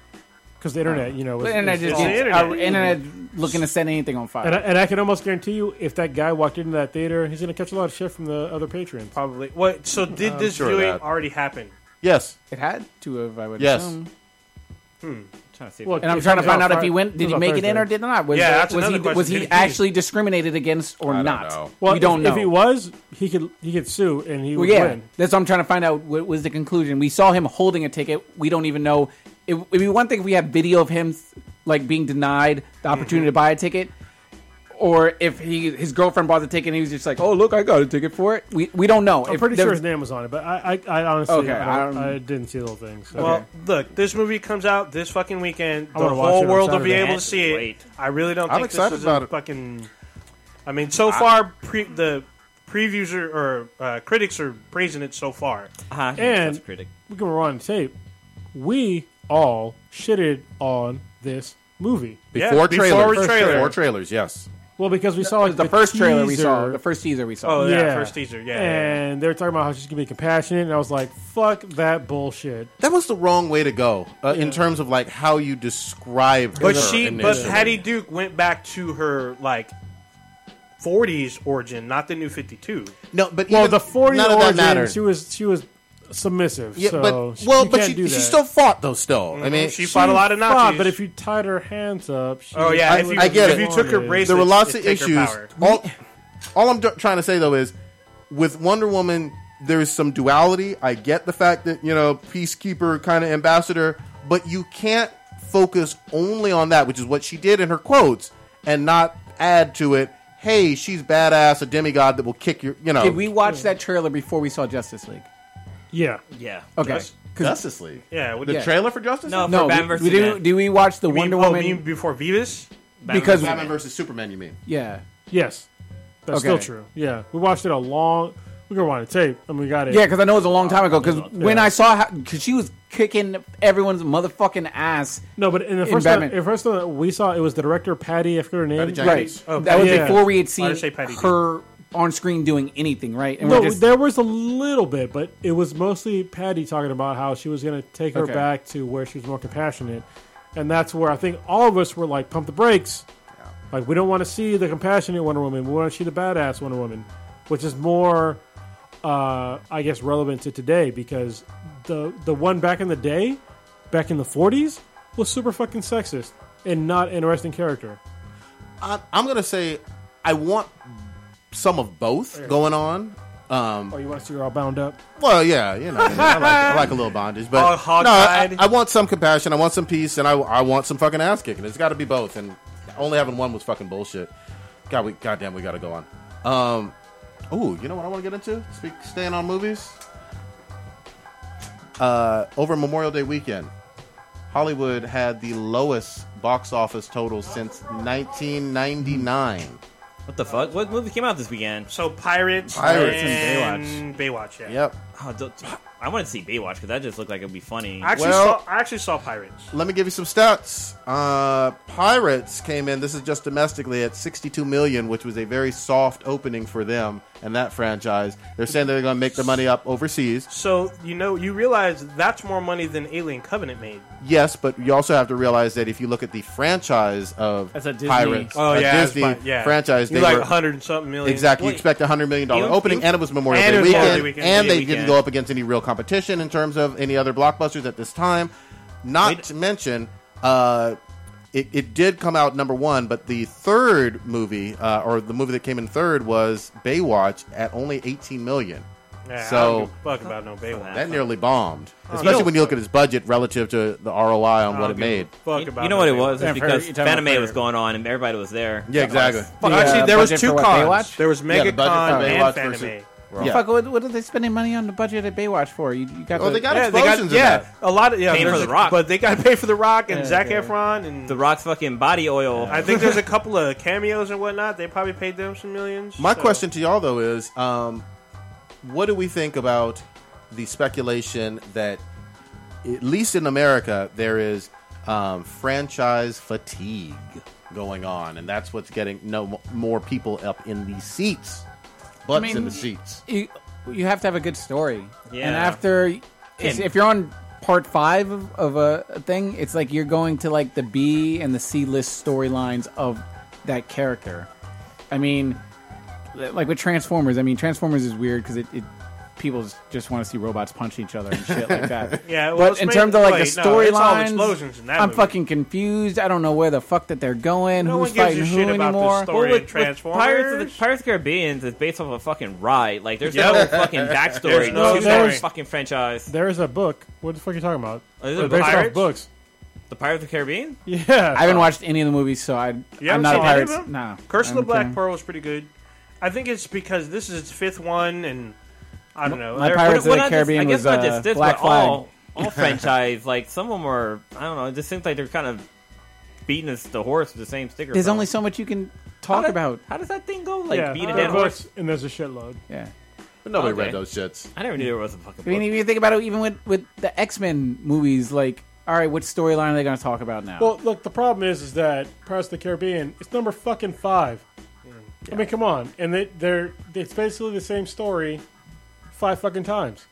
because the internet, you know, was,
And I
was-
just
the
internet.
internet.
internet looking to set anything on fire.
and I, and I can almost guarantee you, if that guy walked into that theater, he's going to catch a lot of shit from the other patrons.
Probably. What? So did this
sure of
viewing
that.
already happen?
Yes.
it had to have. I would
Yes.
assume.
trying to see.
Well,
Well,
And I'm
It
trying to
was on
find out if
Fri-
he went.
it
Did
was
he
on
make it
Thursday.
in or did not? Was,
Yeah,
there-
that's
was he
another
was
question.
he
Did he-
actually discriminated against or
don't
not?
know.
Well,
we don't
if,
know.
if he was, he could he could sue and he
Well,
would
yeah,
win.
that's what I'm trying to find out. What was the conclusion? We saw him holding a ticket. We don't even know. It would be one thing if we had video of him like being denied the opportunity to buy a ticket, or if he his girlfriend bought the ticket and he was just like, "Oh, look, I got a ticket for it." We we don't know.
I'm
If
pretty
there-
sure his name was on it, but I I, I honestly
Okay,
I,
I
don't,
don't-
I didn't see the whole thing. So.
Well, look, this movie comes out this fucking weekend. The
wanna watch it
whole
on
world will be
Saturday.
able to see it.
Wait.
I really don't
I'm
think
excited
this is
about
a
it.
fucking. I mean, so far pre- the previews are, or uh, critics are praising it so far.
and we can run tape. We all shitted on this movie.
Yeah,
Before
before
trailers.
we trailer.
Before trailers, yes.
Well, because we saw like,
the, first trailer we saw,
teaser.
the first teaser we saw.
Oh yeah, first teaser. Yeah, yeah,
and they were talking about how she's gonna be compassionate, and I was like, "Fuck that bullshit."
That was the wrong way to go uh, in terms of like how you described
But
her
she, but
initially.
Hattie Duke went back to her like. 40s origin, not the new 52.
no, but
Well,
even-
the forty
none of that
origin,
mattered.
she was she was submissive.
yeah,
so
but
she-
well,
you
but
can't
she,
do
she
that. Mm-hmm.
still fought though. Still, I mean,
she fought a lot of Nazis.
Fine, but if you tied her hands up, she
oh yeah,
I-
if you,
I get
if
it.
you took her bracelets,
there were lots
it'd
of
take her
issues.
power.
All, all I'm d- trying to say though is, with Wonder Woman, there's some duality. I get the fact that you know peacekeeper kind of ambassador, but you can't focus only on that, which is what she did in her quotes, and not add to it. Hey, she's badass, a demigod that will kick your. You know,
Did we watch that trailer before we saw Justice League?
yeah,
yeah.
Okay,
Yes.
'Cause-
Justice League.
Yeah, with
The
the
trailer for Justice
No,
League.
no,
for Batman
we-
versus
we do.
Superman.
Do we watch the Wonder
Mean- oh,
Woman?
mean before Vivas.
Batman
because-
versus
Batman
Superman.
versus Superman. You mean?
yeah,
yes, that's
Okay.
still true. Yeah, we watched it a long. We can rewind the tape, and we got it.
yeah, because I know it was a long time ago. Because when
Yeah.
I saw, because she was kicking everyone's motherfucking ass.
no, but in the
in
first time,
Batman.
the first time that we saw it was the director Patty. I forget her name.
Patty Jenkins.
Right.
Oh,
that was
yeah.
before we had
Why'd
seen
I say Patty
her on screen doing anything, right? And
No,
we're just,
there was a little bit, but it was mostly Patty talking about how she was going to take her
Okay.
back to where she was more compassionate, and that's where I think all of us were like, "Pump the brakes!" Like we don't want to see the compassionate Wonder Woman. We want to see the badass Wonder Woman, which is more, uh, I guess, relevant to today because the the one back in the day, back in the '40s, was super fucking sexist and not interesting character.
I, I'm gonna say, I want some of both going on. Um,
Oh, you want to see her all bound up?
Well, yeah, you know, I, mean, I, like, I like a little bondage, but
All hog
no, I,
tied.
I want some compassion, I want some peace, and I, I want some fucking ass kicking. It's got to be both, and only having one was fucking bullshit. God, we goddamn, we got to go on. Um, oh, you know what I want to get into? Speak, staying on movies. Uh, over Memorial Day weekend, Hollywood had the lowest box office total since 1999.
What the fuck? What movie came out this weekend?
So pirates,
Pirates
and,
and
Baywatch. yeah.
Yep.
Oh, don't, I want to see Baywatch because that just looked like it'd be funny.
I actually
Well-
saw. I actually saw pirates.
Let me give you some stats. Uh, Pirates came in. This is just domestically at 62 million, which was a very soft opening for them and that franchise. They're saying they're going to make the money up overseas.
So you know, you realize that's more money than Alien Covenant made.
Yes, but you also have to realize that if you look at the franchise of
That's a Disney.
Pirates, a
it's
Disney
fine, Oh, yeah.
franchise,
You
they
like
were
a hundred and something million.
exactly. You
Wait.
expect a hundred million dollar
You-
opening,
you-
and it was Memorial
And
Day
it was
weekend,
Memorial Day weekend.
and they
Yeah,
didn't
weekend.
go up against any real competition in terms of any other blockbusters at this time. Not
Wait.
to mention, uh, it, it did come out number one, but the third movie, uh, or the movie that came in third, was Baywatch at only 18 million.
Yeah, I
so
don't give a fuck about no Baywatch.
that nearly bombed, especially when you look at its budget relative to the ROI on what it
don't give a
made.
Fuck
You,
about
you know what
no
it was?
Baywatch.
It's
You're talking
because
about
Fanime was
Predator.
going on and everybody was there.
Yeah, exactly.
The,
actually, there was
budget
two
for what,
cons.
Baywatch?
There was
Yeah, the
MegaCon
budget
and
for Baywatch versus-
Fanime.
Yeah.
Fuck, what, what are they spending money on the budget at Baywatch for? You, you got
Oh,
the,
they got
Yeah, they got
explosions. in
yeah,
that.
a lot of yeah.
Paying for
there's
The
a-
Rock.
but they got to pay for the Rock and
Yeah,
Zac
yeah.
Efron and
The Rock's fucking body oil.
I think there's a couple of cameos and whatnot. They probably paid them some millions.
My
so-
question to y'all though is, um, what do we think about the speculation that, at least in America, there is um, franchise fatigue going on, and that's what's getting no more people up in the seats, butts
mean-
in the seats.
you, you have to have a good story.
Yeah.
And after, it's- if you're on part five of, of a, a thing, it's like you're going to like the B and the C list storylines of that character. I mean, li- like with Transformers. I mean, Transformers is weird because it. it People s- just want to see robots punch each other and shit like that.
Yeah, well,
but
it's
in
made-
terms of like
wait,
the
no, it's all
storylines,
explosions in that
I'm
movie.
fucking confused. I don't know where the fuck that they're going.
No
who's
one gives
fighting
a
who
shit about this
anymore?
story.
with- with
Transformers?
Pirates of the Pirates of the Caribbean is based off a fucking ride. Like there's
Yep.
no fucking backstory
There's no
to
story.
that fucking franchise.
There is a book. What the fuck are you talking about?
Oh, is
They're
it
based off
Pirates?
books.
The Pirates of the Caribbean?
Yeah.
I haven't watched any of the movies, so I,
You
I'm
haven't
not a
seen any
pirate.
of them?
No,
Curse of the
I'm
Black
kidding.
Pearl was pretty good. I think it's because this is its fifth one, and I don't know.
my
They're-
Pirates of
Well,
the
not just-
Caribbean
I guess
was,
not
uh,
just this,
Black
but
Flag.
all all franchise. Like some of them are. I don't know. It just seems like they're kind of beating us the horse with the same sticker.
There's
phone.
only so much you can
how
talk
did-
about.
How does that thing go? Like
yeah.
beat a
there
dead
are
horse.
books, and there's a shitload.
Yeah.
But nobody read
Okay.
those shits.
I never knew there was a fucking.
I mean,
book.
if you think about it, even with with the X Men movies, like, all right, what storyline are they going to talk about now?
Well, look, the problem is, is that Pirates of the Caribbean it's number fucking five. I mean, come on, and they, they're it's basically the same story five fucking times.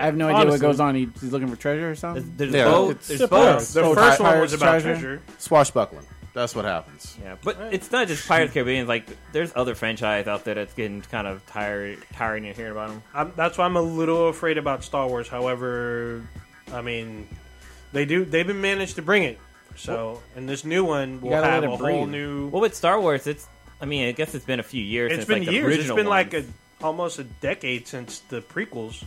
I have no idea what
honestly.
goes on. He, he's looking for treasure or something.
There's
Yeah.
both.
It's
There's
the
both.
Pirates.
The
Oh,
first one
Pirates
was about
Treasure?
treasure.
Swashbuckling. That's what happens.
Yeah, but it's not just Pirates of the Caribbean. Like, there's other franchise out there that's getting kind of tired, tiring of hearing about them.
I'm, that's why I'm a little afraid about Star Wars. However, I mean, they do they've been managed to bring it. So, and this new one will
gotta let
have
it
a whole
breathe.
new.
Well, with Star Wars, it's. I mean, I guess it's been a few years.
it's
since,
been
like, the
years. It's
original
been like a,
ones.
almost a decade since the prequels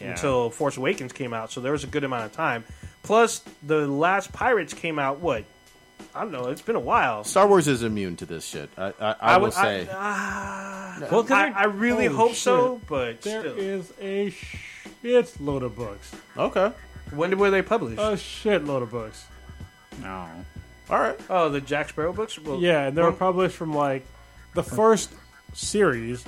Yeah.
until Force Awakens came out. So there was a good amount of time. Plus, the last Pirates came out. What? I don't know. It's been a while.
Star Wars is immune to this shit. I, I, I, will
would- I- uh,
say.
well, 'cause
I,
they're-
I really
Holy
hope
shit.
so, but
There
still.
is a shitload of books.
okay.
when were they published?
A shitload of books.
No.
All right.
oh, the Jack Sparrow books. Well,
Yeah, and they were
when-
published from like the first series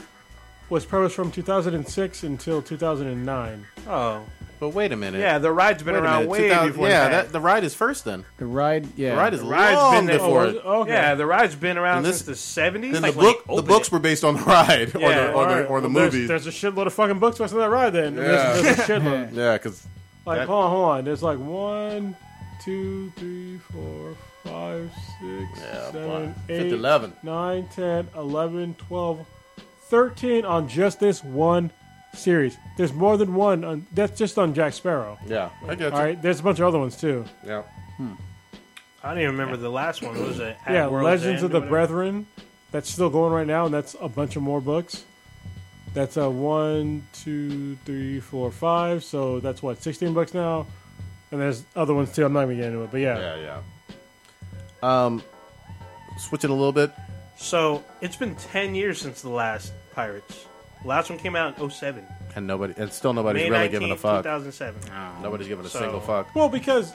was published from 2006 until 2009.
oh,
But wait a minute.
yeah. The ride's been
Wait a
around
minute.
way
2000
before.
yeah,
that.
the ride is first then.
The ride, yeah.
The ride is
The ride's
long
been there-
before.
Oh,
it.
was it? okay.
Yeah, the ride's been around
And this-
since the seventies.
Then
like
the
when they
book, the
opened
books
it.
were based on the ride, or
Yeah,
the or the,
Alright,
or the
well,
movies.
There's, there's a shitload of fucking books based on that ride. Then
Yeah.
there's, there's a shitload.
yeah, because
Like,
That-
hold on, hold on. There's like one, two, three, four, five, six,
Yeah,
seven,
boy.
eight,
11.
nine, 10, 11, 12, 13 on just this one series. There's more than one. On, that's just on Jack Sparrow.
yeah, I get you.
All right, there's a bunch of other ones too.
Yeah,
I don't even remember the last one. What was it? At
yeah,
World's
Legends of
End or
the
whatever?
Brethren. That's still going right now, and that's a bunch of more books. That's a one, two, three, four, five. So that's what sixteen books now. And there's other ones too. I'm not even getting into it, but
yeah, yeah. Um, switching a little bit.
So it's been ten years since the last Pirates. Last one came out in 07.
And nobody, and still nobody's
May
really
19th,
giving a fuck.
2007.
Nobody's giving a
So-
single fuck.
Well, because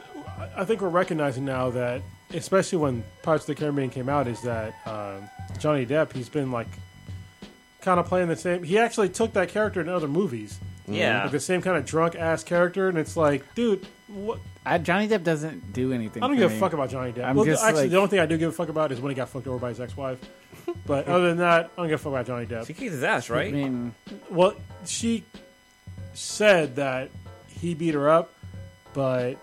I think we're recognizing now that, especially when Pirates of the Caribbean came out, is that um, Johnny Depp he's been like kind of playing the same. He actually took that character in other movies,
yeah.
like the same kind of drunk ass character, and it's like, dude, what?
I, Johnny Depp doesn't do anything.
I don't
for
give a
me.
fuck about Johnny Depp.
I'm
well,
just
actually,
like-
the only thing I do give a fuck about is when he got fucked over by his ex-wife. But other than that, I don't give a fuck about Johnny Depp.
She kicks his ass, right?
I mean,
Well, she said that he beat her up, but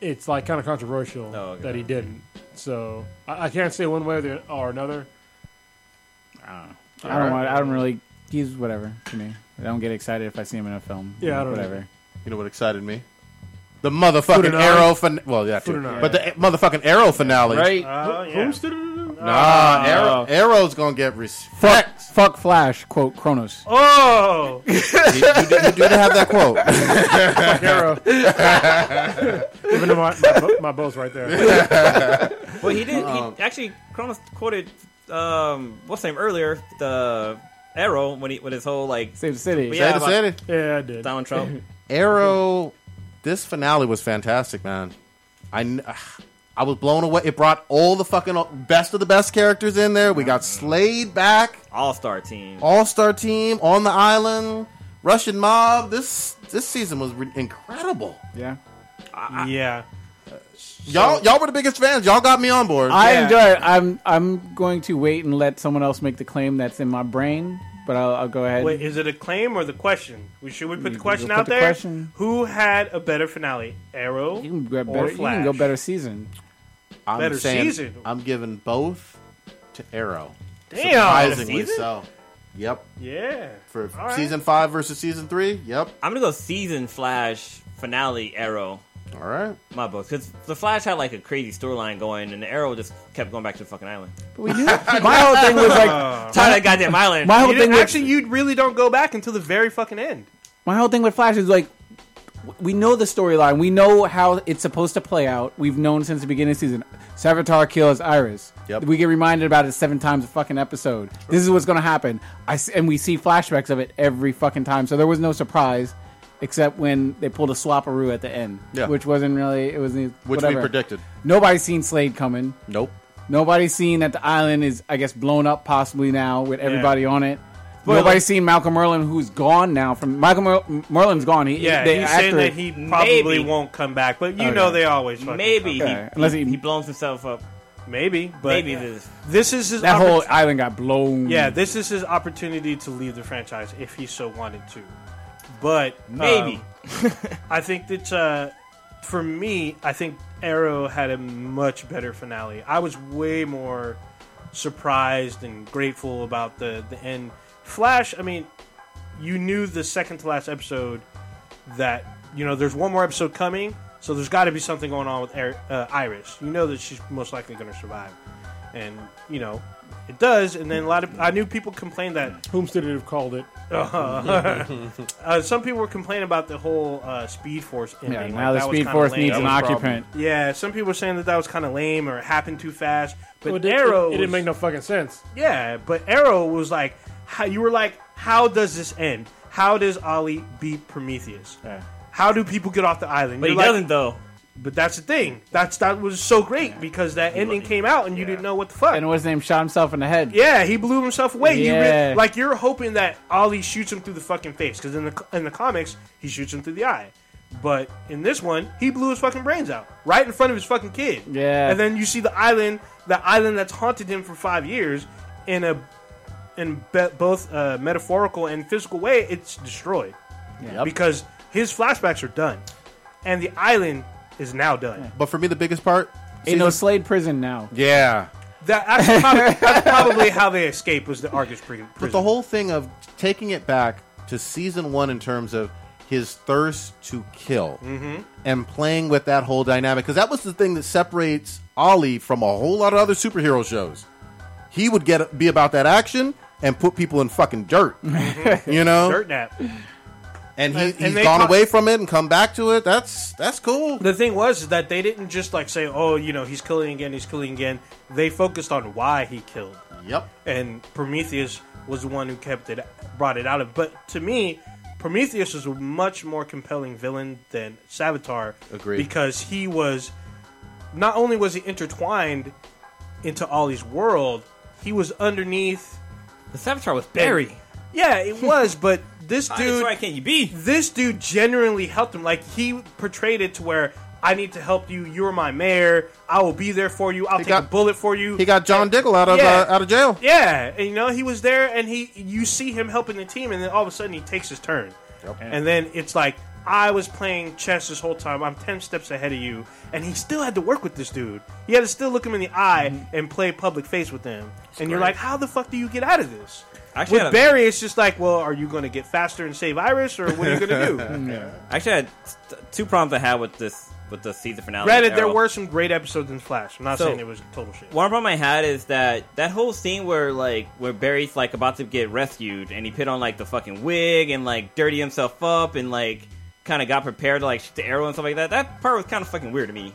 it's like kind of controversial
Oh, okay.
that he didn't. So I, I can't say one way or, the, or another.
I don't. Want, I don't really. He's whatever to me. I don't get excited if I see him in a film.
Yeah, I don't
whatever.
either.
You know what excited me? The motherfucking
Futanari?
arrow fin Well, yeah, too.
Futanari.
but the motherfucking arrow finale.
Right?
Oh, yeah.
Who's the-
Nah, arrow, arrow's gonna get
fuck,
respect.
fuck Flash. Quote Kronos.
Oh,
you, you, did- you did have that quote.
Even though my, my, bo- my bow's right there.
Well, he did. He actually Cronus quoted um, what's his name earlier the arrow when he with his whole like
Save the city.
But
Say
yeah.
it, say it.
Yeah, I did.
Donald Trump.
Arrow.
Mm-hmm.
This finale was fantastic, man. I, kn- I was blown away. It brought all the fucking uh, best of the best characters in there. We got
Mm-hmm.
Slade back.
All star team.
All Star team on the island, Russian mob. This this season was re- incredible.
Yeah.
yeah.
Y'all y'all were the biggest fans. Y'all got me on board.
I
Yeah.
enjoy it. I'm I'm going to wait and let someone else make the claim that's in my brain, but I'll, I'll go ahead.
Wait, is it a claim or the question? We- Should we put the question
put
out
the
there?
question.
Who had a better finale, Arrow
you can grab
or
better. You
Flash?
can go better season.
I'm
better season.
I'm giving both to Arrow.
Damn.
Surprisingly so. Yep.
Yeah.
For
All right.
season five versus season three. Yep.
I'm gonna go season Flash finale arrow.
All right.
My books because the Flash had like a crazy storyline going, and the Arrow just kept going back to the fucking island.
But we knew my whole thing was like
Tired of that goddamn island.
my whole
You
thing
didn't,
was
actually, you really don't go back until the very fucking end.
my whole thing with Flash is like we know the storyline. We know how it's supposed to play out. We've known since the beginning of the season. Savitar kills Iris.
Yep.
We get reminded about it seven times a fucking episode. This is what's going to happen. I s- and we see flashbacks of it every fucking time. So there was no surprise, except when they pulled a swaparoo at the end,
Yeah.
which wasn't really it was which
Which we predicted.
Nobody's seen Slade coming.
Nope.
Nobody's seen that the island is, I guess, blown up possibly now with everybody on it.
like-
Nobody's seen Malcolm Merlin, who's gone now. From Malcolm Mer- Merlin's gone. He,
Yeah,
they-
he's
after-
saying that he probably
Maybe.
won't come back, but you
Okay.
know they always fucking
Maybe
come
he,
Okay, unless
he,
he-
he blows himself up.
back. maybe, but uh,
Maybe this.
this is his
that
oppor-
whole island got blown.
yeah, this is his opportunity to leave the franchise if he so wanted to. But
Maybe.
um, I think that uh, for me, I think Arrow had a much better finale. I was way more surprised and grateful about the the end. Flash, I mean, you knew the second to last episode that you know there's one more episode coming, so there's got to be something going on with Ar- uh, Iris. You know that she's most likely going to survive, and you know it does. And then a lot of I knew people complained that
Whomst did it have called it?
uh, some people were complaining about the whole uh, Speed Force ending.
Yeah,
Like,
now
that
the
was
Speed
kinda
Force
lame.
needs
That
an
was a problem.
occupant.
Yeah, some people were saying that that was kind of lame or happened too fast. But
Well, it- It,
Arrow,
it didn't
was-
make no fucking sense.
yeah, but Arrow was like, how, you were like, how does this end? How does Ollie beat Prometheus? How do people get off the island?
But he
You're like-
doesn't though.
But that's the thing. That's that was so great because that ending came out and you didn't know what the fuck.
And what's his name shot himself in the head.
yeah, he blew himself away. You
Yeah.
re- like you're hoping that Ollie shoots him through the fucking face because in the in the comics he shoots him through the eye, but in this one he blew his fucking brains out right in front of his fucking kid.
Yeah.
and then you see the island, the island that's haunted him for five years, in a in be- both uh, metaphorical and physical way, it's destroyed
Yep.
because his flashbacks are done, and the island is now done.
But for me, the biggest part.
Ain't no
season-
Slade prison now.
yeah.
That, that's, probably, that's probably how they escaped was the Argus pri- prison.
But the whole thing of taking it back to season one in terms of his thirst to kill
Mm-hmm.
and playing with that whole dynamic because that was the thing that separates Ollie from a whole lot of other superhero shows. He would get be about that action and put people in fucking dirt, you
Mm-hmm.
know.
dirt nap.
And he,
And- and
he's
they
gone
talk-
away from it and come back to it. That's that's cool.
The thing was is that they didn't just like say, "Oh, you know, he's killing again, he's killing again." They focused on why he killed,
Yep.
and Prometheus was the one who kept it, brought it out of. But to me, Prometheus was a much more compelling villain than Savitar.
Agreed.
because he was not only was he intertwined into Ollie's world, he was underneath.
The Savitar was Barry.
Yeah, it was, but this dude.
Dude, why can't you be?
this dude genuinely helped him. Like he portrayed it to where I need to help you. You're my mayor. I will be there for you. I'll take a
got-
bullet for you.
He got John Diggle out of
Yeah.
uh, out of jail.
yeah, and you know he was there, and he you see him helping the team, and then all of a sudden he takes his turn, and then it's like I was playing chess this whole time. I'm 10 steps ahead of you. And he still had to work with this dude. He had to still look him in the eye and play public face with him. and you're
Mm. great.
like, how the fuck do you get out of this?
I actually
with
had a-
Barry, it's just like, well, are you going to get faster and save Iris, or what are you going to do?
Actually, I had t- two problems I had with this with the season finale.
Granted, there
Arrow.
were some great episodes in Flash. I'm not
So-
saying it was total shit.
One problem I had is that that whole scene where like where Barry's like about to get rescued and he put on like the fucking wig and like dirty himself up and like kind of got prepared to like shoot the arrow and stuff like that. That part was kind of fucking weird to me.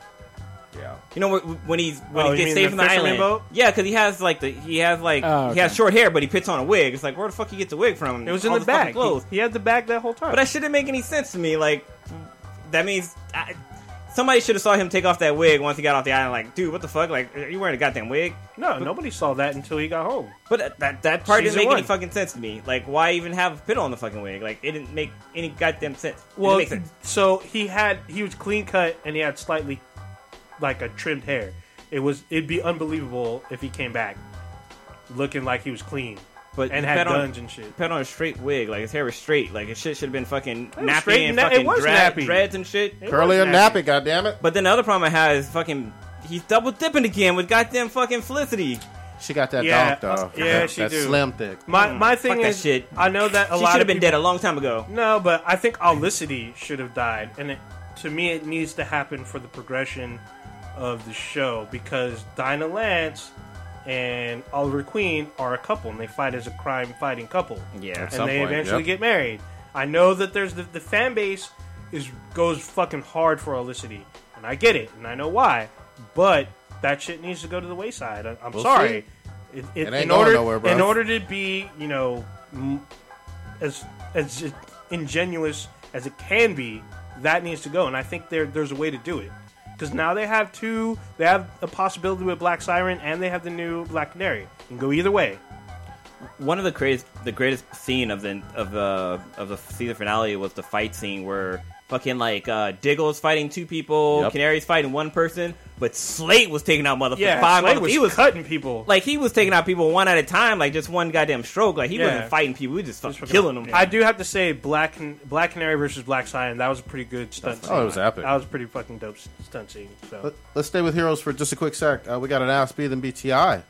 Yeah.
You know wh- when he's when
Oh,
he
you
gets
mean
saved
the
from the
fisherman
island.
boat?
Yeah, because he has like the he has like
Oh,
he has
okay.
short hair, but he puts on a wig. It's like where the fuck you get the wig from?
It was in
All
the,
fucking
bag. He,
Clothes.
he had the bag that whole time.
But that shouldn't make any sense to me. Like, that means I, somebody should have saw him take off that wig once he got off the island. Like, dude, what the fuck? Like, are you wearing a goddamn wig?
no, nobody saw that until he got home.
But that that, that part
Season
didn't make
one.
any fucking sense to me. Like, why even have a pit on the fucking wig? Like, it didn't make any goddamn sense. It didn't
Well,
make sense.
so he had he was clean cut and he had slightly like a trimmed hair. It was it'd be unbelievable if he came back looking like he was clean
But
and
you
had
bet on-
guns and shit.
Put on a straight wig, like his hair was straight. Like his shit should have been fucking
was
nappy
straight
and
and na- it
fucking
was
dread-
nappy.
dreads and shit.
It
Curly
was
and nappy, goddammit.
But then the other problem I had is fucking he's double dipping again with goddamn fucking Felicity.
She got that
Yeah,
dog though.
yeah,
that,
she
that
do.
slim thick.
My my thing
that
is
shit.
I know that a
she
lot
should have
of
been
people,
dead a long time ago.
No, but I think Olicity should have died, and it, to me, it needs to happen for the progression of the show because Dinah Lance and Oliver Queen are a couple, and they fight as a crime-fighting couple.
Yeah. At
and
some
they
point,
eventually
yep.
get married. I know that there's the, the fan base is goes fucking hard for Olicity, and I get it, and I know why, but that shit needs to go to the wayside. I, I'm
We'll
sorry. It, it,
It ain't
in
going
order,
nowhere, bro.
In order to be, you know, m- as as ingenuous as it can be, that needs to go. And I think there there's a way to do it because now they have two. They have a possibility with Black Siren, and they have the new Black Canary. You can go either way.
one of the greatest the greatest scene of the of the of the season finale was the fight scene where fucking like uh Diggle's fighting two people,
Yep.
Canary's fighting one person, but Slate was taking out motherfuckers.
Yeah,
five
Slade
motherfuckers.
was,
he was
cutting people.
like he was taking out people one at a time, like just one goddamn stroke. Like he
Yeah.
wasn't fighting people, he was just fucking killing them.
I do have to say, Black Can- Black Canary versus Black Siren. That was a pretty good stunt.
Oh, it was
scene.
epic.
That was a pretty fucking dope s- stunt scene. So
Let, us stay with heroes for just a quick sec. Uh, we got an outspeed and BTI.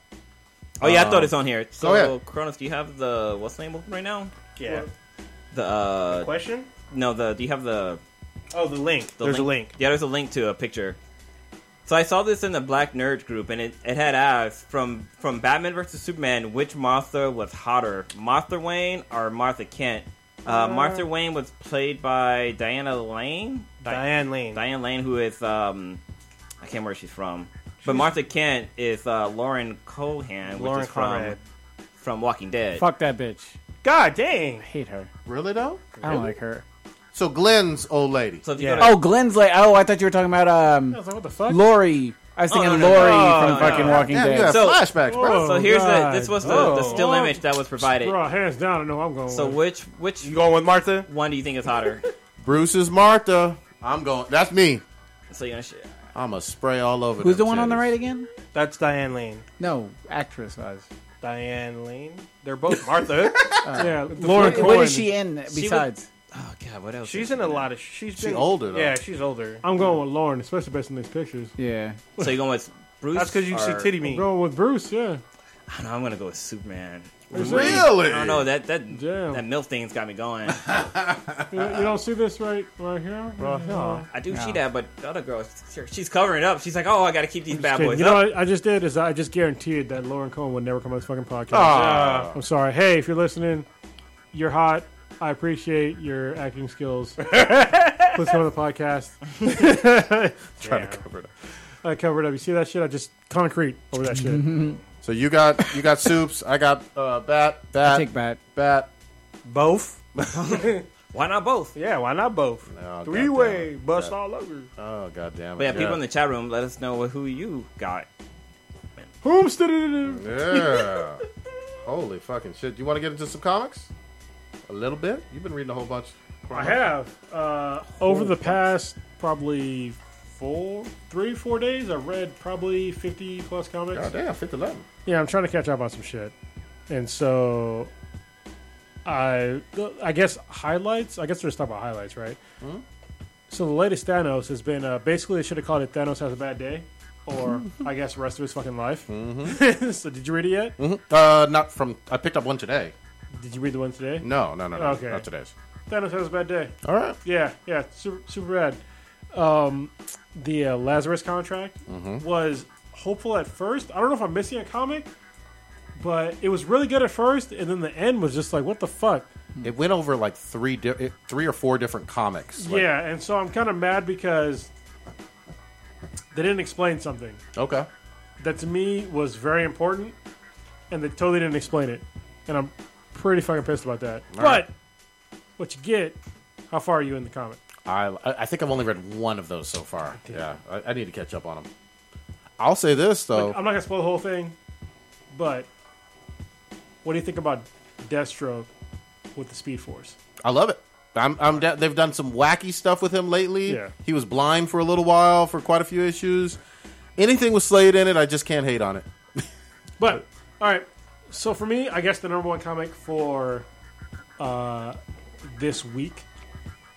oh yeah, I
Um,
thought it's on here.
go
So
ahead.
Kronos, do you have the what's the name open right now?
yeah.
The uh
Question?
no the do you have the
Oh, the link.
the
there's a link.
Yeah, there's a link to a picture. So I saw this in the Black Nerd group, and it, it had asked from from Batman versus Superman, which Martha was hotter, Martha Wayne or Martha Kent? Uh, Martha Wayne was played by Diana Lane.
Diane Lane.
Diane Lane, who is um, I can't remember where she's from, but Martha Kent is uh, Lauren Cohan, which
Lauren
is from
Conrad.
from Walking Dead.
Fuck that bitch.
God dang.
I hate her.
Really though?
I don't like her.
So Glenn's old lady.
So if you
Yeah.
go to-
Oh, Glenn's like. Oh, I thought you were talking about um
I was like, what the fuck?
Lori. I was thinking
no, no,
Lori
Oh, no,
from
no,
fucking
no.
Walking
Damn, you
Dead.
have
So-
flashbacks, bro.
so here's the
God.
this was the,
Oh.
the still
Oh.
image that was provided.
Bro, hands down, I know I'm going.
So
with.
which which
You going with Martha?
one do you think is hotter?
Bruce is Martha. I'm going. That's me.
so you're gonna. Sh-
I'm a spray all over.
Who's the
them
one on the
titties.
right again?
That's Diane Lane.
No, actress was.
Diane Lane. They're both Martha.
yeah, the
What-
Florida
what
Cohen.
is she in besides?
Oh god, what else?
she's in a lot of. She's
She
been,
older, though.
Yeah, she's older.
I'm going with Lauren, especially based on these pictures.
yeah.
So you're going with Bruce?
That's because you
or-
see titty
I'm
me.
going with Bruce. Yeah,
I don't know, I'm gonna go with Superman.
Really?
I don't know that that
Damn.
that milf thing's got me going.
you, you don't see this right right here. No.
I do see that, but the other girl, she's covering it up. She's like, oh, I gotta keep these bad
Okay,
boys
you know
up.
what I just did is I just guaranteed that Lauren Cohen would never come on this fucking podcast.
Ah.
Aw.
I'm sorry. Hey, if you're listening, you're hot. I appreciate your acting skills. Let's go on the podcast.
Trying to cover it up.
I covered up. You see that shit? I just concrete over that shit.
So you got you got soups. I got uh, bat bat
Take bat.
bat.
Both.
Why not both?
Yeah, why not both?
No,
Three way bust all over.
Oh god damn it!
But yeah, people in the chat room, let us know who you got.
Whoops, da-da-da-da.
Yeah. Holy fucking shit! You want to get into some comics? A little bit. You've been reading a whole bunch.
I have uh, over the past probably four, three, four days. I read probably fifty plus comics.
God damn, fifth eleven.
Yeah, I'm trying to catch up on some shit, and so I I guess highlights. I guess there's talk about highlights, right? So the latest Thanos has been uh, basically they should have called it Thanos has a bad day, or I guess rest of his fucking life. so did you read it yet?
Uh, not from. I picked up one today.
Did you read the one today?
No, no, no, no.
Okay.
Not today's.
Thanos has a bad day.
All right.
Yeah, yeah, super, super bad. Um, the uh, Lazarus contract was hopeful at first. I don't know if I'm missing a comic, but it was really good at first, and then the end was just like, what the fuck?
It went over like three, di- it- three or four different comics. Like,
yeah, and so I'm kind of mad because they didn't explain something
Okay.
that to me was very important, and they totally didn't explain it, and I'm pretty fucking pissed about that. but
right.
what you get, how far are you in the comic?
I I I think I've only read one of those so far. Yeah, I, I need to catch up on them. I'll say this though.
I'm not gonna spoil the whole thing, but what do you think about Deathstroke with the Speed Force?
I love it. I'm, I'm da- they've done some wacky stuff with him lately.
Yeah.
He was blind for a little while for quite a few issues. Anything with Slade in it, I just can't hate on it.
But all right, so for me, I guess the number one comic for uh, this week.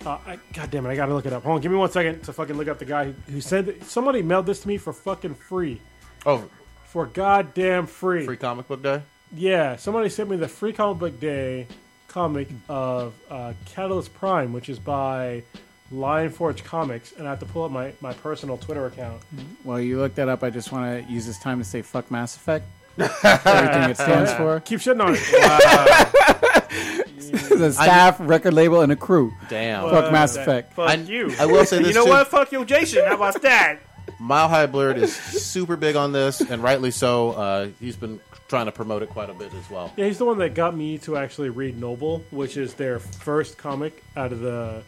Uh, I, God damn it! I gotta look it up. Hold on, give me one second to fucking look up the guy who, who said that, somebody mailed this to me for fucking free,
Oh,
for goddamn free.
free comic book day?
Yeah, somebody sent me the free comic book day comic of uh, Catalyst Prime, which is by Lion Forge Comics, and I have to pull up my, my personal Twitter account.
Well, you looked that up. I just want to use this time to say fuck Mass Effect. Everything it stands for.
Keep shitting on it.
The staff, record label, and a crew.
Damn.
Fuck Mass Effect.
Fuck
I,
you.
I will say this
you know
too.
what? Fuck you, Jason. How about that?
Mile High Blurred is super big on this, and rightly so. Uh, he's been trying to promote it quite a bit as well.
yeah, he's the one that got me to actually read Noble, which is their first comic out of the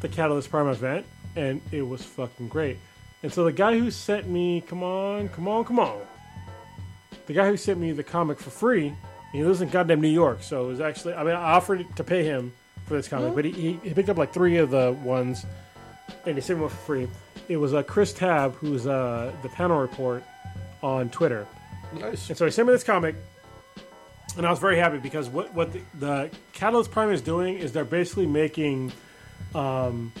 the Catalyst Prime event, and it was fucking great. And so the guy who sent me, come on, come on, come on, the guy who sent me the comic for free, he lives in goddamn New York, so it was actually, I mean, I offered to pay him for this comic, but he, he, he picked up like three of the ones, and he sent me one for free. It was uh, Chris Tab, who's uh, the panel report on Twitter. Nice. And so he sent me this comic, and I was very happy because what, what the, the Catalyst Prime is doing is they're basically making um,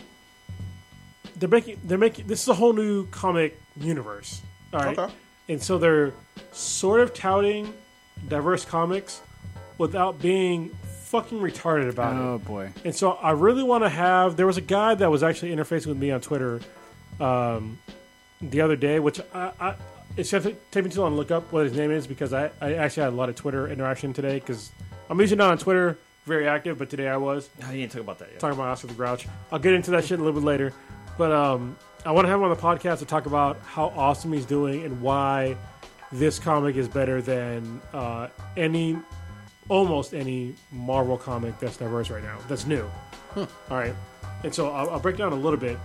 they're making they're making this is a whole new comic universe. All right,
Okay.
and so they're sort of touting diverse comics without being fucking retarded about
Oh
it.
boy.
And so I really want to have. There was a guy that was actually interfacing with me on Twitter um, the other day, which I, I it's going to take me too long to look up what his name is because I, I actually had a lot of Twitter interaction today because I'm usually not on Twitter very active, but today I was
I didn't talk about that yet.
talking about Oscar the Grouch. I'll get into that shit a little bit later. But um, I want to have him on the podcast to talk about how awesome he's doing and why this comic is better than uh, any, almost any Marvel comic that's diverse right now, that's new. All right. And so I'll, I'll break down a little bit.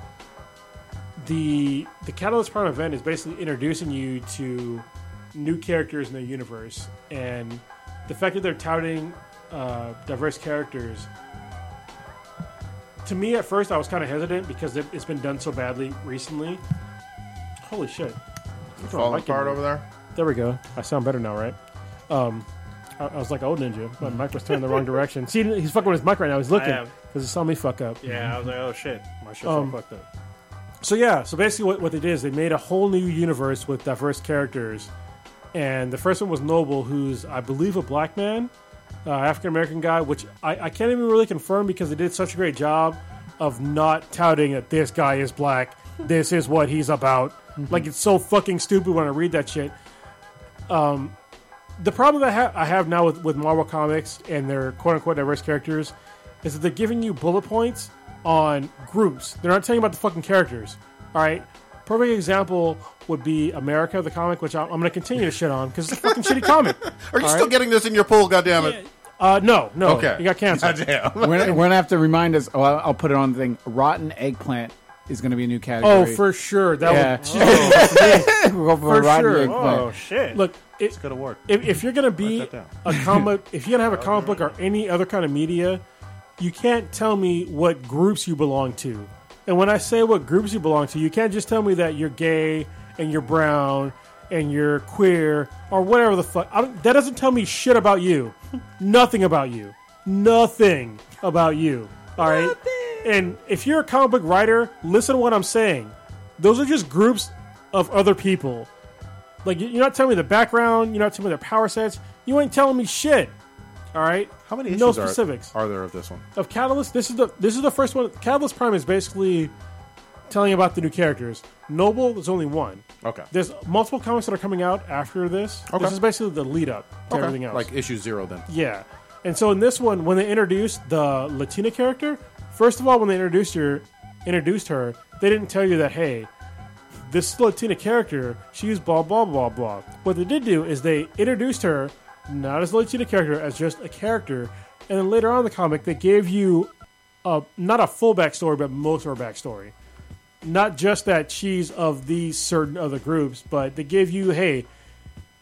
The, the Catalyst Prime event is basically introducing you to new characters in the universe. And the fact that they're touting uh, diverse characters to me at first I was kind of hesitant because it, it's been done so badly recently. Holy shit! What's wrong
Falling
with my
apart
keyboard?
over there?
There we go. I sound better now, right? Um, I, I was like old ninja. My
Mm-hmm.
mic was turned the wrong direction. See, he's fucking with his mic right now. He's looking
am.
because he saw me fuck up.
Yeah, I was like, oh shit, my shit's
Um,
all fucked up.
So yeah, so basically what, what they did is they made a whole new universe with diverse characters, and the first one was Noble, who's I believe a black man, uh, African American guy, which I, I can't even really confirm because they did such a great job of not touting that this guy is black, this is what he's about. Like it's so fucking stupid when I read that shit. Um, the problem that I, ha- I have now with, with Marvel Comics and their quote unquote diverse characters is that they're giving you bullet points on groups. They're not telling you about the fucking characters. All right. Perfect example would be America, the comic, which I- I'm going to continue to shit on because it's a fucking shitty comic.
Are you
All
still
right.
getting this in your pool? Goddamn it!
Uh, no, no.
Okay.
You got canceled.
Goddamn.
We're, we're gonna have to remind us. Oh, I'll, I'll put it on the thing. Rotten eggplant is gonna be a new
Oh,
category.
for sure. That
yeah.
would,
we'll go Oh, for,
for
rotten
sure.
eggplant.
Oh shit.
look. It,
Good award.
if, if you're gonna be
that down.
a comic, if you're gonna have a comic book or any other kind of media, you can't tell me what groups you belong to. And when I say what groups you belong to, you can't just tell me that you're gay and you're brown and you're queer or whatever the fuck. I don't- that doesn't tell me shit about you. Nothing about you. nothing about you. All right. And if you're a comic book writer, listen to what I'm saying. Those are just groups of other people. Like you- you're not telling me the background. You're not telling me their power sets. You ain't telling me shit. All right.
How many issues
No
are-
specifics
Are, there of this one?
of Catalyst. This is the this is the first one. Catalyst Prime is basically telling you about the new characters. Noble, there's only one.
Okay.
There's multiple comics that are coming out after this.
Okay.
This is basically the lead up to
Okay.
everything else.
Like issue zero then.
yeah. And so in this one, when they introduced the Latina character, first of all, when they introduced her, introduced her, they didn't tell you that hey, this Latina character, she's blah blah blah blah. What they did do is they introduced her not as a Latina character, as just a character, and then later on in the comic, they gave you a not a full backstory, but most of her backstory. Not just that she's of these certain other groups, but they gave you hey,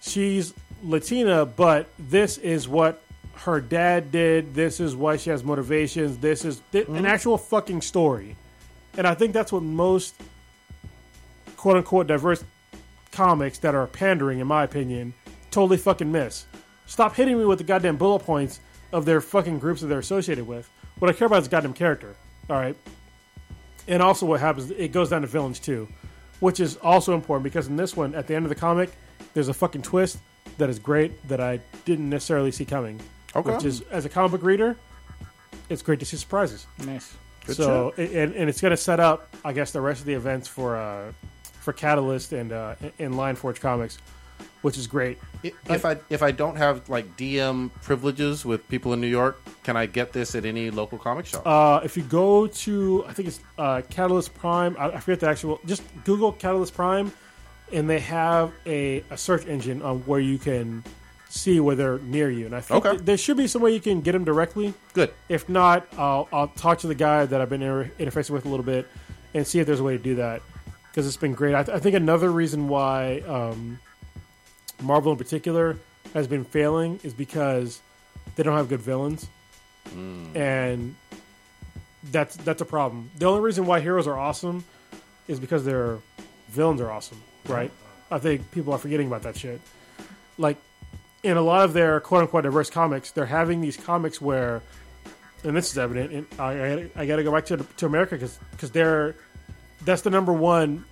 she's Latina, but this is what her dad did. This is why she has motivations. This is thi- an actual fucking story, and I think that's what most quote unquote diverse comics that are pandering, in my opinion, totally fucking miss. Stop hitting me with the goddamn bullet points of their fucking groups that they're associated with. What I care about is the goddamn character. All right. And also, what happens, it goes down to villains too, which is also important because in this one, at the end of the comic, there's a fucking twist that is great that I didn't necessarily see coming.
Okay.
Which is, as a comic book reader, it's great to see surprises
Nice.
so a- and, and it's going to set up, I guess, the rest of the events for uh, for Catalyst and uh, and Lion Forge Comics, which is great.
I- If I if I don't have like DM privileges with people in New York, can I get this at any local comic shop?
Uh, if you go to, I think it's uh, Catalyst Prime. I, I forget the actual. Just Google Catalyst Prime, and they have a, a search engine on where you can see where they're near you. And I think
Okay.
th- there should be some way you can get them directly.
Good.
If not, I'll, I'll talk to the guy that I've been inter- interfacing with a little bit and see if there's a way to do that because it's been great. I, th- I think another reason why um, Marvel in particular has been failing is because they don't have good villains, and that's that's a problem. The only reason why heroes are awesome is because their villains are awesome, right? I think people are forgetting about that shit. Like in a lot of their quote unquote diverse comics, they're having these comics where, and this is evident, and I, I, I got to go back to, to America because they're that's the number one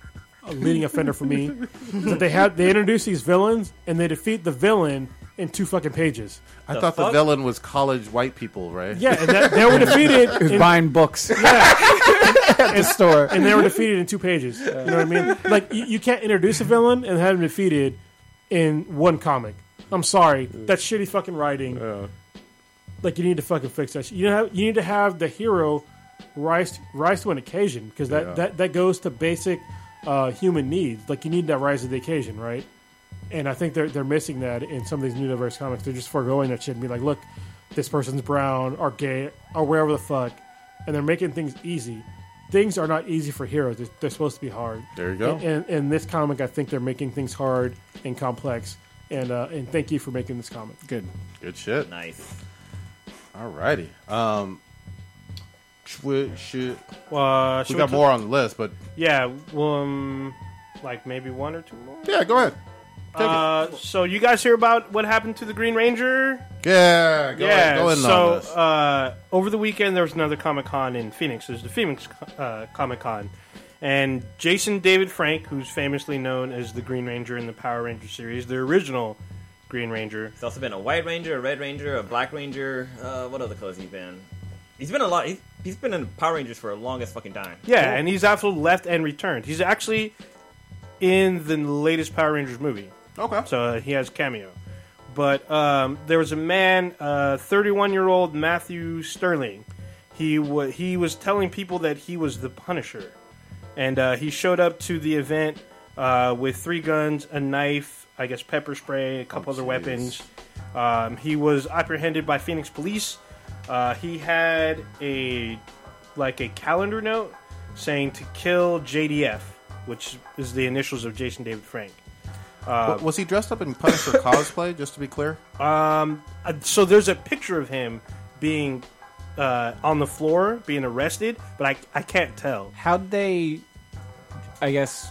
uh, leading offender for me. is that they have they introduce these villains and they defeat the villain in two fucking pages.
I thought the
fuck?
villain was college white people, right?
Yeah, and that, they were defeated.
He was
in-
buying books at the store.
and they were defeated in two pages. You know what I mean? Like you, you can't introduce a villain and have him defeated in one comic. I'm sorry, that's shitty fucking writing. Like you need to fucking fix that. Shit. You know, you need to have the hero rise rise to an occasion because that,
Yeah.
that that goes to basic uh, human needs. Like you need that rise to the occasion, right? And I think they're they're missing that in some of these new diverse comics. They're just foregoing that shit and be like, look, this person's brown or gay or wherever the fuck, and they're making things easy. Things are not easy for heroes. They're, they're supposed to be hard.
There you go.
And, and, and this comic, I think they're making things hard and complex. And uh, and thank you for making this comic.
Good.
Good shit.
Nice.
Alrighty. Um, sh- we, should,
Uh,
we
should
got
t-
more on the list, but
Yeah, well, um, like maybe one or two more.
yeah, go ahead. Take
Uh, so you guys hear about what happened to the Green Ranger?
it. Yeah, go, ahead. go in
so
on this.
uh, over the weekend there was another Comic Con in Phoenix. There's the Phoenix uh, Comic Con, and Jason David Frank, who's famously known as the Green Ranger in the Power Ranger series, the original Green Ranger.
It's also been a White Ranger, a Red Ranger, a Black Ranger. Uh, what other colors he been? He's been a lot. He's, he's been in Power Rangers for the longest fucking time.
Yeah, and he's also left and returned. He's actually in the latest Power Rangers movie.
okay.
So uh, he has cameo. But um, there was a man, 31 year old Matthew Sterling. He wa he was telling people that he was the Punisher, and uh, he showed up to the event uh, with three guns, a knife, I guess pepper spray, a couple other
jeez.
weapons. Um, he was apprehended by Phoenix police. Uh, he had a like a calendar note saying to kill JDF, which is the initials of Jason David Frank.
W- was he dressed up in Punisher cosplay? Just to be clear.
Uh, so there's a picture of him being uh, on the floor, being arrested, but I, I can't tell.
How'd they, I guess,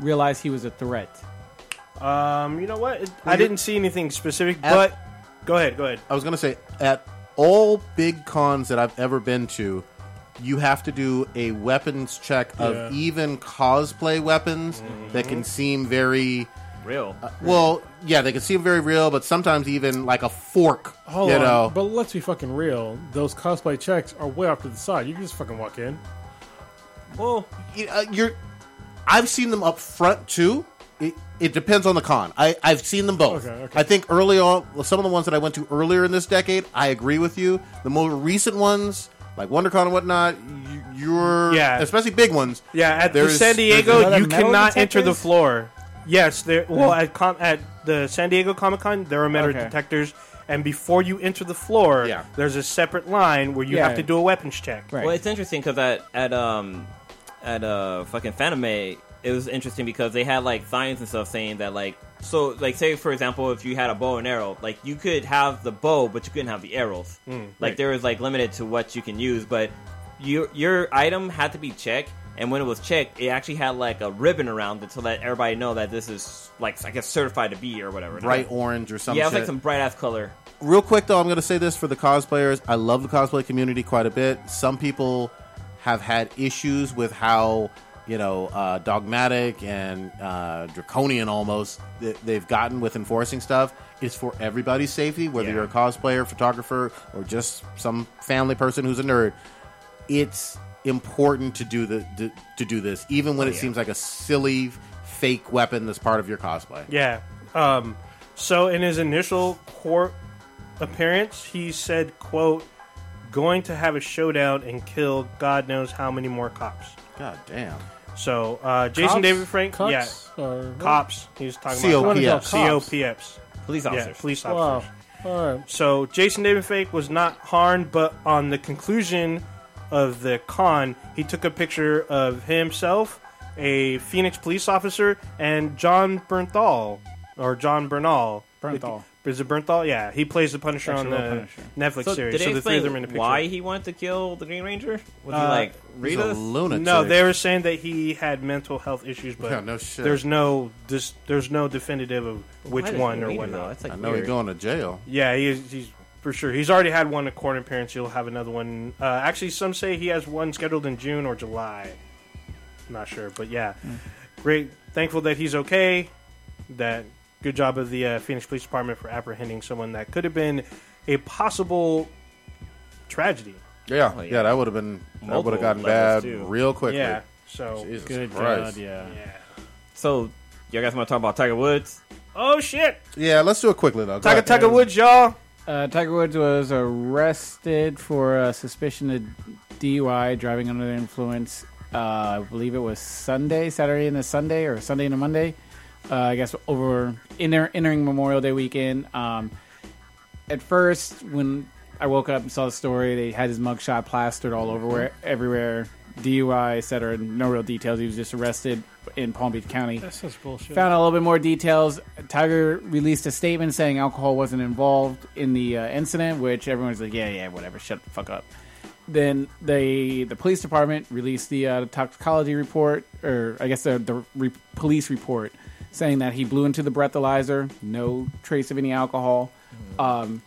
realize he was a threat?
Um, you know what? It- I
you-
didn't see anything specific, but go ahead, go ahead.
I was gonna say at all big cons that I've ever been to, you have to do a weapons check
Yeah.
of even cosplay weapons that can seem very uh,
Real.
Uh,
well. Yeah, they can seem very real, but sometimes even like a fork.
Hold
you
on,
know,
but let's be fucking real. Those cosplay checks are way off to the side. You can just fucking walk in.
well,
you- uh, you're I've seen them up front too. It, it depends on the con. I, I've seen them both.
Okay, okay.
I think early on, some of the ones that I went to earlier in this decade, I agree with you. The more recent ones, like WonderCon and whatnot, you, you're
Yeah.
especially big ones.
Yeah, at the
there's-
San
there's-
Diego,
that
you
metal
cannot enter the
detectors?
floor. Yes, there. Well, at com- at the San Diego Comic Con, there are metal
Okay.
detectors, and before you enter the floor,
Yeah.
there's a separate line where you
Yeah.
have to do a weapons check.
Right.
well, it's interesting because at at um at uh fucking Fanime, it was interesting because they had like signs and stuff saying that like so like say for example if you had a bow and arrow like you could have the bow but you couldn't have the arrows like there was like limited to what you can use but your your item had to be checked and when it was checked it actually had like a ribbon around it to let everybody know that this is like I guess certified to be or whatever
bright orange or something.
yeah it was like some bright ass color
real quick though, I'm going to say this for the cosplayers. I love the cosplay community quite a bit. Some people have had issues with how you know uh, dogmatic and uh, draconian almost th- they've gotten with enforcing stuff. It's for everybody's safety, whether
Yeah.
you're a cosplayer, photographer, or just some family person who's a nerd. It's important to do the to, to do this, even when it seems like a silly fake weapon that's part of your cosplay.
Yeah. Um, so in his initial court appearance, he said, "quote Going to have a showdown and kill God knows how many more cops."
God damn.
So uh, Jason
Cops?
David Frank,
Cops?
yeah,
Or-
cops. He's
What
talking
COPS.
do you call
Yeah.
about
cops?
cops. COPS.
police
Yeah,
officers
police officers.
Wow. All right.
So Jason David Fake was not harmed, but on the conclusion of the con, he took a picture of himself, a Phoenix police officer, and John Bernthal or John Bernal.
Bernthal.
Is it Bernthal? Yeah, he plays the Punisher
That's
on
your
the
real Punisher.
Netflix
So
series.
did they
so the three
explain
of them in the picture.
why he wanted to kill the Green Ranger? Was he
Uh,
like
He's a
Rita?
lunatic.
No, they were saying that he had mental health issues, but
Yeah, no shit.
there's no this, there's no definitive of which
Why does
one
he
or
read it,
whatnot.
though? That's, like,
I know he's
weird.
going to jail.
Yeah, he is, he's for sure. He's already had one at court appearance. He'll have another one. Uh, actually, some say he has one scheduled in June or July. Not sure, but yeah, great. Thankful that he's okay. That good job of the uh, Phoenix Police Department for apprehending someone that could have been a possible tragedy.
Yeah,
Oh,
yeah.
yeah.
that would have been that would
Multiple
have gotten
levels,
bad
too.
real quickly.
Yeah. So
Jesus
Good God,
Christ.
yeah.
yeah.
So, you guys want to talk about Tiger Woods?
Oh shit!
Yeah, let's do it quickly though. Go
Taka
ahead.
Taka Woods, y'all.
Uh, Tiger Woods was arrested for uh, suspicion of DUI, driving under the influence. Uh, I believe it was Sunday, Saturday and a Sunday, or Sunday and a Monday. Uh, I guess over inter- entering Memorial Day weekend. Um, at first, when I woke up and saw the story, they had his mugshot plastered all over where, everywhere. DUI, etc. No real details. He was just arrested in Palm Beach County.
That's just bullshit.
Found out a little bit more details. Tiger released a statement saying alcohol wasn't involved in the uh, incident, which everyone's like, "Yeah, yeah, whatever, shut the fuck up." Then they, the police department released the uh, toxicology report, or I guess the, the re- police report, saying that he blew into the breathalyzer, no trace of any alcohol. Um,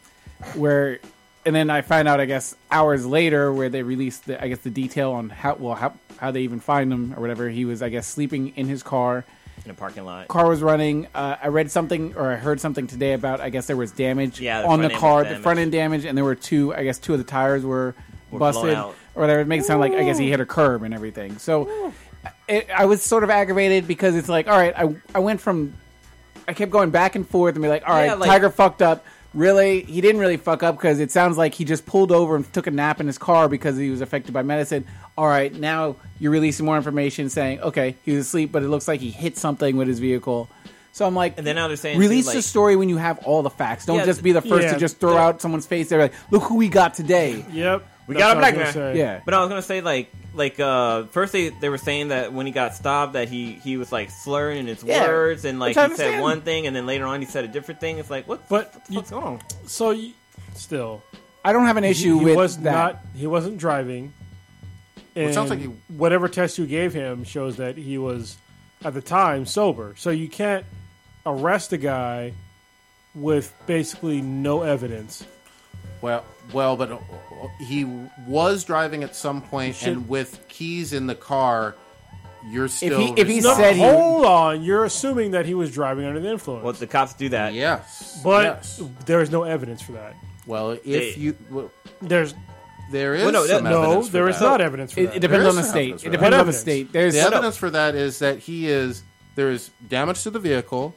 where and then I find out I guess hours later where they released the I guess the detail on how well how how they even find him or whatever he was I guess sleeping in his car
In a parking lot.
car was running uh, I read something or I heard something today about I guess there was damage
Yeah, the
on the
front end
car
was
the front end damage and there were two I guess two of the tires were,
Were blown
busted
out.
or whatever it makes it sound like I guess he hit a curb and everything so it, I was sort of aggravated because it's like all right I I went from I kept going back and forth and be like, all right,
Yeah, like-
Tiger fucked up. Really, he didn't really fuck up because it sounds like he just pulled over and took a nap in his car because he was affected by medicine. All right, now you're releasing more information saying, okay, he was asleep, but it looks like he hit something with his vehicle. So I'm like,
And then now they're saying,
release
too,
the
like-
story when you have all the facts. Don't
Yeah,
just be the first
yeah.
to just throw out someone's face. They're like, look who we got today.
Yep. We
got a black man.
Yeah,
But I was gonna say like like uh first they they were saying that when he got stopped that he he was like slurring in his
Yeah.
words and like
Which I
he said
understand.
one thing and then later on he said a different thing. It's like what
But
what the
you-
fuck's going on?
So, you, still,
I don't have an
he,
issue
he
with
was
that.
not. He wasn't driving. And
it sounds like he-
whatever test you gave him shows that he was at the time sober. So you can't arrest a guy with basically no evidence.
Well, well, but uh, he was driving at some point, and with keys in the car, you're still.
he- if he
No,
responsible.
said he-
hold on. You're assuming that he was driving under the influence.
Well, the cops do that.
yes,
but
yes.
there is no evidence for that.
well, if
They-
you, well,
There's
there is
Well, no, that-
some
no,
evidence for
there is
that.
not evidence for
It,
that.
it depends
is
on the
some
state.
evidence for
It
that.
depends on the
Evidence.
state. There's
The evidence for that is that he is there is damage to the vehicle.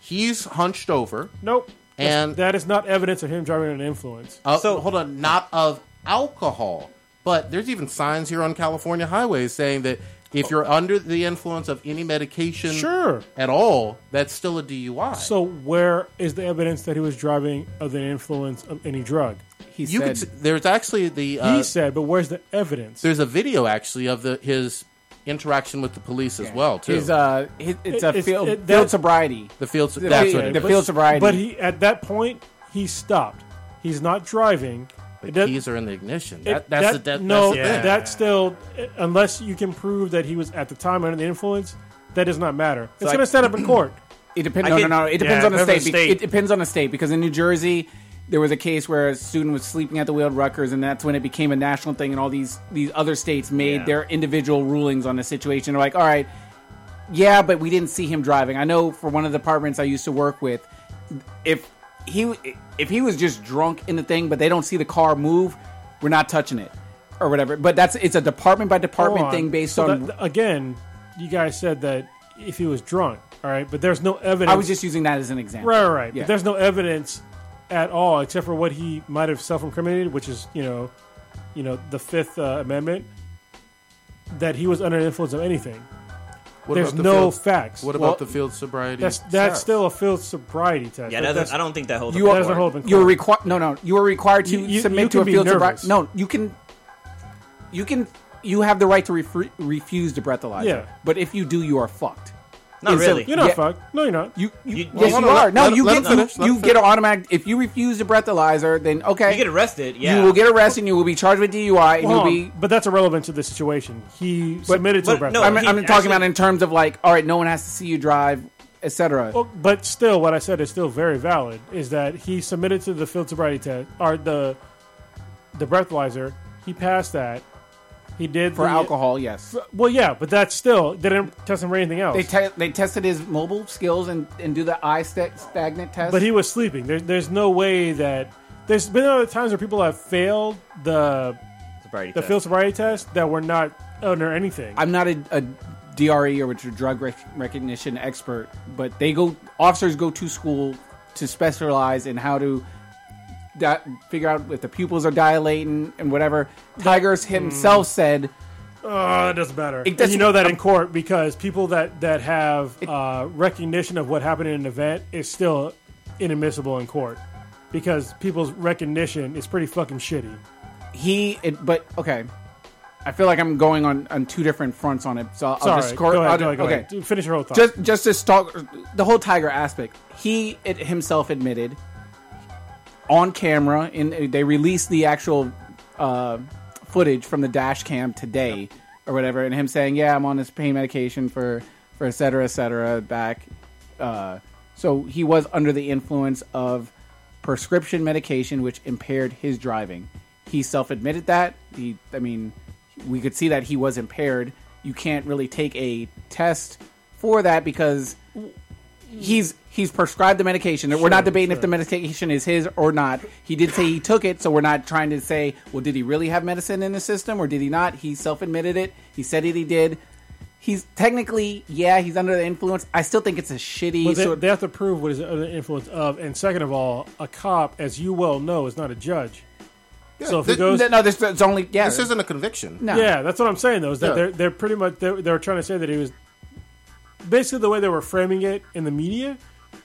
He's hunched over.
nope.
And-
that is not evidence of him driving under the influence.
Uh,
So-
hold on, not of alcohol, but there's even signs here on California highways saying that if you're under the influence of any medication,
Sure.
at all, that's still a DUI.
So where is the evidence that he was driving under the influence of any drug?
he
you
said,
could s- there's actually the
He
uh,
said, but where's the evidence?
there's a video actually of the his interaction with the police as well too.
his, uh, his, it's a
It's-
field,
it-
field
that-
sobriety.
the field,
the
that's
fi-
what it
the
is.
But-
field sobriety.
But he at that point he stopped. He's not driving.
The
It does-
keys are in the ignition.
it-
That, that's
that-
the, that,
no,
that's the thing.
that still unless you can prove that he was at the time under the influence, that does not matter. It's
I-
going to stand up in court.
It depends.
I
No,
get-
no, no. It depends
Yeah,
on the
it
state.
depends
Be-
on the
It
state.
depends on the state because in New Jersey, there was a case where a student was sleeping at the wheel at Rutgers, and that's when it became a national thing. And all these these other states made
Yeah.
their individual rulings on the situation. They're like, all right, yeah, but we didn't see him driving. I know for one of the departments I used to work with, if he if he was just drunk in the thing, but they don't see the car move, we're not touching it or whatever. But that's it's a department by department
Hold on.
thing based
So
on.
that- again, you guys said that if he was drunk, all right, but there's no evidence.
I was just using that as an example.
right, right. right.
Yeah.
But there's no evidence at all except for what he might have self-incriminated, which is you know, you know, the Fifth uh, Amendment, that he was under the influence of anything.
What
there's
about the
no
field-
facts.
What
Well,
about the field sobriety?
That's that's
test?
still a field sobriety test. That-
Yeah, that
that's,
doesn't, I don't think that holds
You
up.
are-
in
doesn't
court.
hold in court.
You're required. No, no. You are required to
You- you-
submit
you
to
can
a
be
field
nervous.
sobriety. No, you can. You can. You have the right to refre- refuse to breathalyzer.
Yeah.
But if you do, you are fucked.
Not
And so-
really.
you're not
Yeah.
fucked. No, you're not.
You, you,
You-
yes,
Well,
you
hold on,
are.
let-
no,
let-
you
let
get
him finish,
you,
let
you
him
get an
finish.
automatic. If you refuse to breathalyzer, then okay,
You get arrested.
You
Yeah.
will get arrested. and You will be charged with DUI, and
Hold
you'll
on,
be.
um, but that's irrelevant to the situation. He submitted to
but
breath.
no,
I
I'm,
mean,
he
I'm talking
actually-
about in terms of like, all right, no one has to see you drive, etc.
well, but still, what I said is still very valid. Is that he submitted to the field sobriety test or the the breathalyzer? He passed that. He did
For
the-
alcohol, yes.
Well, yeah, but that's still they didn't test him for anything else.
They te- they tested his mobile skills and, and do the eye st- stagnant test.
but he was sleeping. There, there's no way that there's been other times where people have failed the
Sobriety
the
test.
field sobriety test that were not under anything.
I'm not a, a DRE or which are drug rec- recognition expert, but they go officers go to school to specialize in how to di- figure out if the pupils are dilating and whatever. Tigers himself
Hmm.
said
Oh, it doesn't matter.
It doesn't-
you know that in court because people that that have uh, recognition of what happened in an event is still inadmissible in court because people's recognition is pretty fucking shitty.
he. It, but okay, I feel like I'm going on on two different fronts on it. So I'll
Sorry,
just cor-
go ahead,
I'll
go
ju-
ahead, go
okay.
ahead. Finish your whole thought.
just just to stalk the whole tiger aspect he it, himself admitted on camera and they released the actual uh, footage from the dash cam today or whatever and him saying yeah i'm on this pain medication for for et cetera et cetera back uh, so he was under the influence of prescription medication which impaired his driving he self-admitted that he i mean we could see that he was impaired you can't really take a test for that because he's he's prescribed the medication we're not debating if the medication is his or not he did say he took it so we're not trying to say well did he really have medicine in his system or did he not he self-admitted it he said it he did he's technically yeah he's under the influence i still think it's a shitty
But they,
sort-
they have to prove what is under the influence of, and second of all, a cop, as you well know, is not a judge. so if
thi-
it goes,
no this it's only yeah
This isn't a conviction.
no.
yeah, that's what I'm saying though. Is that
Yeah.
they're they're pretty much they're, they're trying to say that he was basically the way they were framing it in the media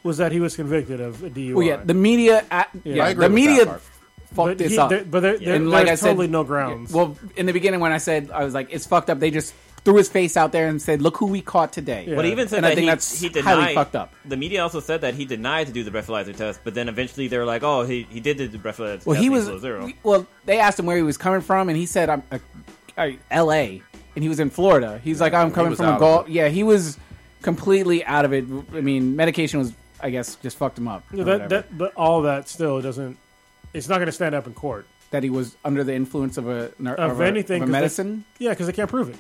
was that he was convicted of a DUI.
Well, yeah, the media. At, yeah,
I
agree
the
with
media
that part.
fucked
but
this
he-
up.
there- but there- there-
and like
there's
I said,
totally no grounds.
yeah, well, in the beginning, when I said I was like, "It's fucked up," they just threw his face out there and said, "Look who we caught today."
Yeah.
But he even said
And I
that
think
he,
that's
he denied.
highly fucked up.
The media also said that he denied to do the breathalyzer test, but then eventually they were like, "Oh, he, he did do the breathalyzer
Well,
test."
he
and
was.
below zero.
Well, they asked him where he was coming from, and he said, "I'm uh, uh, L.A." and he was in Florida. He's like, "I'm coming
was
from a
out
golf."
of
Yeah, he was completely out of it. I mean, medication was, I guess, just fucked him up. or
Yeah,
whatever.
that, that, but all that still doesn't it's not going to stand up in court.
that he was under the influence of a nar-
Of,
of a-
anything. 'cause
of a
they-
medicine.
yeah, because they can't prove it.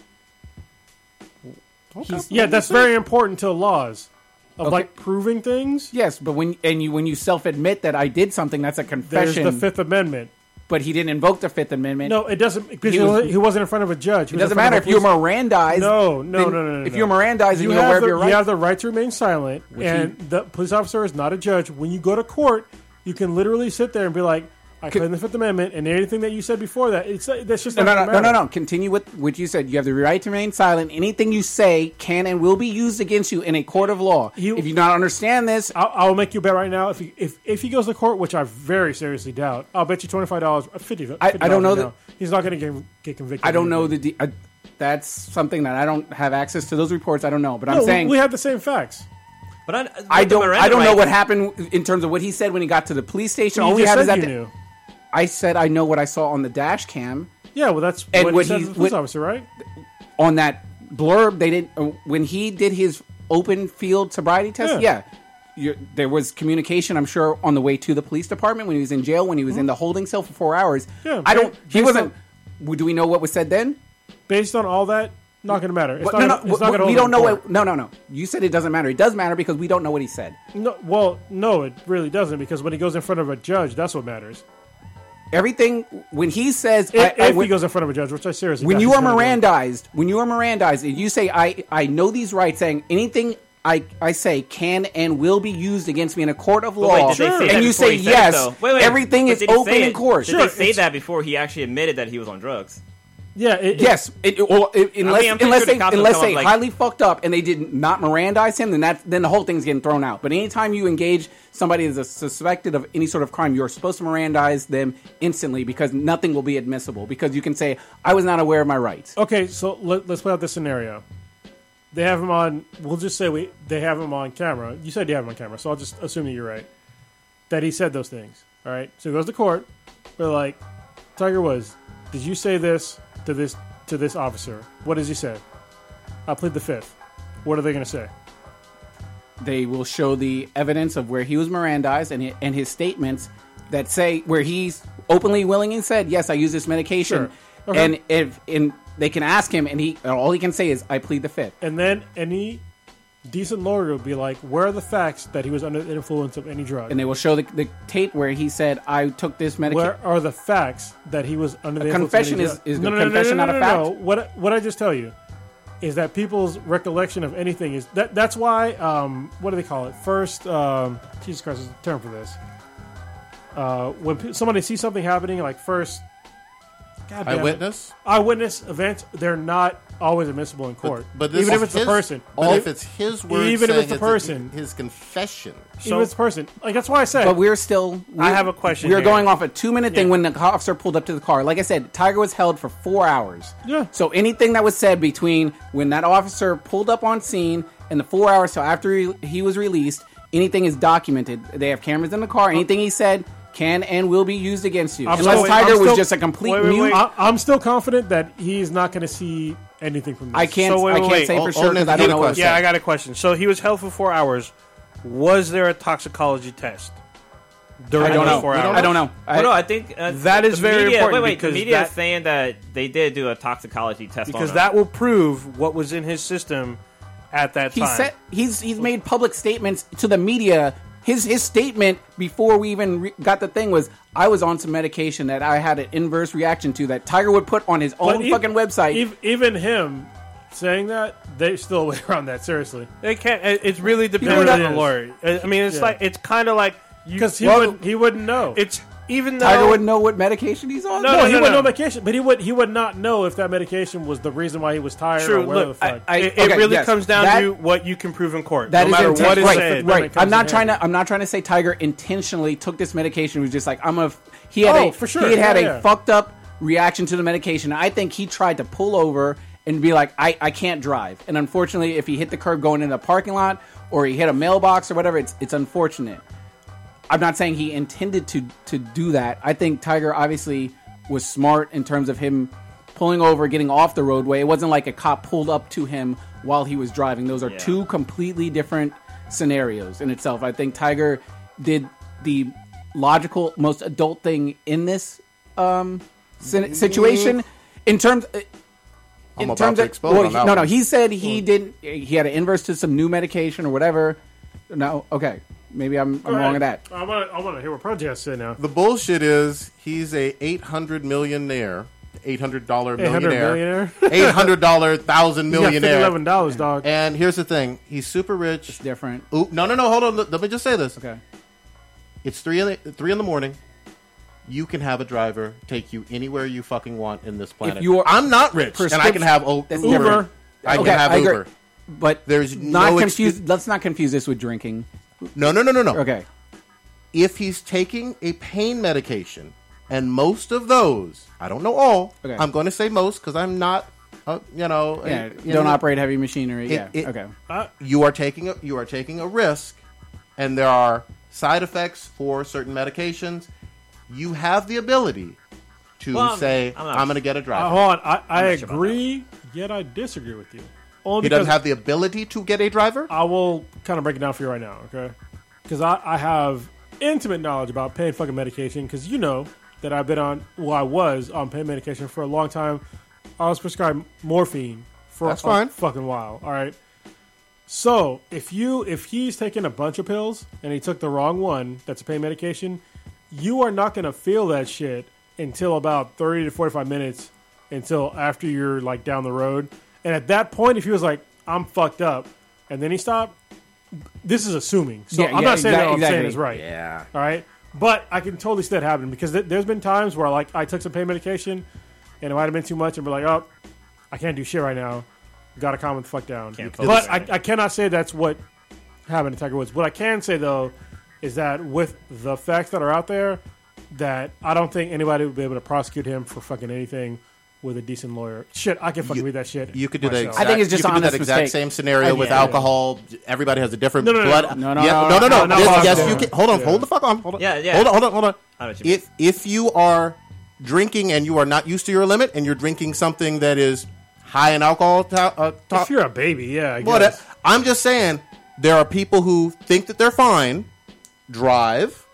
He's-
Yeah, that's very important to laws of
Okay.
like proving things.
Yes, but when and you when you self admit that I did something, that's a
There's
confession.
the Fifth Amendment.
but he didn't invoke the Fifth Amendment.
No, it doesn't because
He
he,
was-
was, not in front of a judge. He
it
was in
doesn't
front
matter
of
if
a
you're
police-
Mirandized.
No, no,
then-
no, no, no.
If
no.
you're Mirandized,
you
you know
have
where
the,
you're right.
you have the right to remain silent,
Which
and the police officer is not a judge. When you go to court, you can literally sit there and be like, "I claim the Fifth Amendment," and anything that you said before that, it's uh, that's just
no,
not
no, no,
gonna
no, no,
matter.
no. Continue with what you said. You have the right to remain silent. Anything you say can and will be used against you in a court of law.
You-
if you do not understand this,
I'll, I'll make you bet right now if he, if if he goes to court, which I very seriously doubt. I'll bet you twenty five dollars, uh, fifty.
I- I don't know
$50 now. he's not going to get get convicted.
I don't know the. De- I, that's something that I don't have access to those reports. I don't know, but
No,
I'm saying
we have the same facts.
But I,
I
with the
don't.
Miranda
I don't know
rights-
what happened in terms of what he said when he got to the police station.
You
All we
just
have is
said
that
you
the-
knew.
I said I know what I saw on the dash cam
Yeah, well, that's
And
what
when
he said
he-
to the police
when-
officer, right?
on that blurb. They didn't uh, when he did his open field sobriety test.
Yeah.
Yeah. You're, there was communication, I'm sure, on the way to the police department when he was in jail, when he was in the holding cell for four hours.
Mm-hmm. Yeah,
I don't.
ba-
He
based
wasn't. w do we know what was said then?
Based on all that, not going to matter. It's
What-
not
no, no,
gonna- it's not
what-
gonna
we
hold
don't
up
know.
in court.
What, no, no, no. You said it doesn't matter. It does matter because we don't know what he said.
No, well, no, it really doesn't because when he goes in front of a judge, that's what matters.
Everything when he says,
If,
I- I
if he
went-
goes in front of a judge, which I seriously
when
doubt
you
he's
are
gonna do.
Mirandized, when you are Mirandized, and you say, "I I know these rights," saying anything I I say can and will be used against me in a court of
But
law,
wait, did they say that
and you
before
say
he said it,
yes,
though? Wait, wait,
everything
but
is
did he say
open in
it-
court.
Did
Sure,
they say
it's-
that before he actually admitted that he was on drugs?
Yeah, it, it-
Yes, it, it- well, it- unless
I'm pretty
unless
sure the
they
cops will
unless
come
they
up, like-
highly fucked up and they did not Mirandize him, then that then the whole thing's getting thrown out. But anytime you engage somebody that's suspected of any sort of crime, you are supposed to Mirandize them instantly because nothing will be admissible because you can say I was not aware of my rights.
Okay, so let, let's play out this scenario. They have him on. We'll just say we they have him on camera. You said you have him on camera, so I'll just assume that you're right. That he said those things. All right. So he goes to court. They're like, Tiger Woods, did you say this to this to this officer? What does he say? I plead the fifth. What are they going to say?
they will show the evidence of where he was Mirandized and his, and his statements that say where he's openly willing and said, "Yes, I use this medication."
Sure. Okay.
And if and they can ask him, and he all he can say is, "I plead the fifth.
And then any decent lawyer would be like, where are the facts that he was under the influence of any drug?
And they will show the, the tape where he said, "I took this medication."
Where are the facts that he was under the influence of
confession
any
is-
drug?
is the confession not a fact?
What what I just tell you is that people's recollection of anything is that that's why um, what do they call it? First, um, Jesus Christ, there's a term for this. Uh, when pe- somebody sees something happening, like first God damn it.
Eyewitness?
eyewitness events, they're not always admissible in court.
But this
even
is
if it's
his,
the person,
But
But
if it's his word,
even if
saying
it's the
a-
person.
his confession.
even if it's the person, like that's why I said
but we're still.
I
we're-
have a question
We're
here.
going off a two-minute thing when the officer pulled up to the car. Like I said, Tiger was held for four hours.
Yeah.
So anything that was said between when that officer pulled up on scene and the four hours so after he, he was released, anything is documented. They have cameras in the
Oh.
car. Anything he said can and will be used against you.
I'm
Unless
still-
Tiger
I'm
was
still-
just a complete
wait, wait,
mute.
wait.
I, I'm still confident that he's not going to see anything from this.
I can't.
So
I
wait, wait,
can't
wait.
say
Oh,
for sure
oh,
because
no,
I don't
no
know what.
question.
Yeah, I got a question. So he was held for four hours. Was there a toxicology test during
I don't
those
know.
four hours?
I don't know. I-
Well, no, I think uh,
That is
the
very
media,
important
Wait, wait, the
because
media is
that-
saying that they did do a toxicology test on
because
him.
that will prove what was in his system at that
he
time.
said he's he's made public statements to the media. His his statement before we even re- got the thing was I was on some medication that I had an inverse reaction to that Tiger would put on his
But
own
e-,
ev-
fucking website.
ev- Even, him saying that, they still way around that seriously
It can't. It, it really depends
really
on the
is.
lawyer. I I mean, it's
Yeah.
like it's kind of like you-
because he
well,
would he wouldn't know.
It's even though
Tiger would know what medication he's on.
no,
no,
he
no,
would
no.
know medication, but he would he would not know if that medication was the reason why he was tired or
true.
whatever
Look,
the
I,
fuck.
I- it
Okay,
really
yes.
comes down
That-
to what you can prove in court,
That is
no matter
inten-
what is
right,
said.
when
Right.
it comes
I'm not
to
trying
him.
to. I'm not trying to say Tiger intentionally took this medication. It was just like I'm a. He had
Oh,
a.
for sure.
He had, had
Yeah,
a
yeah.
fucked up reaction to the medication. I think he tried to pull over and be like, I, I can't drive. And unfortunately, if he hit the curb going into a parking lot or he hit a mailbox or whatever, it's it's unfortunate. I'm not saying he intended to to do that. I think Tiger obviously was smart in terms of him pulling over, getting off the roadway. It wasn't like a cop pulled up to him while he was driving. Those are
Yeah.
two completely different scenarios in itself. I think Tiger did the logical, most adult thing in this um, sin- situation. In terms,
Mm-hmm.
uh,
I'm about to explode on
he-
that
no, no,
one.
he said he didn't. He had an inverse to some new medication or whatever. No, okay, maybe I'm, I'm wrong on that.
I want to. I want to hear what Project said now.
The bullshit is he's a eight hundred millionaire, eight hundred dollar millionaire,
millionaire?
eight hundred dollar thousand
eleven
millionaire.
dollars, dog.
And here's the thing: he's super rich.
Different.
Ooh, no, no, no. Hold on. Let let me just say this.
Okay.
It's three in the, three in the morning. You can have a driver take you anywhere you fucking want in this planet.
you are-
I'm not rich, and I
Prescription-
can have o-
That's
Uber.
different.
I can
Okay,
have
I agree.
Uber.
But
There's
not
no
confuse.
excuse- Oh.
Let's not confuse this with drinking.
No, no, no, no, no.
Okay,
If he's taking a pain medication, and most of those, I don't know all.
Okay.
I'm going to say most because I'm not, uh, you know, a-
yeah,
you
don't
know,
operate heavy machinery.
it-
yeah,
it-
okay.
Uh,
You are taking a, you are taking a risk, and there are side effects for certain medications. You have the ability to
Well, I'm-
say,
I'm
"I'm,
not-
going to get a
Oh,
Uh,
driver."
hold on. I, I agree, yet I disagree with you. Only
he
because
doesn't have the ability to get a driver.
I will kind of break it down for you right now, okay? Because I, I have intimate knowledge about pain fucking medication. Because you know that I've been on, well, I was on pain medication for a long time. I was prescribed morphine for
That's
a
fine.
fucking while. All right. So if you if he's taking a bunch of pills and he took the wrong one, that's a pain medication. You are not gonna feel that shit until about thirty to forty five minutes until after you're like down the road. And at that point, if he was like, "I'm fucked up," and then he stopped, this is assuming. So
Yeah,
I'm
yeah,
not saying
exac-
that what I'm saying
exactly.
is right.
Yeah.
All right. But I can totally see that happening because th- there's been times where like I took some pain medication and it might have been too much and be like, oh, I can't do shit right now. Got to calm the fuck down.
focus
But
on
I,
it.
I cannot say that's what happened to Tiger Woods. What I can say though is that with the facts that are out there, that I don't think anybody would be able to prosecute him for fucking anything with a decent lawyer. Shit, I can fucking
You-
read that shit.
You could do the
myself.
exact,
I think it's just
you
an
could do that
honest
exact
mistake.
same scenario with
yeah.
alcohol. Everybody has a different
No, no, no,
blood.
no, no,
Yeah,
no,
no,
no,
no,
no,
Yes,
no,
yes,
no.
you can. Hold on,
Yeah.
hold the fuck on. Hold on.
Yeah, yeah.
Hold on, hold on, hold on.
I know what you mean.
If if you are drinking and you are not used to your limit and you're drinking something that is high in alcohol, to, uh,
If
top,
you're a baby, yeah. I
what
guess.
a- I'm just saying there are people who think that they're fine, drive,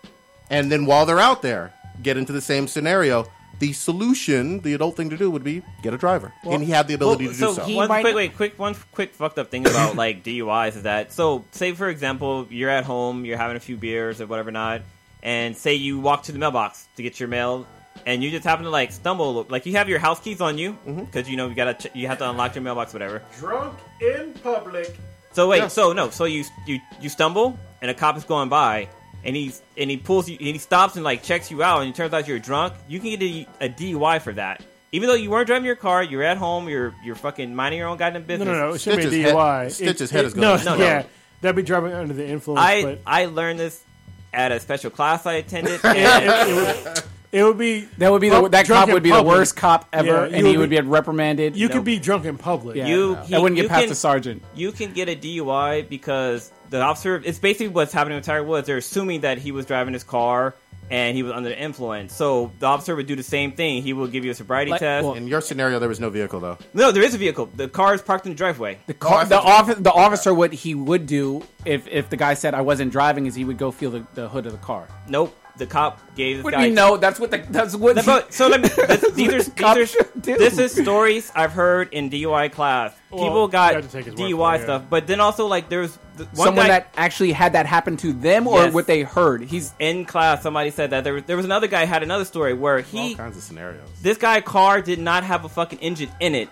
and then while they're out there, get into the same scenario. The solution, the adult thing to do, would be get a driver, and he had the ability
Well,
to do so.
He one
One might-
quick, wait, quick, one quick fucked up thing about like DUIs is that so say for example you're at home, you're having a few beers or whatever not, and say you walk to the mailbox to get your mail, and you just happen to like stumble, like you have your house keys on you
Mm-hmm.
because you know you gotta ch- you have to unlock your mailbox whatever.
Drunk in public.
So wait, so no, so you you you stumble and a cop is going by. And he's and he pulls you and he stops and like checks you out and it turns out you're drunk. You can get a, a DUI for that, even though you weren't driving your car. You're at home. You're you're fucking minding your own goddamn
No,
business.
no, no. It should be a
Stitch's head-
DUI. It-
Stitch's head
it-
is
no,
gone.
No, no.
yeah. That'd be driving under the influence.
I
but
I learned this at a special class I attended. And
it would be
That would be the,
pub-
that
drunk
cop
in
would be the
public.
worst cop ever,
Yeah,
and
you
he
would
would be, reprimanded.
You
No.
could be drunk in public.
Yeah.
you,
I
he-
wouldn't get
you
past
can-
the sergeant.
You can get a DUI because the officer. It's basically what's happening with Tiger Woods. They're assuming that he was driving his car and he was under the influence. So the officer would do the same thing. He will give you a sobriety
Like-
test.
well-
In your scenario, there was no vehicle though.
no, there is a vehicle. The car is parked in the driveway.
The, car, the, office, the officer, what he would do if, if the guy said I wasn't driving, is he would go feel the, the hood of the car.
Nope. The cop gave this
What do
guy.
you know? That's what the that's what.
No, but- so let me. This, these are,
Cop
these are
should do.
this is stories I've heard in DUI class. People got
you have to take his word
DUI
for it, yeah.
stuff, but then also like there's th- one guy
someone that actually had that happen to them or
Yes.
what they heard. He's
in class. Somebody said that there was, there was another guy had another story where
All
he
kinds of scenarios.
this guy car did not have a fucking engine in it,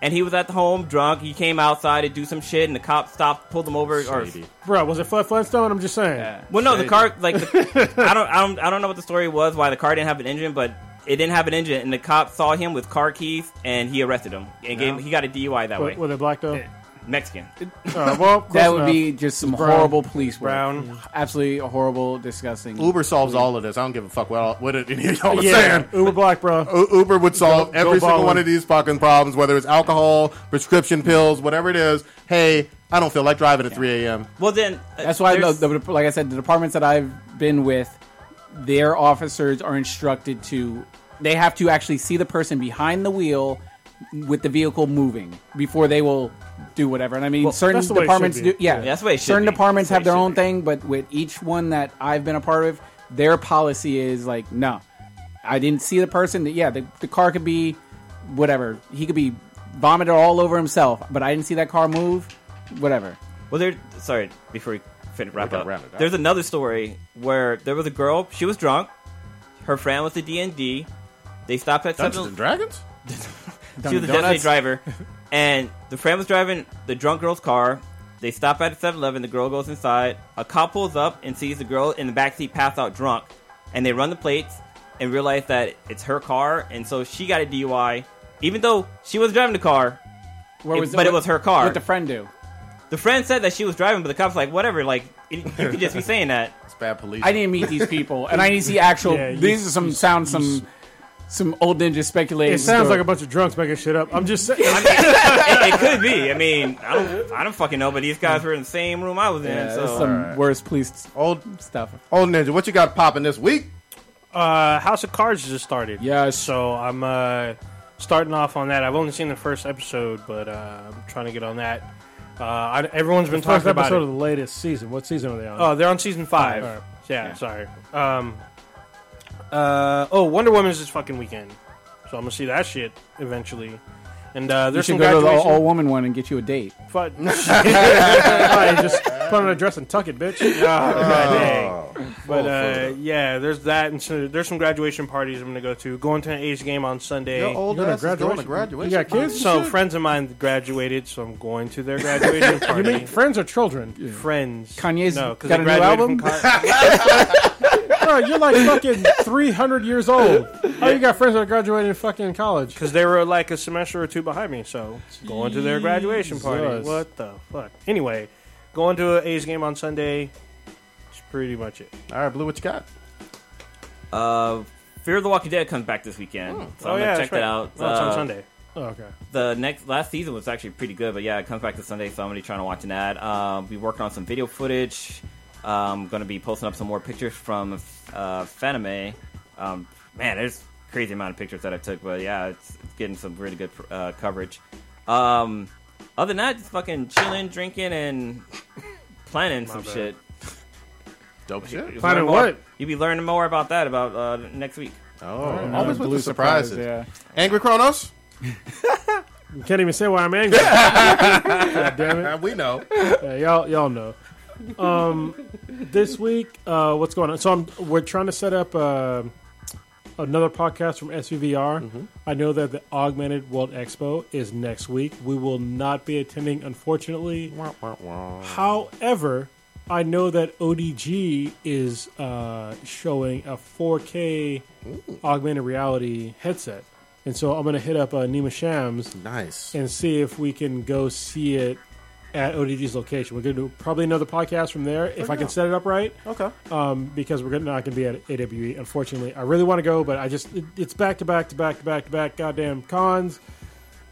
and he was at the home drunk. He came outside to do some shit, and the cop stopped, pulled him over, or
Shady.
Bro, was it Fred Flintstone? I'm just saying.
Well, no, the car like the, I don't I don't I don't know what the story was why the car didn't have an engine, but it didn't have an engine, and the cop saw him with car keys and he arrested him and gave he got a DUI that
Wa-
way.
Were they black though?
Mexican.
Uh, well, close
that would
enough.
be just some
Brown.
horrible police work.
Brown.
Absolutely horrible, disgusting.
Uber solves all of this. I don't give a fuck what, all, what it, any of y'all are
uh, yeah,
saying.
Uber black, bro.
U- Uber would solve
Go- go
every single
ballin'.
one of these fucking problems, whether it's alcohol, prescription pills, whatever it is. Hey, I don't feel like driving at 3 a.m.
Well, then uh,
That's why, the,
there's-
the, like I said, the departments that I've been with, their officers are instructed to, they have to actually see the person behind the wheel with the vehicle moving before they will do whatever. And I mean, certain
that's the way it
departments
should be.
do, yeah,
Yeah, that's the way it should
certain
be.
departments
That's
have
the way
their
it
own
should be.
thing, but with each one that I've been a part of, Their policy is like, no, I didn't see the person. Yeah, the, the car could be whatever. He could be vomited all over himself, but I didn't see that car move. Whatever.
Well, there. Sorry, before we finish wrap
can
up,
round it up.
there's another story where there was a girl. She was drunk. Her friend was a D and D. They stopped at
Dungeons
seven.
and Dragons?
She was a
Dunkin' Donuts.
designated driver, and the friend was driving the drunk girl's car. They stop at 7-Eleven. The girl goes inside. A cop pulls up and sees the girl in the backseat pass out drunk, and they run the plates and realize that it's her car, and so she got a DUI, even though she was driving the car.
Where
It- but it was her car.
What the friend do?
The friend said that she was driving, but the cops like, whatever, like it, you could just be saying that.
It's bad police.
I need to meet these people, and I need to see actual.
Yeah, you-
these are some sound some some old ninja speculating.
It sounds
story.
like a bunch of drunks making shit up. I'm just saying.
I mean, it, it could be. I mean, I don't, I don't fucking know, but these guys were in the same room I was in.
yeah, that's
so
some worst police
old,
stuff.
old Ninja, what you got popping this week?
Uh, House of Cards just started.
Yes.
So I'm uh, starting off on that. I've only seen the first episode, but uh, I'm trying to get on that. Uh, I, everyone's been
First
talking about it.
episode of the latest season. What season are they on?
Oh, they're on season five.
Alright.
Yeah, sorry. Um, uh, oh, Wonder Woman's this fucking weekend, so I'm gonna see that shit eventually. And uh,
You
there's some
should go to the
graduation.
old woman one and get you a date.
fuck.
I just put on a dress and tuck it, bitch.
God dang. But uh, yeah, there's that, and so there's some graduation parties I'm gonna go to. Going to an A's game on Sunday.
Your old
You're going
ass is going to graduation.
You got kids?
Some friends of mine graduated, so I'm going to their graduation
You
party.
mean friends or children?
friends?
Kanye's
no, because
got a new album?
Bro, you're like fucking 300 years old. How you got friends that are graduating fucking college?
Because they were like a semester or two behind me, so going to their graduation party.
Jesus.
What the fuck? Anyway, going to an A's game on Sunday. That's pretty much it.
All right, Blue, what you got?
Uh, Fear of the Walking Dead comes back this weekend, so I'm gonna check
Hmm. Oh, that's
that
right.
out.
No, it's
Uh,
on Sunday.
Oh, okay.
The next last season was actually pretty good, but yeah, it comes back to Sunday, so I'm gonna be trying to watch that. Um, be working on some video footage. I'm gonna be posting up some more pictures from uh, Fanime. Um, man, there's a crazy amount of pictures that I took, but yeah, it's, it's getting some really good uh, coverage. Um, other than that, just fucking chilling, drinking, and planning some
bad.
shit.
Dope shit.
Planning
Learn more-
what?
You'll be learning more about that about uh, next week.
Oh, always with the surprises.
Yeah.
Angry Kronos?
You can't even say why I'm angry. God damn it.
Uh, we know.
Yeah, y'all, y'all know. Um, this week, uh, what's going on? So I'm, we're trying to set up uh, another podcast from SVVR. I know that the Augmented World Expo is next week. We will not be attending, unfortunately. However, I know that ODG is uh, showing a 4K augmented reality headset, and so I'm going to hit up uh, Nima Shams
Nice.
and see if we can go see it at ODG's location. We're going to do probably another podcast from there if I can set it up right.
Okay.
Um, because we're gonna, not going to be at AWE, unfortunately. I really want to go, but I just it, it's back to back to back to back to back goddamn cons.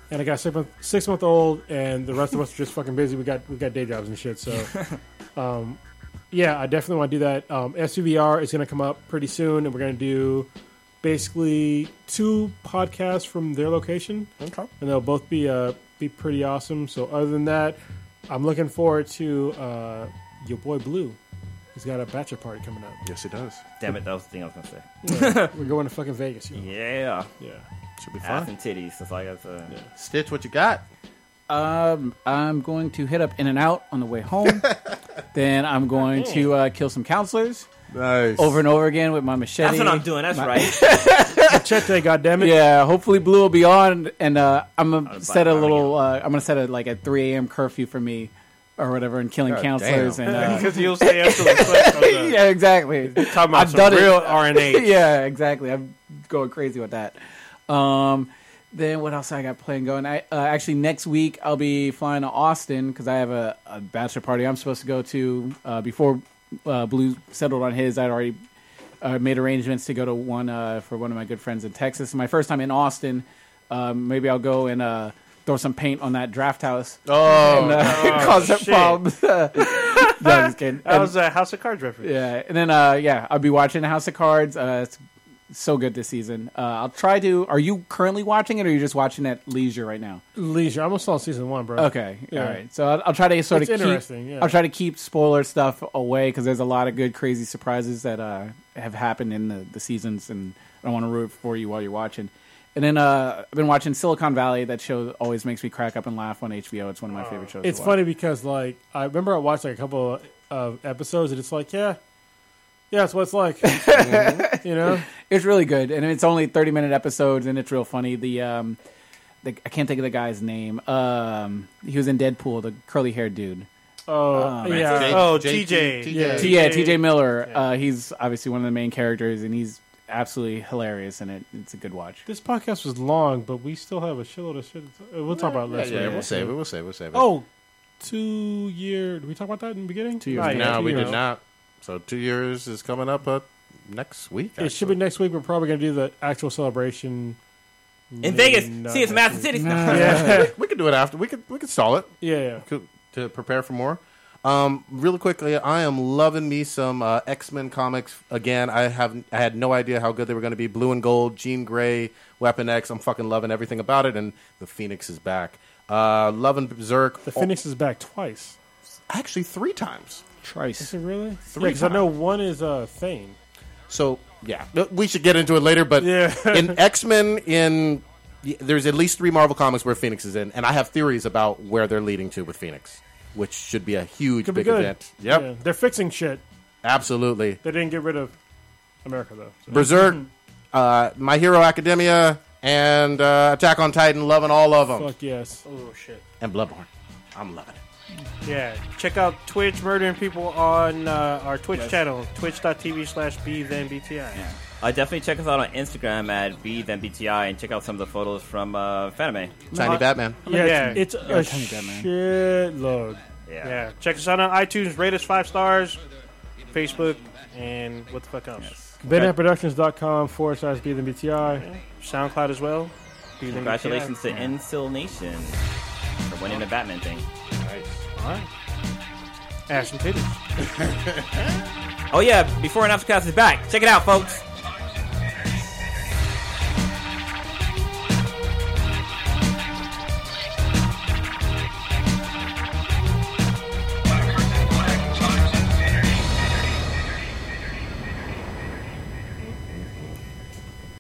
And I got six month, six month old, and the rest of us are just fucking busy. We got we got day jobs and shit. So, um, yeah, I definitely want to do that. Um, SUVR is going to come up pretty soon, and we're going to do basically two podcasts from their location
Okay.
and they'll both be uh, be pretty awesome. So other than that, I'm looking forward to uh, your boy Blue. He's got a bachelor party coming up.
Yes, it does.
Damn it, that was the thing I was gonna say.
We're going to fucking Vegas. You know?
Yeah,
Yeah.
Should be
ass
fun.
and titties. That's all I got to. say.
Stitch, what you got?
Um, I'm going to hit up In and Out on the way home. then I'm going to uh, kill some counselors
Nice.
over and over again with my machete.
That's what I'm doing. That's right.
Machete, goddammit.
Yeah, hopefully Blue will be on, and uh, I'm gonna
buy
set a
Birmingham.
little. Uh, I'm gonna set a like a 3 a.m. curfew for me, or whatever, and killing
God
counselors.
damn.
And uh,
Because you'll stay after the
yeah, exactly.
Talking about
I've
some
done it.
real RNA.
yeah, exactly. I'm going crazy with that. Um, then what else I got planned going? I uh, actually next week I'll be flying to Austin because I have a, a bachelor party I'm supposed to go to. Uh, before uh, Blue settled on his, I'd already uh, made arrangements to go to one uh, for one of my good friends in Texas. My first time in Austin. Um, maybe I'll go and uh, throw some paint on that draft house.
Oh,
and, uh, cause that
shit.
problem. no, I'm just kidding.
That
And-
was a House of Cards reference.
yeah, and then uh, yeah, I'll be watching House of Cards. Uh, it's so good this season. Uh, I'll try to. Are you currently watching it, or are you just watching at leisure right now?
Leisure. I almost saw season one,
Uh,
bro.
Okay,
Yeah.
all right. So I'll, I'll try to sort
It's
of keep.
interesting, yeah.
I'll try to keep spoiler stuff away because there's a lot of good, crazy surprises that uh, have happened in the, the seasons, and I don't want to ruin it for you while you're watching. And then uh, I've been watching Silicon Valley. That show always makes me crack up and laugh on HBO. It's one of my favorite shows.
It's
to watch.
funny because like I remember I watched like a couple of episodes and it's like yeah, yeah, it's what it's like. Mm-hmm. you know,
It's really good, and it's only thirty minute episodes, and it's real funny. The um, the, I can't think of the guy's name. Um, he was in Deadpool, the curly haired dude.
oh yeah,
J-
Oh,
J-
TJ.
Yeah.
T- yeah, T.J. Miller. Uh, he's obviously one of the main characters, and he's absolutely hilarious in it. It's a good watch.
This podcast was long, but we still have a shitload of shit. to- uh, We'll talk about it
Yeah,
later.
yeah, we'll save it. We'll save it. We'll save it.
Oh, two year. Did we talk about that in the beginning? Two
years.
Right,
no,
two
we
years.
did not. So two years is coming up uh, next week.
It should be next week. We're probably going to do the actual celebration.
In Vegas,
not
see it's
next
Massive Cities.
Yeah,
We could do it after. We could. We could stall it.
yeah, yeah.
Cool. to prepare for more. Um, really quickly, I am loving me some uh, X Men comics again. I have I had no idea how good they were going to be. Blue and Gold, Jean Grey, Weapon X. I'm fucking loving everything about it, and the Phoenix is back. Uh, loving Berserk.
The Phoenix is back twice.
Oh, actually three times.
Is it really?
Three
Because I know one is uh, Thane.
So yeah, we should get into it later. But
Yeah.
in X Men, in there's at least three Marvel comics where Phoenix is in, and I have theories about where they're leading to with Phoenix, which should be a huge
Could be
big
good.
event. Yep,
Yeah. They're fixing shit.
absolutely.
They didn't get rid of America though. So.
Berserk,
Mm-hmm.
uh, My Hero Academia, and uh, Attack on Titan, loving all of them,
Fuck yes.
Oh, shit.
and Bloodborne. I'm loving it.
Yeah, check out Twitch Murdering People on uh, our Twitch channel, twitch.tv slash bthenbti.
Uh, definitely check us out on Instagram at B then BTI and check out some of the photos from uh, Fanime.
Tiny Batman.
Yeah,
Yeah.
it's, it's a
tell me that, man.
shitload.
Yeah. check us out on iTunes, rate us five stars, Facebook, and what the fuck else?
BenhatProductions.com forward slash B than BTI.
SoundCloud as well. Be Them BTI.
Congratulations to Insil Nation for winning the Batman thing.
Ass and titties.
Oh yeah, before and after cast is back. Check it out, folks.